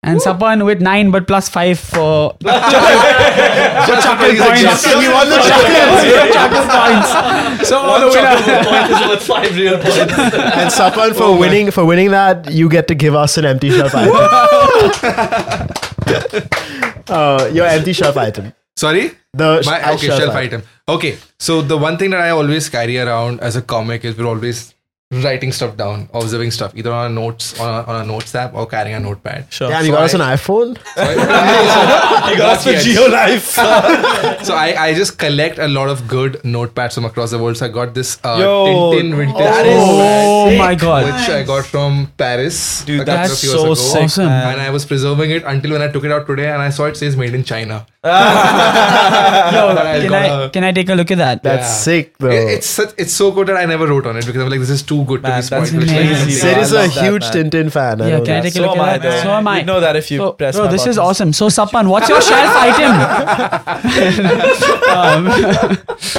Speaker 4: and Sapan with nine, but plus five for
Speaker 3: Just because he's a
Speaker 4: points.
Speaker 3: guest.
Speaker 4: We won the Chakras. points. So all the winner.
Speaker 2: five real points.
Speaker 1: And Sapan
Speaker 3: Oh
Speaker 1: for winning for winning that, you get to give us an empty shelf item. uh, your empty shelf item.
Speaker 3: Sorry?
Speaker 1: The
Speaker 3: My, okay, shelf, item. Okay, so the one thing that I always carry around as a comic is we're always writing stuff down, observing stuff, either on our notes, on our, on our notes app, or carrying a notepad.
Speaker 2: Sure.
Speaker 1: Damn, you got us an iPhone.
Speaker 3: you
Speaker 2: That's
Speaker 3: got
Speaker 2: for Geo Life.
Speaker 3: So I, I just collect a lot of good notepads from across the world. So I got this uh,
Speaker 2: Yo,
Speaker 3: Tintin vintage
Speaker 2: that is
Speaker 3: notepad,
Speaker 4: Oh my god.
Speaker 3: which I got from Paris. a
Speaker 2: Dude,
Speaker 3: couple
Speaker 2: that's
Speaker 3: of years
Speaker 2: so
Speaker 3: ago.
Speaker 2: sick.
Speaker 4: Awesome.
Speaker 2: man.
Speaker 3: And I was preserving it until when I took it out today, and I saw it says made in China.
Speaker 4: Yo,
Speaker 3: But I'll
Speaker 4: can
Speaker 3: gotta-
Speaker 4: I can I take a look at that?
Speaker 1: That's
Speaker 3: Yeah.
Speaker 1: sick though.
Speaker 3: It- it's such, it's so good that I never wrote on it because I'm like, this is too good
Speaker 2: Man,
Speaker 3: to be
Speaker 2: that's
Speaker 3: spoiled. Which, like,
Speaker 4: amazing.
Speaker 1: Sid
Speaker 2: I
Speaker 1: is a
Speaker 2: love that,
Speaker 1: huge
Speaker 2: man.
Speaker 1: Tintin fan. I
Speaker 4: Yeah,
Speaker 1: know
Speaker 4: can I
Speaker 1: that.
Speaker 4: take a
Speaker 2: So
Speaker 4: look
Speaker 2: am I,
Speaker 4: at that?
Speaker 2: man.
Speaker 4: So am I.
Speaker 2: You'd know that if you
Speaker 4: so,
Speaker 2: press
Speaker 4: bro,
Speaker 2: my
Speaker 4: this is
Speaker 2: buttons.
Speaker 4: awesome. So Sappan, what's your shelf item?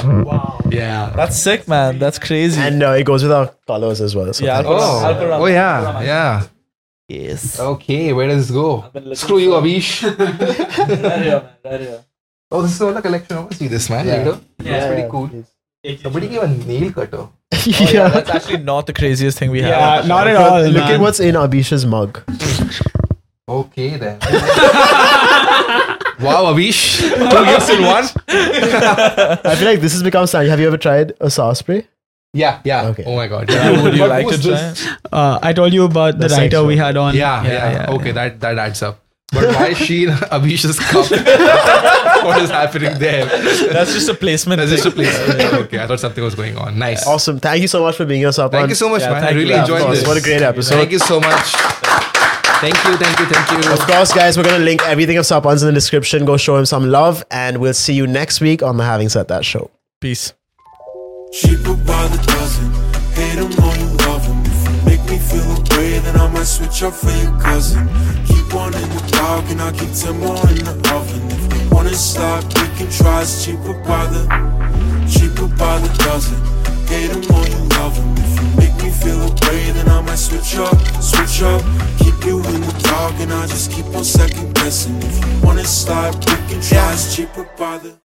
Speaker 4: Um,
Speaker 3: yeah.
Speaker 2: That's sick, man. That's crazy.
Speaker 1: And uh, it goes with our colors as well. So
Speaker 2: yeah, I'll
Speaker 1: thank-
Speaker 2: put,
Speaker 3: Oh,
Speaker 2: I'll put around.
Speaker 3: oh yeah, yeah.
Speaker 2: Yes.
Speaker 3: Okay, where does this go?
Speaker 2: been looking
Speaker 3: Screw you, Abish.
Speaker 2: Right here, man. Right here.
Speaker 3: oh, this is all a collection. I want to see this, man. Later. Yeah, it's pretty cool. Somebody gave a nail cutter.
Speaker 2: Oh, yeah, that's actually not the craziest thing we have.
Speaker 4: not at
Speaker 5: Oh
Speaker 1: Look- Look at what's in Abish's mug.
Speaker 3: Okay then. wow, Abish. Two gifts in one.
Speaker 1: I feel like this has become something. Have you ever tried a sauce spray?
Speaker 3: Yeah, yeah.
Speaker 1: Okay.
Speaker 3: Oh my god.
Speaker 2: Would you
Speaker 3: What
Speaker 2: like to
Speaker 3: was
Speaker 2: try?
Speaker 3: this?
Speaker 2: it?
Speaker 4: Uh, I told you about
Speaker 1: The
Speaker 4: the,
Speaker 1: sex
Speaker 4: writer we
Speaker 1: one.
Speaker 4: had on.
Speaker 3: Yeah, yeah. okay, that that adds up. But why is she in Abish's cup? what is happening there?
Speaker 2: That's just a placement.
Speaker 3: That's
Speaker 2: thing.
Speaker 3: just a place. okay, I thought something was going on. Nice.
Speaker 1: Awesome. Thank you so much for being here, Sapan.
Speaker 3: Thank you so much,
Speaker 2: Yeah,
Speaker 3: man. I
Speaker 2: thank you.
Speaker 3: really
Speaker 2: Yeah, of
Speaker 3: enjoyed
Speaker 1: course.
Speaker 3: this.
Speaker 1: What a great episode.
Speaker 3: Thank you so much. Thank you, thank you, thank you.
Speaker 1: Of course, guys, we're going to link everything of Sapan's in the description. Go show him some love, and we'll see you next week on the Having Said That show.
Speaker 2: Peace.
Speaker 6: Cheaper by the dozen. Hate 'em or you love 'em. If you make me feel a way, then I might switch up for your cousin. Keep one in the dog and I'll keep 10 more in the oven. If you wanna slide, we can try. It's cheaper by the, cheaper by the dozen. Hate 'em or you love 'em. If you make me feel a way, then I might switch up, switch up. Keep you in the dog and I just keep on second guessing. If you wanna slide, we can try. It's cheaper by the.